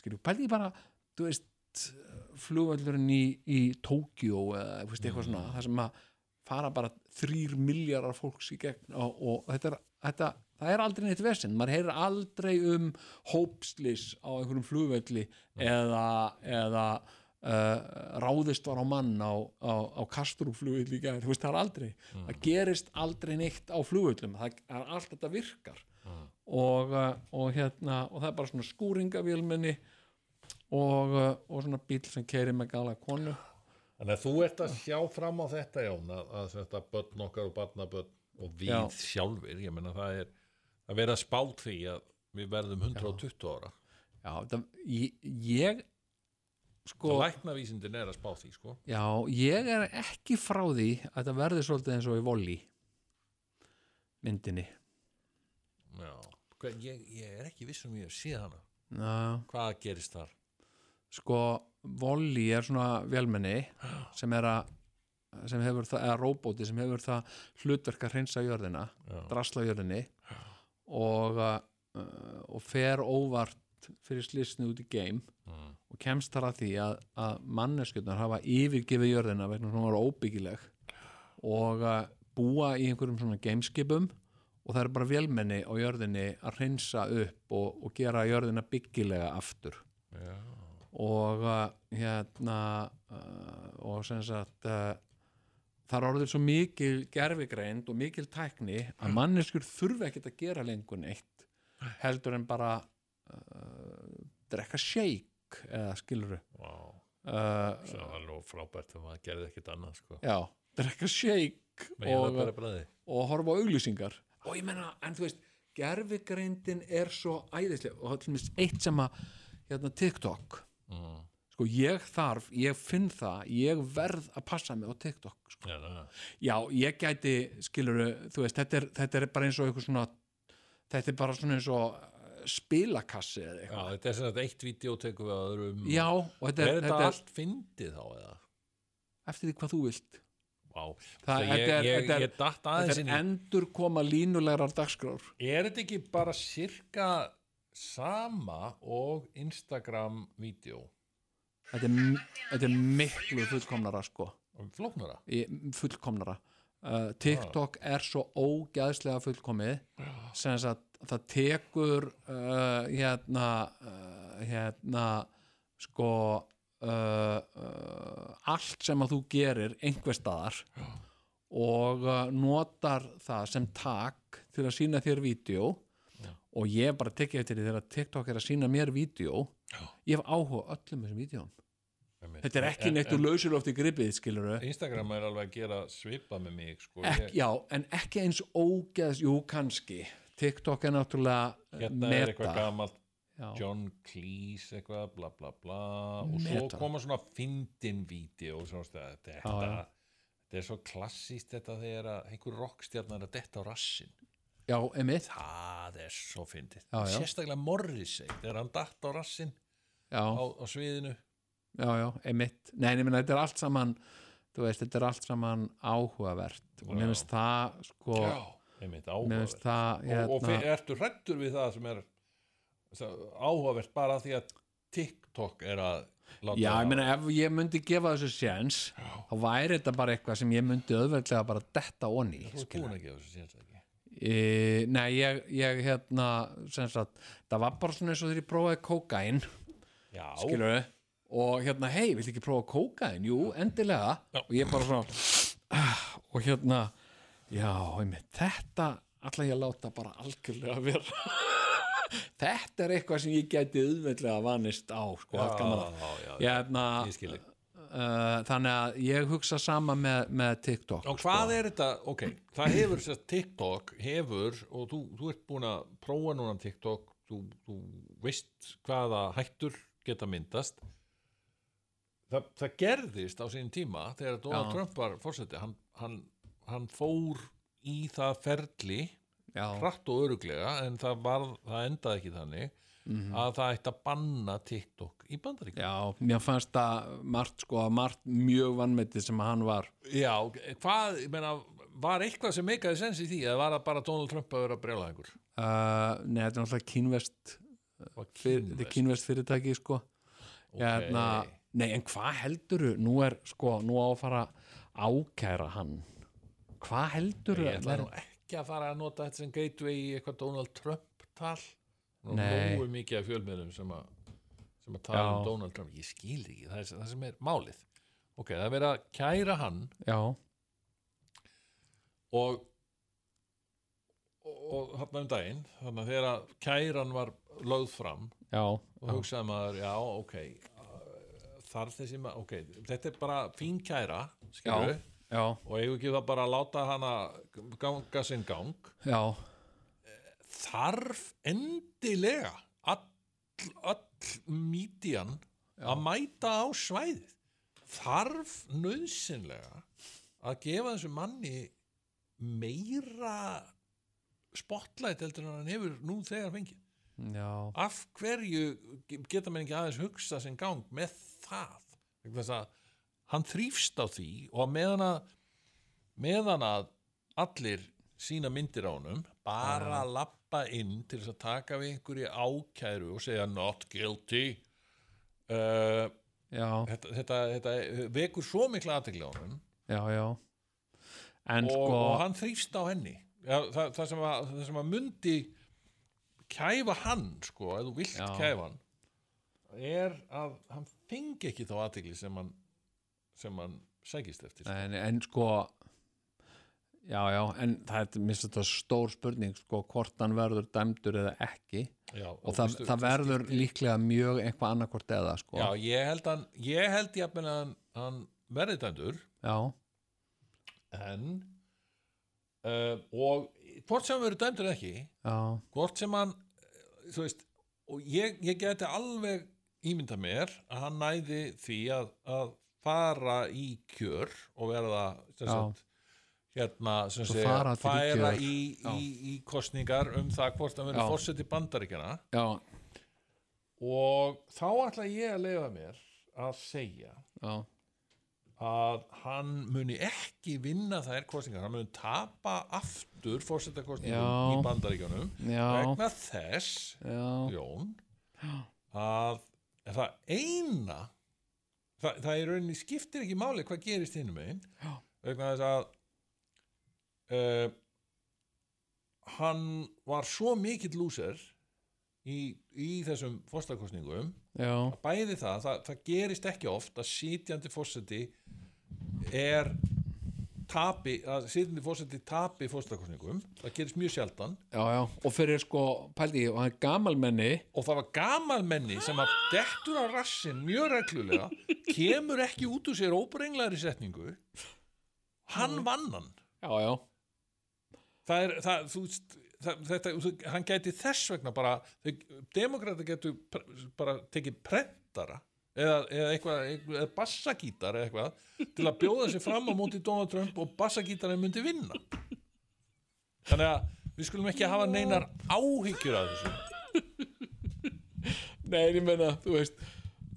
[SPEAKER 2] skilju, pældi ég bara þú veist, flugvöldurinn í, í Tókjó eða þú veist, eitthvað svona það sem að fara bara þrýr miljardar fólks í gegn og, og þetta er, þetta, það er aldrei neitt vesinn maður heyrir aldrei um hópslis á einhverjum flugvöldi eða, eða uh, ráðist var á mann á, á, á kastrúflugvöldi í gegn veist, það er aldrei, það gerist aldrei neitt á flugvöldum, það það er allt þetta virkar og, uh, og hérna og það er bara svona skúringavélmenni og, uh, og svona bíl sem keiri með gala konu
[SPEAKER 1] Þannig að þú ert að sjá fram á þetta Jón að, að þetta börn okkar og barnabörn og við
[SPEAKER 2] Já.
[SPEAKER 1] sjálfir ég meina það er að vera spátt því að við verðum 120 ára
[SPEAKER 2] já, það, ég, ég sko,
[SPEAKER 1] og læknavísindin er að spá því sko
[SPEAKER 2] já, ég er ekki frá því að þetta verði svolítið eins og í voli myndinni
[SPEAKER 1] Já. Hver, ég, ég er ekki viss um ég sé hana
[SPEAKER 2] Ná,
[SPEAKER 1] hvað gerist þar
[SPEAKER 2] sko, voli er svona vélmenni sem er að sem hefur það, eða róbóti sem hefur það hlutverk að hreinsa jörðina
[SPEAKER 1] Já.
[SPEAKER 2] drasla jörðinni og, uh, og fer óvart fyrir slísni út í geim
[SPEAKER 1] Mm.
[SPEAKER 2] og kemst þar að því að, að manneskjöndar hafa yfirgefið jörðina vegna þess að hún var óbyggileg og uh, búa í einhverjum svona geimskipum og það eru bara vélmenni á jörðinni að hreinsa upp og, og gera jörðina byggilega aftur
[SPEAKER 1] Já.
[SPEAKER 2] og uh, hérna uh, og sem sagt uh, þar orðið svo mikil gerfigreind og mikil tækni að manneskur þurfi ekkert að gera lengur neitt heldur en bara uh, drekka shake eða skiluru
[SPEAKER 1] Vá,
[SPEAKER 2] uh,
[SPEAKER 1] það var nú frábært þegar maður gerði ekkert annað sko
[SPEAKER 2] já, drekka shake
[SPEAKER 1] Meira
[SPEAKER 2] og,
[SPEAKER 1] bara bræði
[SPEAKER 2] og horfa á auglýsingar og ég menna, en þú veist gerfigreindin er svo æðislega og það er til mér eitt sem að hérna, TikTok
[SPEAKER 1] mm.
[SPEAKER 2] sko ég þarf, ég finn það ég verð að passa mig á TikTok sko.
[SPEAKER 1] Já, na.
[SPEAKER 2] já, ég gæti skilur, þú veist, þetta er, þetta er bara eins og eitthvað svona, þetta er bara svona eins og eh, spilakassi eða
[SPEAKER 1] Já,
[SPEAKER 2] eitthvað
[SPEAKER 1] þetta er sem þetta eitt vídeo tekum við að öðrum
[SPEAKER 2] já, og þetta
[SPEAKER 1] er
[SPEAKER 2] er,
[SPEAKER 1] þetta,
[SPEAKER 2] þetta er
[SPEAKER 1] allt fyndið þá eða?
[SPEAKER 2] eftir því hvað þú vilt
[SPEAKER 1] Vá,
[SPEAKER 2] Það-
[SPEAKER 1] það, ég,
[SPEAKER 2] þetta er-
[SPEAKER 1] ég,
[SPEAKER 2] þetta er-
[SPEAKER 1] ég datt aðeins
[SPEAKER 2] þetta
[SPEAKER 1] inn
[SPEAKER 2] er endur koma línulegar dagskrár
[SPEAKER 1] í Er þetta ekki bara sirka sama og Instagram vídeo?
[SPEAKER 2] þetta er, m- þetta er miklu fullkomnara sko,
[SPEAKER 1] Flóknara?
[SPEAKER 2] Í- fullkomnara uh, TikTok er svo ógæðslega fullkomið sem þess að það tekur uh, hérna uh, hérna sko uh, uh, allt sem að þú gerir einhver staðar og uh, notar það sem tak til að sína þér vídeo og ég hef bara tekið eftir því þegar TikTok er að sína mér vídeo ég hef áhuga á öllum þessum vídeoum þetta er ekki neitt úr lausulofti gripið skilur
[SPEAKER 1] Instagram er alveg að gera svipað með mig sko.
[SPEAKER 2] Ek, já, en ekki eins ógeðs, jú kannski TikTok er náttúrulega
[SPEAKER 1] ég,
[SPEAKER 2] eh,
[SPEAKER 1] hérna er eitthvað
[SPEAKER 2] meta
[SPEAKER 1] gamalt
[SPEAKER 2] Já.
[SPEAKER 1] John Cleese eitthvað bla bla bla og
[SPEAKER 2] Meta.
[SPEAKER 1] svo koma svona fyndin vídeo þetta, þetta,
[SPEAKER 2] já.
[SPEAKER 1] þetta er svo klassíst þetta þegar að einhver rockstjarnar að detta á rassin
[SPEAKER 2] Já, emitt
[SPEAKER 1] það er svo fyndið
[SPEAKER 2] Já, já.
[SPEAKER 1] sérstaklega Morrissey þegar hann datt á rassin á,
[SPEAKER 2] Já,
[SPEAKER 1] á sviðinu
[SPEAKER 2] já, já, emitt Nei, ég meina, þetta er allt saman þú veist, þetta er allt saman áhugavert
[SPEAKER 1] Já.
[SPEAKER 2] og mér finnst það sko,
[SPEAKER 1] einmitt
[SPEAKER 2] mér
[SPEAKER 1] áhugavert
[SPEAKER 2] finnst það
[SPEAKER 1] og, og fyr,
[SPEAKER 2] hérna,
[SPEAKER 1] ertu hrættur við það sem er það, áhugavert bara af því að TikTok er að láta
[SPEAKER 2] Já,
[SPEAKER 1] það-
[SPEAKER 2] ég meina, ef ég myndi gefa þessu séns þá væri þetta bara eitthvað sem ég myndi öðveldlega bara detta onni
[SPEAKER 1] þú er búin að gefa þessu séns ekki
[SPEAKER 2] e, Nei, ég, ég hérna sem sagt, það var bara svona eins og þegar ég prófaði kókain
[SPEAKER 1] já,
[SPEAKER 2] skilur við og hérna, hei, vill ekki prófa kókain? Jú, endilega og ég bara svona ah, og hérna já, einmitt, þetta ætla ég að láta bara algjörlega vera [laughs] þetta er eitthvað sem ég gæti auðveldlega vanist á sko, já, gaman að
[SPEAKER 1] já, já,
[SPEAKER 2] Hérna,
[SPEAKER 1] ég skil þig.
[SPEAKER 2] uh, þannig að ég hugsa sama með, með TikTok
[SPEAKER 1] Og hvað er þetta, ok, það hefur sér TikTok, hefur, og þú, þú ert búin að prófa núna um TikTok, þú, þú veist hvaða hættur geta myndast. Það, það gerðist á sínum tíma þegar Donald
[SPEAKER 2] Já.
[SPEAKER 1] Trump var fórseti, hann, hann, hann fór í það ferli,
[SPEAKER 2] já,
[SPEAKER 1] hratt og öruglega, en það, var, það endaði ekki þannig, að það ætti að banna TikTok í bandaríkjum.
[SPEAKER 2] Mhm. já, mér fannst að margt, sko, margt mjög vannmetið sem hann var
[SPEAKER 1] Já, hvað, ég meina, var eitthvað sem meikaði sens í því eða var það bara Donald Trump að vera að brjála einhver?
[SPEAKER 2] uh, Nei, þetta er náttúrulega kínvest
[SPEAKER 1] Var
[SPEAKER 2] fyr, þetta er kínvest fyrirtæki sko. hérna, Nei, en hvað heldurðu nú er, sko, nú á að fara að ákæra hann Hvað heldurðu
[SPEAKER 1] Ég ætla
[SPEAKER 2] að-
[SPEAKER 1] nú ekki að fara að nota þetta sem gateway í eitthvað Donald Trump tal Nú
[SPEAKER 2] Nei.
[SPEAKER 1] Nógu mikið af fjölmiðlum sem að sem að tala um
[SPEAKER 2] Já.
[SPEAKER 1] Donald Trump Ég skil ekki, það er það sem er málið Ok, það er verið að kæra hann
[SPEAKER 2] Já,
[SPEAKER 1] og og, og þarna um daginn þannig að þegar að kæran var lögð fram
[SPEAKER 2] já,
[SPEAKER 1] og hugsaði maður, já, ok þarf þessi maður, ok þetta er bara fín kæra, skilur
[SPEAKER 2] já,
[SPEAKER 1] og eigum ekki það bara að láta hana ganga sinn gang
[SPEAKER 2] já
[SPEAKER 1] þarf endilega all, all mídían að mæta á svæðið þarf nöðsynlega að gefa þessu manni meira spotlight heldur en hann hefur nú þegar fengið
[SPEAKER 2] Já,
[SPEAKER 1] af hverju geta menn ekki aðeins hugsa sinn gang með það Vegna þess að hann þrýfst á því og að meðan að meðan að allir sína myndir á honum bara að lappa inn til þess að taka við einhverju ákæru og segja not guilty uh,
[SPEAKER 2] já,
[SPEAKER 1] þetta, þetta, þetta vekur svo mikla aðtekli á honum
[SPEAKER 2] já, já En
[SPEAKER 1] og,
[SPEAKER 2] sko
[SPEAKER 1] og hann þrýfst á henni ja, það, það, sem að, það sem að mundi kæfa hann sko, ef þú vilt
[SPEAKER 2] Já.
[SPEAKER 1] kæfa hann er að hann fengi ekki þá aðtegli sem hann sem hann sækist eftir sko.
[SPEAKER 2] en, en sko Já, já, en það er minnst þetta stór spurning sko hvort hann verður dæmdur eða ekki
[SPEAKER 1] já,
[SPEAKER 2] og, það,
[SPEAKER 1] veistu-
[SPEAKER 2] það verður líklega mjög eitthvað annarkvort eða sko
[SPEAKER 1] já, ég held hann ég held jafnvel að hann, hann verði dæmdur
[SPEAKER 2] já,
[SPEAKER 1] en uh, og hvort sem hann verður dæmdur eða ekki
[SPEAKER 2] já,
[SPEAKER 1] hvort sem hann eh, þú veist, og ég, ég geti alveg ímynda mér að hann næði því að, að fara í kjör og verða sem
[SPEAKER 2] Já.
[SPEAKER 1] sagt, hérna sem
[SPEAKER 2] Svo
[SPEAKER 1] segja,
[SPEAKER 2] fara til í
[SPEAKER 1] færa
[SPEAKER 2] kjör.
[SPEAKER 1] í,
[SPEAKER 2] Já.
[SPEAKER 1] í, í kostningar um það hvort hann
[SPEAKER 2] Já.
[SPEAKER 1] verður fórseti bandaríkjana
[SPEAKER 2] já,
[SPEAKER 1] og þá ætla ég að leifa mér að segja
[SPEAKER 2] já,
[SPEAKER 1] að hann muni ekki vinna þær kostningar, hann muni tapa aftur fórsetakostningum
[SPEAKER 2] Já.
[SPEAKER 1] í bandaríkjunum
[SPEAKER 2] já,
[SPEAKER 1] vegna þess
[SPEAKER 2] já,
[SPEAKER 1] Jón að er það eina það, það er rauninni skiptir ekki máli hvað gerist hinn um einn
[SPEAKER 2] Já.
[SPEAKER 1] vegna þess að uh, hann var svo mikill lúser í, í þessum fórstakostningum
[SPEAKER 2] já,
[SPEAKER 1] bæði það, það, það gerist ekki oft að sitjandi fórseti er tapi, að sitjandi fórseti tapi fórstakostningum, það gerist mjög sjaldan
[SPEAKER 2] já, já og fyrir sko, pældi ég, og hann er gamalmenni
[SPEAKER 1] og það var gamal menni sem að dettur á rassin mjög reglulega kemur ekki út úr sér óbrenglaðri setningu hann vann hann
[SPEAKER 2] já, já,
[SPEAKER 1] það er, það, þú veist það- Þetta, þú- hann gæti þess vegna bara demokrata getur pr- bara tekið prentara eða, eða eitthvað, eitthvað eða bassagítar eða eitthvað til að bjóða sér fram á móti Donald Trump og bassagítarinn myndi vinna þannig að við skulum ekki hafa neinar áhyggjur af þessu
[SPEAKER 2] Nei, ég meina, þú veist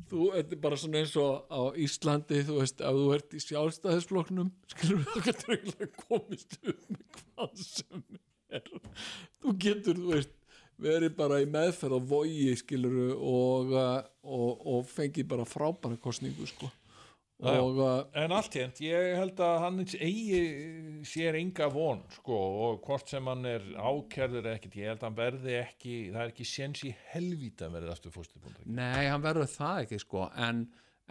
[SPEAKER 2] þú, þetta er bara svona eins og á Íslandi þú veist, ef þú ert í sjálfstæðisflokknum skilur við okkar tröggulega komist upp með hvað sem er þú getur, þú veist verið bara í meðferð á vogi skilur við og, uh, og, og fengið bara frábæra kostningu sko
[SPEAKER 1] já.
[SPEAKER 2] og uh,
[SPEAKER 1] En allt hérnt, ég held að hann eigi sér enga von sko, og hvort sem hann er ákjærður eða ekkert, ég held að hann verði ekki það er ekki séns í helvíta að verði aftur fórstibúnd
[SPEAKER 2] nei, hann verður það ekki sko en,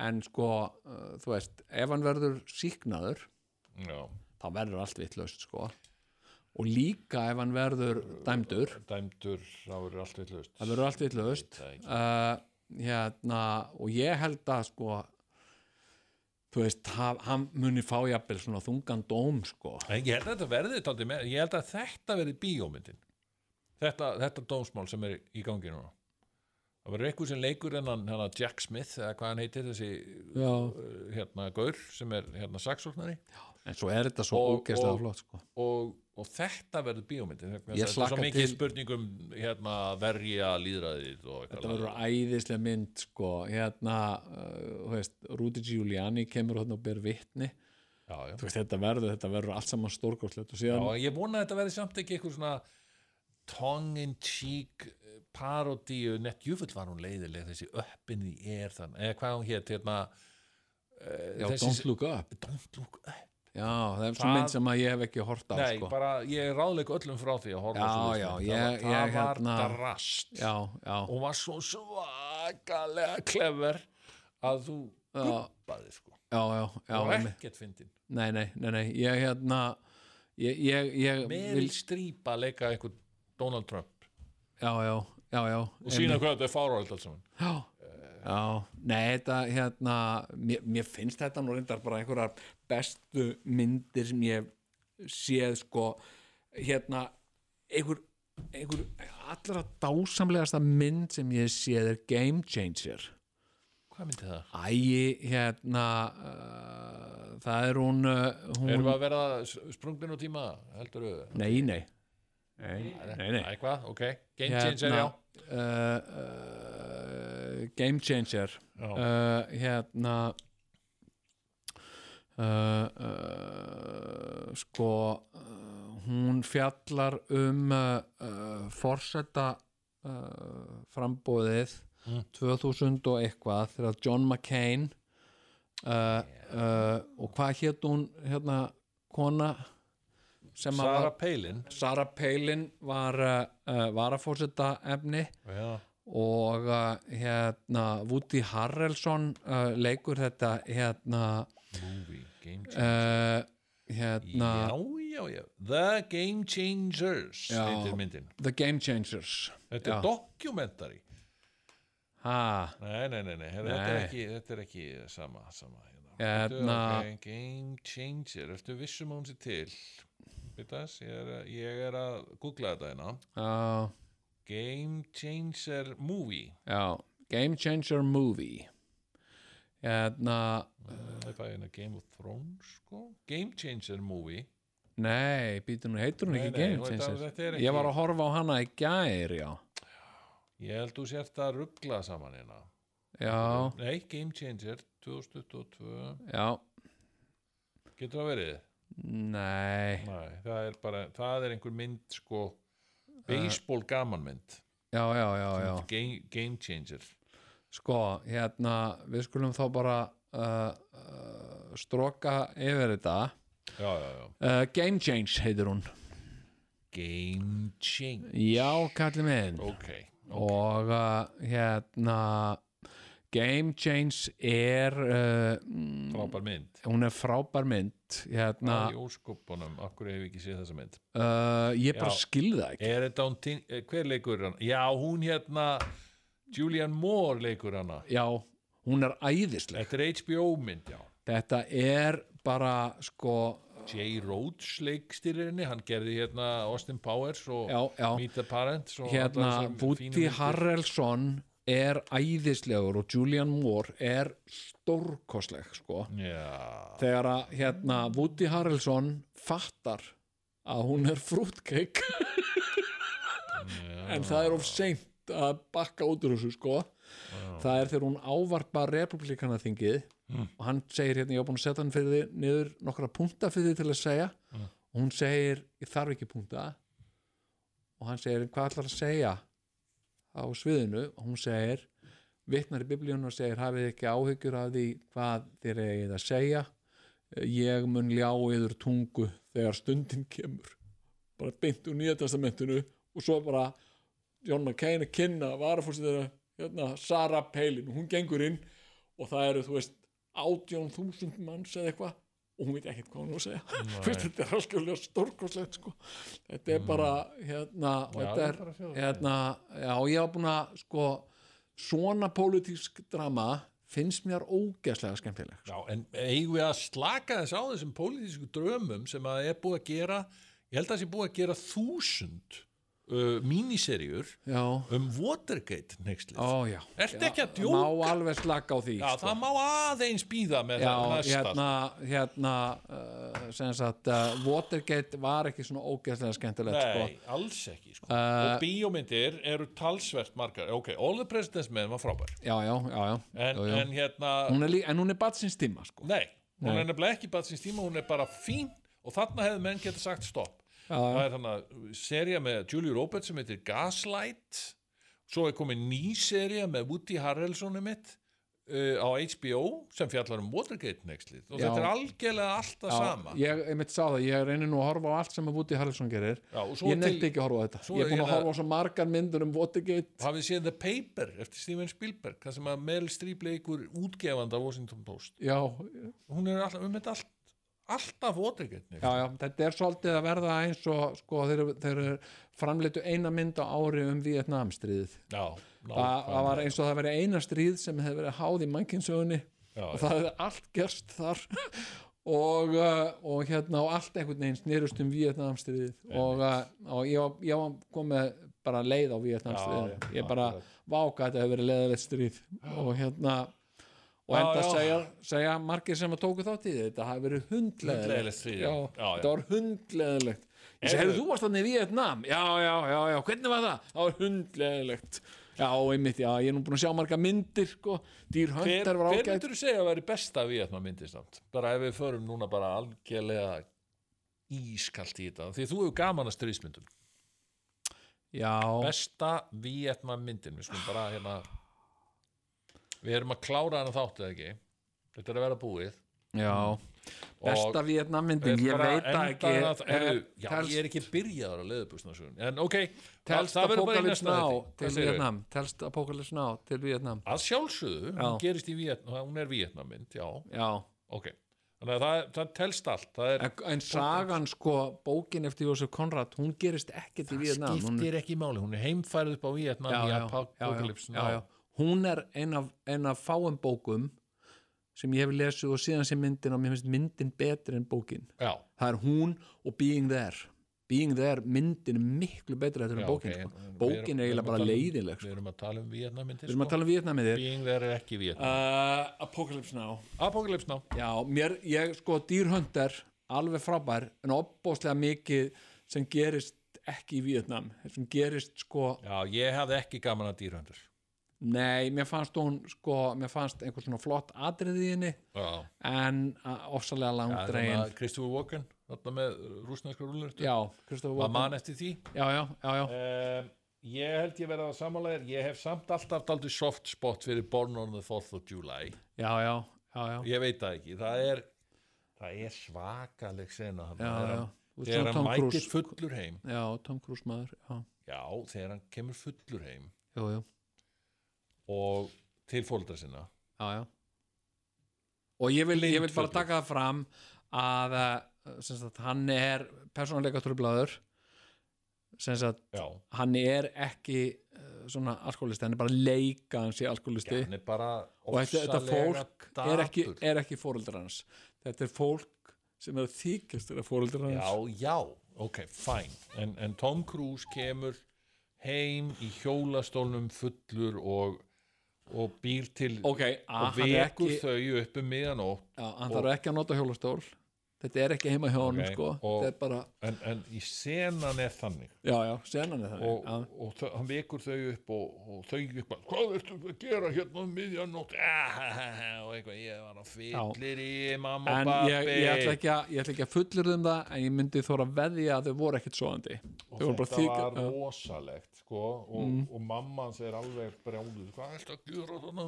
[SPEAKER 2] en sko, uh, þú veist ef hann verður síknaður
[SPEAKER 1] Já,
[SPEAKER 2] þá verður allt vitlaust sko og líka ef hann verður dæmdur
[SPEAKER 1] dæmdur, þá verður allt veitlaust
[SPEAKER 2] það verður allt vitlaust uh, hérna, og ég held að sko þú veist, hann, hann muni fá jafnvel svona þungan dóm sko
[SPEAKER 1] En ég held að þetta verði taldið með, ég held að þetta verði bíómyndin. Þetta, þetta dómsmál sem er í gangi núna. Það verður eitthvað sem leikur hennan hérna Jack Smith eða hvað hann heitir þessi
[SPEAKER 2] Já.
[SPEAKER 1] uh, hérna gaur sem er hérna saksóknari
[SPEAKER 7] en svo er þetta svo
[SPEAKER 1] Og-
[SPEAKER 7] ógeðslega
[SPEAKER 1] og-
[SPEAKER 7] flott sko.
[SPEAKER 1] og, og þetta verður bíómyndin. Þetta
[SPEAKER 7] Ég
[SPEAKER 1] er svo
[SPEAKER 7] hlakka
[SPEAKER 1] mikið
[SPEAKER 7] til-
[SPEAKER 1] spurningum hérna verja líðræðið og
[SPEAKER 2] þetta
[SPEAKER 1] eitthvað.
[SPEAKER 2] verður æðislega mynd sko, hérna uh, þú veist, Rudy Giuliani kemur hérna og ber vitni
[SPEAKER 1] Já, já.
[SPEAKER 2] þú veist, þetta verður, þetta verður allt saman stórkostlegt og síðan,
[SPEAKER 1] Já, ég vona að þetta verði samt ekki eitthvað svona tongue-in-cheek eh, parodíu, nett júfull var hún leiðileg þessi öppin í er þann eða hvað hún hétt hérna eh,
[SPEAKER 2] já,
[SPEAKER 1] þessi-
[SPEAKER 2] don't look up
[SPEAKER 1] Don't look up
[SPEAKER 2] já, það er svo
[SPEAKER 1] Það-
[SPEAKER 2] mynd sem að ég hef ekki hort á
[SPEAKER 1] Nei,
[SPEAKER 2] sko.
[SPEAKER 1] bara ég ráðleik öllum frá því að horfa
[SPEAKER 2] Já,
[SPEAKER 1] á svoleiðis
[SPEAKER 2] já,
[SPEAKER 1] mynd.
[SPEAKER 2] ég-
[SPEAKER 1] það var,
[SPEAKER 2] ég,
[SPEAKER 1] það
[SPEAKER 2] hérna-
[SPEAKER 1] var drast
[SPEAKER 2] já, já,
[SPEAKER 1] og var svo svakalega klefver að þú
[SPEAKER 2] já,
[SPEAKER 1] guppaði sko
[SPEAKER 2] já, já, já
[SPEAKER 1] og
[SPEAKER 2] einmitt.
[SPEAKER 1] ekkert fyndin
[SPEAKER 2] nei, nei, nei, nei, ég hérna ég, ég, ég
[SPEAKER 1] Meryl Streep að leika eitthvað Donald Trump
[SPEAKER 2] já, já, já, já
[SPEAKER 1] og sína hvað þetta er fárálegt alls saman
[SPEAKER 2] já, já, nei, þetta hérna, mér, mér finnst þetta nú reyndar bara einhverjar bestu myndir sem ég hef séð sko, hérna einhver, einhver allra dásamlegasta mynd sem ég hef séð er Game Changer
[SPEAKER 1] Hvað myndi það?
[SPEAKER 2] Æi, hérna uh, það er hún, uh, hún
[SPEAKER 1] Erum við að verða s- sprungin á tíma? Heldur við?
[SPEAKER 2] nei, nei nei, nei, nei.
[SPEAKER 1] Eitthvað, ok, game changer,
[SPEAKER 2] hérna, uh, uh, Game Changer
[SPEAKER 1] já, já.
[SPEAKER 2] uh, hérna uh, uh, sko uh, hún fjallar um uh, uh, forseta uh, frambóðið
[SPEAKER 1] Mm.
[SPEAKER 2] 2000 og eitthvað þegar John McCain uh, uh, og hvað hétt hún hérna kona sem að
[SPEAKER 1] Sara
[SPEAKER 2] var
[SPEAKER 1] Palin
[SPEAKER 2] Sarah Palin var uh, uh, varafórseta efni
[SPEAKER 1] já.
[SPEAKER 2] og uh, hérna Woody Harrelson uh, leikur þetta hérna
[SPEAKER 1] Movie, game changer
[SPEAKER 2] uh, hérna
[SPEAKER 1] Já, já, já The Game Changers
[SPEAKER 2] Já.
[SPEAKER 1] heitir myndin
[SPEAKER 2] The Game Changers
[SPEAKER 1] Þetta
[SPEAKER 2] Já.
[SPEAKER 1] er dokumentari
[SPEAKER 2] ha,
[SPEAKER 1] Nei, nei, nei, nei, nei. Þetta, er
[SPEAKER 2] Nei.
[SPEAKER 1] ekki, þetta er ekki sama, sama hérna.
[SPEAKER 2] hérna
[SPEAKER 1] Ertu, ok, Game Changer, ertu vissum að hún sér til Bittas, ég er, að- ég er að googla þetta hérna
[SPEAKER 2] já,
[SPEAKER 1] Game Changer Movie
[SPEAKER 2] já, Game Changer Movie hérna
[SPEAKER 1] Það er bara hérna Game of Thrones sko? Game Changer Movie
[SPEAKER 2] nei, býtur hún, heitur hún
[SPEAKER 1] Nei, nei,
[SPEAKER 2] ekki Game
[SPEAKER 1] þetta-
[SPEAKER 2] Changer
[SPEAKER 1] þetta er ekki-
[SPEAKER 2] ég var að horfa á hana í gær já,
[SPEAKER 1] Ég held þú sért að ruggla saman hérna
[SPEAKER 2] já,
[SPEAKER 1] Nei, Game Changer 2022
[SPEAKER 2] já
[SPEAKER 1] Getur það verið?
[SPEAKER 2] nei,
[SPEAKER 1] Nei, það er bara, það er einhver mynd sko, baseball gamanmynd
[SPEAKER 2] já, já, já, Eh. já.
[SPEAKER 1] game, game Changer
[SPEAKER 2] Sko, hérna, við skulum þá bara uh, uh, stroka yfir þetta.
[SPEAKER 1] Já, já, já
[SPEAKER 2] Uh, Game Change heitir hún.
[SPEAKER 1] Game Changer
[SPEAKER 2] Já, kallið minn.
[SPEAKER 1] Ok,
[SPEAKER 2] Og uh, hérna, Game Change er, uh, mm,
[SPEAKER 1] frábær mynd
[SPEAKER 2] hún er frábær mynd. Hérna,
[SPEAKER 1] Hvað er í óskupunum, af hverju hefur ekki séð þessa mynd
[SPEAKER 2] uh, ég bara
[SPEAKER 1] Já.
[SPEAKER 2] skil það ekki.
[SPEAKER 1] Er þetta hún, tin- eh, hver leikur hann? Já, hún hérna Julian Moore leikur hana
[SPEAKER 2] Já, hún er æðisleg.
[SPEAKER 1] Þetta er HBO mynd, já
[SPEAKER 2] Þetta er bara, sko,
[SPEAKER 1] Jay Rhodes leikstýrinni, hann gerði hérna Austin Powers og
[SPEAKER 2] já, já.
[SPEAKER 1] Meet the Parents og allar
[SPEAKER 2] hérna,
[SPEAKER 1] þessar fínu
[SPEAKER 2] Woody
[SPEAKER 1] myndir.
[SPEAKER 2] Harrelson er æðislegur og Julian Moore er stórkosleg sko.
[SPEAKER 1] Já,
[SPEAKER 2] þegar að hérna, Woody Harrelson fattar að hún er
[SPEAKER 1] [laughs]
[SPEAKER 2] fruitcake en það er of seint að bakka út úr þessu sko. það er þegar hún ávarpa republikana þingið
[SPEAKER 1] Hmm.
[SPEAKER 2] og hann segir hérna, ég á búin að setja hann fyrir þið niður nokkra punta fyrir þið til að segja
[SPEAKER 1] Hmm.
[SPEAKER 2] og hún segir, ég þarf ekki punta og hann segir, hvað ætlar að segja á sviðinu og hún segir, vitnar í biblíun og segir, hafið ekki áhyggjur af því hvað þér eigið að segja ég mun ljá yður tungu þegar stundin kemur bara beint úr nýja testamentinu og svo bara John McCain að kynna varafórsin þeirra hérna, Sarah Palin, hún gengur inn og það eru þú veist 18.000 manns eða eitthvað og hún veit ekkert hvað hún er að segja Fyrst, þetta er algjörlega stórkoslegt sko. þetta er bara hérna, og þetta er, hérna já, ég var búin að sko, svona pólitísk drama finnst mér ógeðslega skemmtileg
[SPEAKER 1] Já, en eigum við að slaka þess á þessum pólitísku drömmum sem að er búið að gera ég held að það sé búið að gera þúsund uh, míniserjur
[SPEAKER 2] já,
[SPEAKER 1] um Watergate nextlið
[SPEAKER 2] ó já
[SPEAKER 1] Ertu
[SPEAKER 2] Já,
[SPEAKER 1] ekki að djóka?
[SPEAKER 2] má alveg slaka á því
[SPEAKER 1] Já, það má aðeins býða með
[SPEAKER 2] Já,
[SPEAKER 1] það næsta
[SPEAKER 2] hérna, hérna uh, sem sagt, uh, Watergate var ekki svona ógeðslega skemmtilegt sko. Uh,
[SPEAKER 1] Nei, alls ekki sko. og bíómyndir eru talsvert margar ok, All the President's Men var frábær
[SPEAKER 2] já, já, já, já,
[SPEAKER 1] en,
[SPEAKER 2] jú, Mm. jú.
[SPEAKER 1] en hérna,
[SPEAKER 2] Hún er lí- en hún er bara sinns tíma sko.
[SPEAKER 1] nei hún er nefnilega ekki bara síns tíma, hún er bara fín og þarna hefðu menn geta sagt stopp það er þannig serja með Julie Roberts sem heitir Gaslight svo er komin ný serja með Woody Harrelsoni mitt uh, á HBO sem fjallar um Watergate nextlið og
[SPEAKER 2] Já.
[SPEAKER 1] þetta er algjörlega alltaf sama
[SPEAKER 2] ég, ég mitt sá það, ég reynir nú að horfa á allt sem að Woody Harrelson gerir
[SPEAKER 1] Já, og svo
[SPEAKER 2] ég
[SPEAKER 1] er
[SPEAKER 2] nefndi
[SPEAKER 1] til-
[SPEAKER 2] ekki að horfa á þetta
[SPEAKER 1] svo
[SPEAKER 2] ég er búin
[SPEAKER 1] er
[SPEAKER 2] að
[SPEAKER 1] hérna-
[SPEAKER 2] horfa á svo margar myndur um Watergate
[SPEAKER 1] hafið séð The Paper eftir Steven Spielberg það sem að Meryl Streep leikur útgefanda á Washington Post
[SPEAKER 2] já,
[SPEAKER 1] hún er alltaf, um þetta allt, alltaf votryggetni
[SPEAKER 2] já, já, þetta er svolítið að verða eins og sko, þeir, þeir framleitu eina mynd á ári um Vietnamstríðið
[SPEAKER 1] já, ná,
[SPEAKER 2] Þa- það var eins og það verið eina stríð sem hefði verið háð í mannkinsögunni
[SPEAKER 1] Já,
[SPEAKER 2] og það hefði allt gerst þar [laughs] og, uh, og hérna og allt einhvern veginn snýrust um Vietnamstríðið og, uh, og ég, var, ég var komið bara leið á Vietnamstríðið ég bara váka þetta hefur verið leiðilegt stríð og hérna og
[SPEAKER 1] Já,
[SPEAKER 2] enda
[SPEAKER 1] já.
[SPEAKER 2] segja, segja margir sem að tóku þátt í því, þetta hafi verið hundleðilegt
[SPEAKER 1] Hundleiðinlegt stríð, já.
[SPEAKER 2] já,
[SPEAKER 1] Já, já.
[SPEAKER 2] þetta var hundleðilegt ég segi,
[SPEAKER 1] Heyrðu-
[SPEAKER 2] heyrðu, þú varst þannig í Vietnam já, já, já, já, hvernig var það? það var hundleðilegt já, einmitt, já, ég er nú búin að sjá marga myndir sko. dýr
[SPEAKER 1] hver,
[SPEAKER 2] höndar var
[SPEAKER 1] hver
[SPEAKER 2] ágætt
[SPEAKER 1] myndur þú segja að veri besta við að maður myndist samt bara ef við förum núna bara algjörlega ískalt í þetta því þú hefur gaman að stríðsmyndum
[SPEAKER 2] já,
[SPEAKER 1] besta Vietnam myndin við skulum bara hérna við erum að klára hana þátt eða ekki þetta er að vera búið
[SPEAKER 2] já besta Vietnam myndin, ég veit það ekki
[SPEAKER 1] er,
[SPEAKER 2] Eh,
[SPEAKER 1] já,
[SPEAKER 2] telst-
[SPEAKER 1] ég er ekki byrjaður að leðubúsnarsögun en ok, það,
[SPEAKER 2] telst
[SPEAKER 1] það verður bara í
[SPEAKER 2] Apocalypse
[SPEAKER 1] næsta
[SPEAKER 2] Now
[SPEAKER 1] þætti.
[SPEAKER 2] til
[SPEAKER 1] Hvað segirðu?
[SPEAKER 2] Vietnam telst Apocalypse Now til Vietnam
[SPEAKER 1] að sjálfsögðu,
[SPEAKER 2] Já.
[SPEAKER 1] hún gerist í Vietnam hún er Vietnamynd, já,
[SPEAKER 2] já,
[SPEAKER 1] ok þannig að það, það telst allt það er,
[SPEAKER 2] en, en sagan sko, bókin eftir Jósef Konrad hún gerist ekkert í Vietnam hún
[SPEAKER 1] skiptir ekki máli, hún er heimfærið upp á Vietnam
[SPEAKER 2] já,
[SPEAKER 1] í
[SPEAKER 2] já,
[SPEAKER 1] apokalypse
[SPEAKER 2] já, já, já. hún er ein af, ein af fáum bókum sem ég hef lesið og síðan sem myndin og mér finnst myndin betri en bókin
[SPEAKER 1] já,
[SPEAKER 2] það er hún og Being There Being There, myndin er miklu betri þetta
[SPEAKER 1] já,
[SPEAKER 2] en bókin,
[SPEAKER 1] ok,
[SPEAKER 2] sko.
[SPEAKER 1] en- við
[SPEAKER 2] bókin
[SPEAKER 1] erum-
[SPEAKER 2] er
[SPEAKER 1] við erum
[SPEAKER 2] eiginlega
[SPEAKER 1] að
[SPEAKER 2] bara
[SPEAKER 1] tala um-
[SPEAKER 2] leiðileg sko.
[SPEAKER 1] við erum að tala um Vietnamyndir
[SPEAKER 2] við erum að tala um Vietnamið
[SPEAKER 1] Being there er ekki Vietnam
[SPEAKER 2] uh, Apocalypse Now
[SPEAKER 1] Apocalypse Now,
[SPEAKER 2] Já, mér, ég sko dýrhöndar alveg frábær en opbóðslega mikið sem gerist ekki í Vietnam sem gerist sko
[SPEAKER 1] já, ég hafði ekki gaman að dýrhöndur
[SPEAKER 2] Nei, mér fannst hún sko, mér fannst einhver svona flott atriði í henni
[SPEAKER 1] já,
[SPEAKER 2] en a- ofsalega
[SPEAKER 1] það er
[SPEAKER 2] langdregin
[SPEAKER 1] þarna Christopher Walken þarna með uh, rúsneskar rúlur
[SPEAKER 2] Já, Kristofur
[SPEAKER 1] maður
[SPEAKER 2] Walken
[SPEAKER 1] man eftir því
[SPEAKER 2] Já, já, já, já,
[SPEAKER 1] Um, ég held ég verið að samanlegar ég hef samt alltaf daldi soft spot fyrir Born on the 4th of July
[SPEAKER 2] já, já, já, já.
[SPEAKER 1] ég veit það ekki, það er það er svakaleg sena hann
[SPEAKER 2] Já,
[SPEAKER 1] þegar
[SPEAKER 2] já.
[SPEAKER 1] hann-
[SPEAKER 2] Þú ert
[SPEAKER 1] þegar
[SPEAKER 2] svona
[SPEAKER 1] hann
[SPEAKER 2] Tom
[SPEAKER 1] mætir
[SPEAKER 2] Cruise.
[SPEAKER 1] fullur heim
[SPEAKER 2] Já, Tom Cruise maður Já,
[SPEAKER 1] já, þegar hann kemur fullur heim
[SPEAKER 2] jú, jú,
[SPEAKER 1] og til fóldra sinna
[SPEAKER 2] já, já Og ég vil, ég vil bara
[SPEAKER 1] Blindfullur.
[SPEAKER 2] taka það fram að eh, sem sagt, hann er persónuleika tröflaður sem sagt,
[SPEAKER 1] já,
[SPEAKER 2] hann er ekki eh, svona alkoholisti, hann er bara leika hans í alkoholisti
[SPEAKER 1] hann er bara
[SPEAKER 2] og þetta, þetta
[SPEAKER 1] ofsalega
[SPEAKER 2] fólk er ekki,
[SPEAKER 1] dapurt.
[SPEAKER 2] er ekki fóreldrar hans þetta er fólk sem er að þykjast þeirra fóreldrar hans
[SPEAKER 1] já, já, ok, fine en, en Tom Cruise kemur heim í hjólastólnum fullur og, og býr til
[SPEAKER 2] ok, a,
[SPEAKER 1] og
[SPEAKER 2] Ah, hann, er
[SPEAKER 1] vekur
[SPEAKER 2] ekki,
[SPEAKER 1] þau upp um miðanótt
[SPEAKER 2] já, hann þarf ekki að nota hjólastól þetta er ekki heima hjá honum
[SPEAKER 1] Ok,
[SPEAKER 2] sko.
[SPEAKER 1] og-
[SPEAKER 2] þetta er bara,
[SPEAKER 1] en, en í senan er þannig
[SPEAKER 2] já já, senan er
[SPEAKER 1] og,
[SPEAKER 2] þannig
[SPEAKER 1] og, þau, hann vekur þau upp og, og þau upp að, hvað ertu að gera hérna um miðjanótt Ah, [laughs] og eitthvað, ég var að fyllir í mamma
[SPEAKER 2] en
[SPEAKER 1] og babbi
[SPEAKER 2] ég, ég, ætla ekki að, ég ætla ekki að fullur um það en ég myndi þóra að veðja að þau voru ekkit svoandi þau voru
[SPEAKER 1] og
[SPEAKER 2] bara
[SPEAKER 1] þetta
[SPEAKER 2] þykja
[SPEAKER 1] var
[SPEAKER 2] já, Mm.
[SPEAKER 1] rosalegt sko, og, og mamma hans er alveg brjáluð, hvað ertu að gera þarna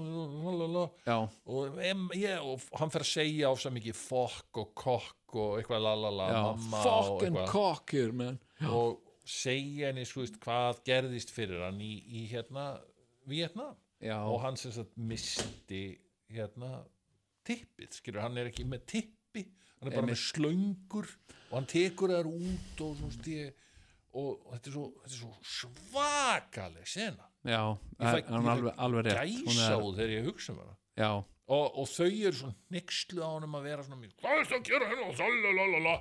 [SPEAKER 1] Lalala.
[SPEAKER 2] já,
[SPEAKER 1] og, em, ég, og hann fer að segja á svo mikið fokk og kokk og eitthvað lalala
[SPEAKER 2] já,
[SPEAKER 1] mamma og
[SPEAKER 2] fucking
[SPEAKER 1] eitthvað
[SPEAKER 2] cocker man.
[SPEAKER 1] og segja henni sko, veist, hvað gerðist fyrir hann í, í hérna Vietnam
[SPEAKER 2] já,
[SPEAKER 1] og hann sem sagt misti hérna tippið, skilur, hann er ekki með tippi hann er bara með slöngur og hann tekur þær út og, svona, stið, og þetta, er svo, þetta er svo svakaleg sena
[SPEAKER 2] já, það er hann alveg, alveg rétt hún
[SPEAKER 1] gæsa
[SPEAKER 2] er,
[SPEAKER 1] á þegar ég hugsa um hana
[SPEAKER 2] já,
[SPEAKER 1] og, og þau eru svona nexlu á honum að vera svona mjög, hvað er það að gera hérna Salalala."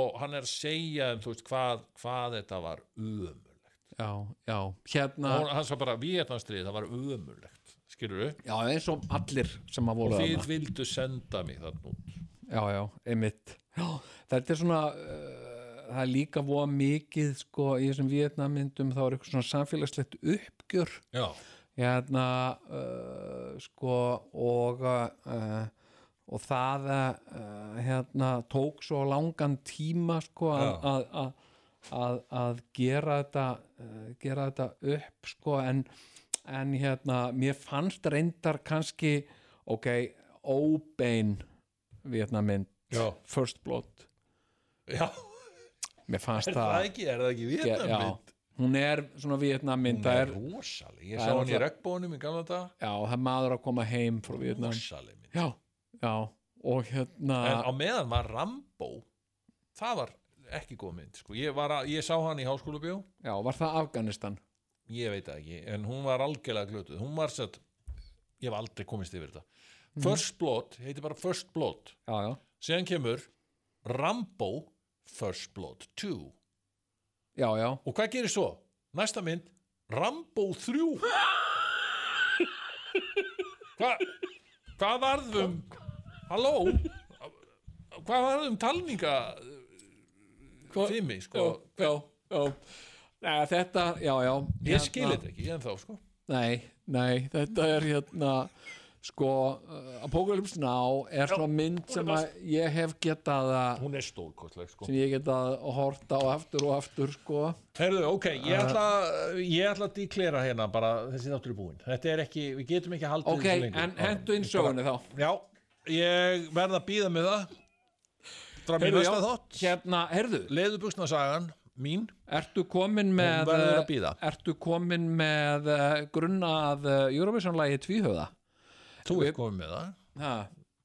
[SPEAKER 1] og hann er að segja um, þú veist, hvað, hvað þetta var ömulegt
[SPEAKER 2] já, já hérna,
[SPEAKER 1] og hann sagði bara Vietnamstrið, það var ömulegt skilur við,
[SPEAKER 2] já, eins og allir sem að voru
[SPEAKER 1] og
[SPEAKER 2] þarna.
[SPEAKER 1] þið vildu senda mig þann út
[SPEAKER 2] já, já, einmitt já, þetta er svona uh, það er líka voða mikið sko, í þessum Vietnamyndum þá er eitthvað svona samfélagslegt uppgjör
[SPEAKER 1] já,
[SPEAKER 2] hérna uh, sko og uh, og það uh, hérna tók svo langan tíma sko að,
[SPEAKER 1] Já.
[SPEAKER 2] að, að, að, að gera þetta uh, gera þetta upp sko en, en hérna mér fannst reyndar kannski ok, óbein Vietnamind
[SPEAKER 1] já,
[SPEAKER 2] First Blood
[SPEAKER 1] já
[SPEAKER 2] mér fannst
[SPEAKER 1] er það
[SPEAKER 2] það,
[SPEAKER 1] ekki, er það ekki Vietnamstrið
[SPEAKER 2] já, hún er svona Vietnamind það er,
[SPEAKER 1] rosaleg, ég sá
[SPEAKER 2] það er
[SPEAKER 1] hann í
[SPEAKER 2] náttúrulega-
[SPEAKER 1] regnbónum í gamla dag
[SPEAKER 2] já, það er maður að koma heim frá Vietnam
[SPEAKER 1] rosaleg mynd
[SPEAKER 2] já, já og hérna
[SPEAKER 1] en á meðan var Rambo það var ekki góð mynd sko. ég, var að, ég sá hann í háskólabjó
[SPEAKER 2] já, var það Afganistan
[SPEAKER 1] ég veit það ekki, en hún var algjörlega glötuð hún var sett, ég hef aldrei komist yfir þetta
[SPEAKER 2] Mm.
[SPEAKER 1] First Blood, heitir bara First Blood
[SPEAKER 2] já, já,
[SPEAKER 1] síðan kemur Rambo First Blood 2 og
[SPEAKER 2] já, já,
[SPEAKER 1] hvað gerir svo? næsta mynd, Rambo 3 Hva, hvað varðum halló hvað varðum talninga þimi sko
[SPEAKER 2] já, já. Nei, þetta, já, já Hérna-
[SPEAKER 1] ég skil þetta ekki, ég en þá sko
[SPEAKER 2] nei, nei, þetta er hérna sko, uh, Apocalypse Now er svona mynd sem að ég hef getað að
[SPEAKER 1] hún er stórkostleg sko
[SPEAKER 2] sem ég getað að horta á aftur og aftur sko,
[SPEAKER 1] Herðu, ok, ég
[SPEAKER 2] Ah.
[SPEAKER 1] ætla, ég ætla að deklera hérna bara þessi þáttur er búinn. Þetta er ekki, við getum ekki haldið
[SPEAKER 2] ok,
[SPEAKER 1] þessu lengur.
[SPEAKER 2] en hendu inn sögunni þá
[SPEAKER 1] Já, ég verð að býða með það. Dram í
[SPEAKER 2] Heyrðu, já,
[SPEAKER 1] næsta þátt.
[SPEAKER 2] hérna, herðu,
[SPEAKER 1] Leðubuxnasagan mín.
[SPEAKER 2] ertu komin með eh,
[SPEAKER 1] verður að bíða.
[SPEAKER 2] ertu komin með uh, grunnað uh, Eurovision-lægi tvíhöða
[SPEAKER 1] Þú ert komið með það.
[SPEAKER 2] ha,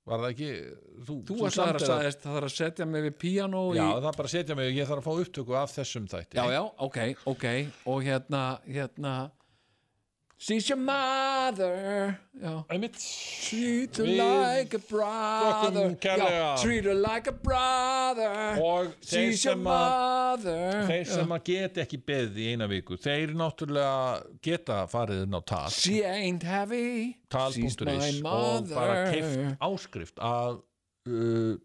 [SPEAKER 1] Var það ekki, þú,
[SPEAKER 2] þú ætlar að,
[SPEAKER 1] samdir
[SPEAKER 2] sagðist, það þarf að setja mig við píano
[SPEAKER 1] Já,
[SPEAKER 2] í,
[SPEAKER 1] það er bara að setja mig, ég þarf að fá upptöku af þessum þætti.
[SPEAKER 2] já, já, ok, ok og hérna, hérna she's your mother já
[SPEAKER 1] Einmitt.
[SPEAKER 2] treat her
[SPEAKER 1] Við
[SPEAKER 2] like a brother
[SPEAKER 1] þökkum kærlega.
[SPEAKER 2] já, treat her like a brother
[SPEAKER 1] Og [laughs] þeir
[SPEAKER 2] she's your
[SPEAKER 1] sem að
[SPEAKER 2] mother
[SPEAKER 1] Þeir sem að geta ekki beðið í eina viku, þeir náttúrulega geta farið inn á tal.
[SPEAKER 2] she ain't heavy she's my
[SPEAKER 1] tal.is og
[SPEAKER 2] mother
[SPEAKER 1] bara keft áskrift að uh,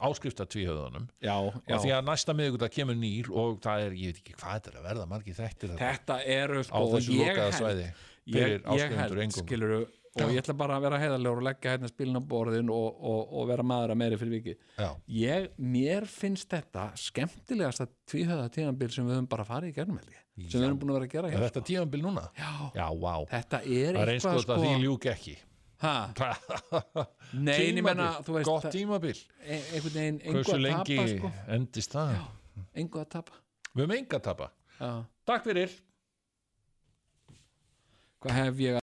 [SPEAKER 1] áskrifta tvíhöðunum
[SPEAKER 2] já,
[SPEAKER 1] og því
[SPEAKER 2] já
[SPEAKER 1] að næsta miðvikudag kemur nýr og það er, ég veit ekki hvað þetta er að verða margir þættir þetta
[SPEAKER 2] þetta eru
[SPEAKER 1] á
[SPEAKER 2] sko og
[SPEAKER 1] þessu
[SPEAKER 2] ég
[SPEAKER 1] lokaða
[SPEAKER 2] held-
[SPEAKER 1] svæði fyrir
[SPEAKER 2] ég, ég
[SPEAKER 1] áskrifundur
[SPEAKER 2] held,
[SPEAKER 1] engum
[SPEAKER 2] skilur og ég ætla bara að vera heiðarlegur og leggja hérna spilin á borðin og, og, og vera maður að meiri fyrir viki
[SPEAKER 1] Já.
[SPEAKER 2] ég, mér finnst þetta skemmtilegast að tvíhöða tíðanbíl sem við höfum bara farið í gegnum held ég, sem við höfum búin að vera að gera
[SPEAKER 1] Er
[SPEAKER 2] hér
[SPEAKER 1] þetta tíðanbíl núna? Já, já vá,
[SPEAKER 2] þetta er
[SPEAKER 1] það er eins
[SPEAKER 2] eitthvað
[SPEAKER 1] og
[SPEAKER 2] sko
[SPEAKER 1] þetta því ljúk
[SPEAKER 2] [laughs]
[SPEAKER 1] ekki
[SPEAKER 2] ha, nei, en ég menna, þú veist
[SPEAKER 1] gott
[SPEAKER 2] það-
[SPEAKER 1] tímabil
[SPEAKER 2] e- einhvern veginn, engu
[SPEAKER 1] hversu
[SPEAKER 2] að
[SPEAKER 1] lengi
[SPEAKER 2] tapa sko,
[SPEAKER 1] endist það
[SPEAKER 2] engu að tapa
[SPEAKER 1] við höfum enga að tapa
[SPEAKER 2] Já.
[SPEAKER 1] Takk fyrir
[SPEAKER 2] hvað hef ég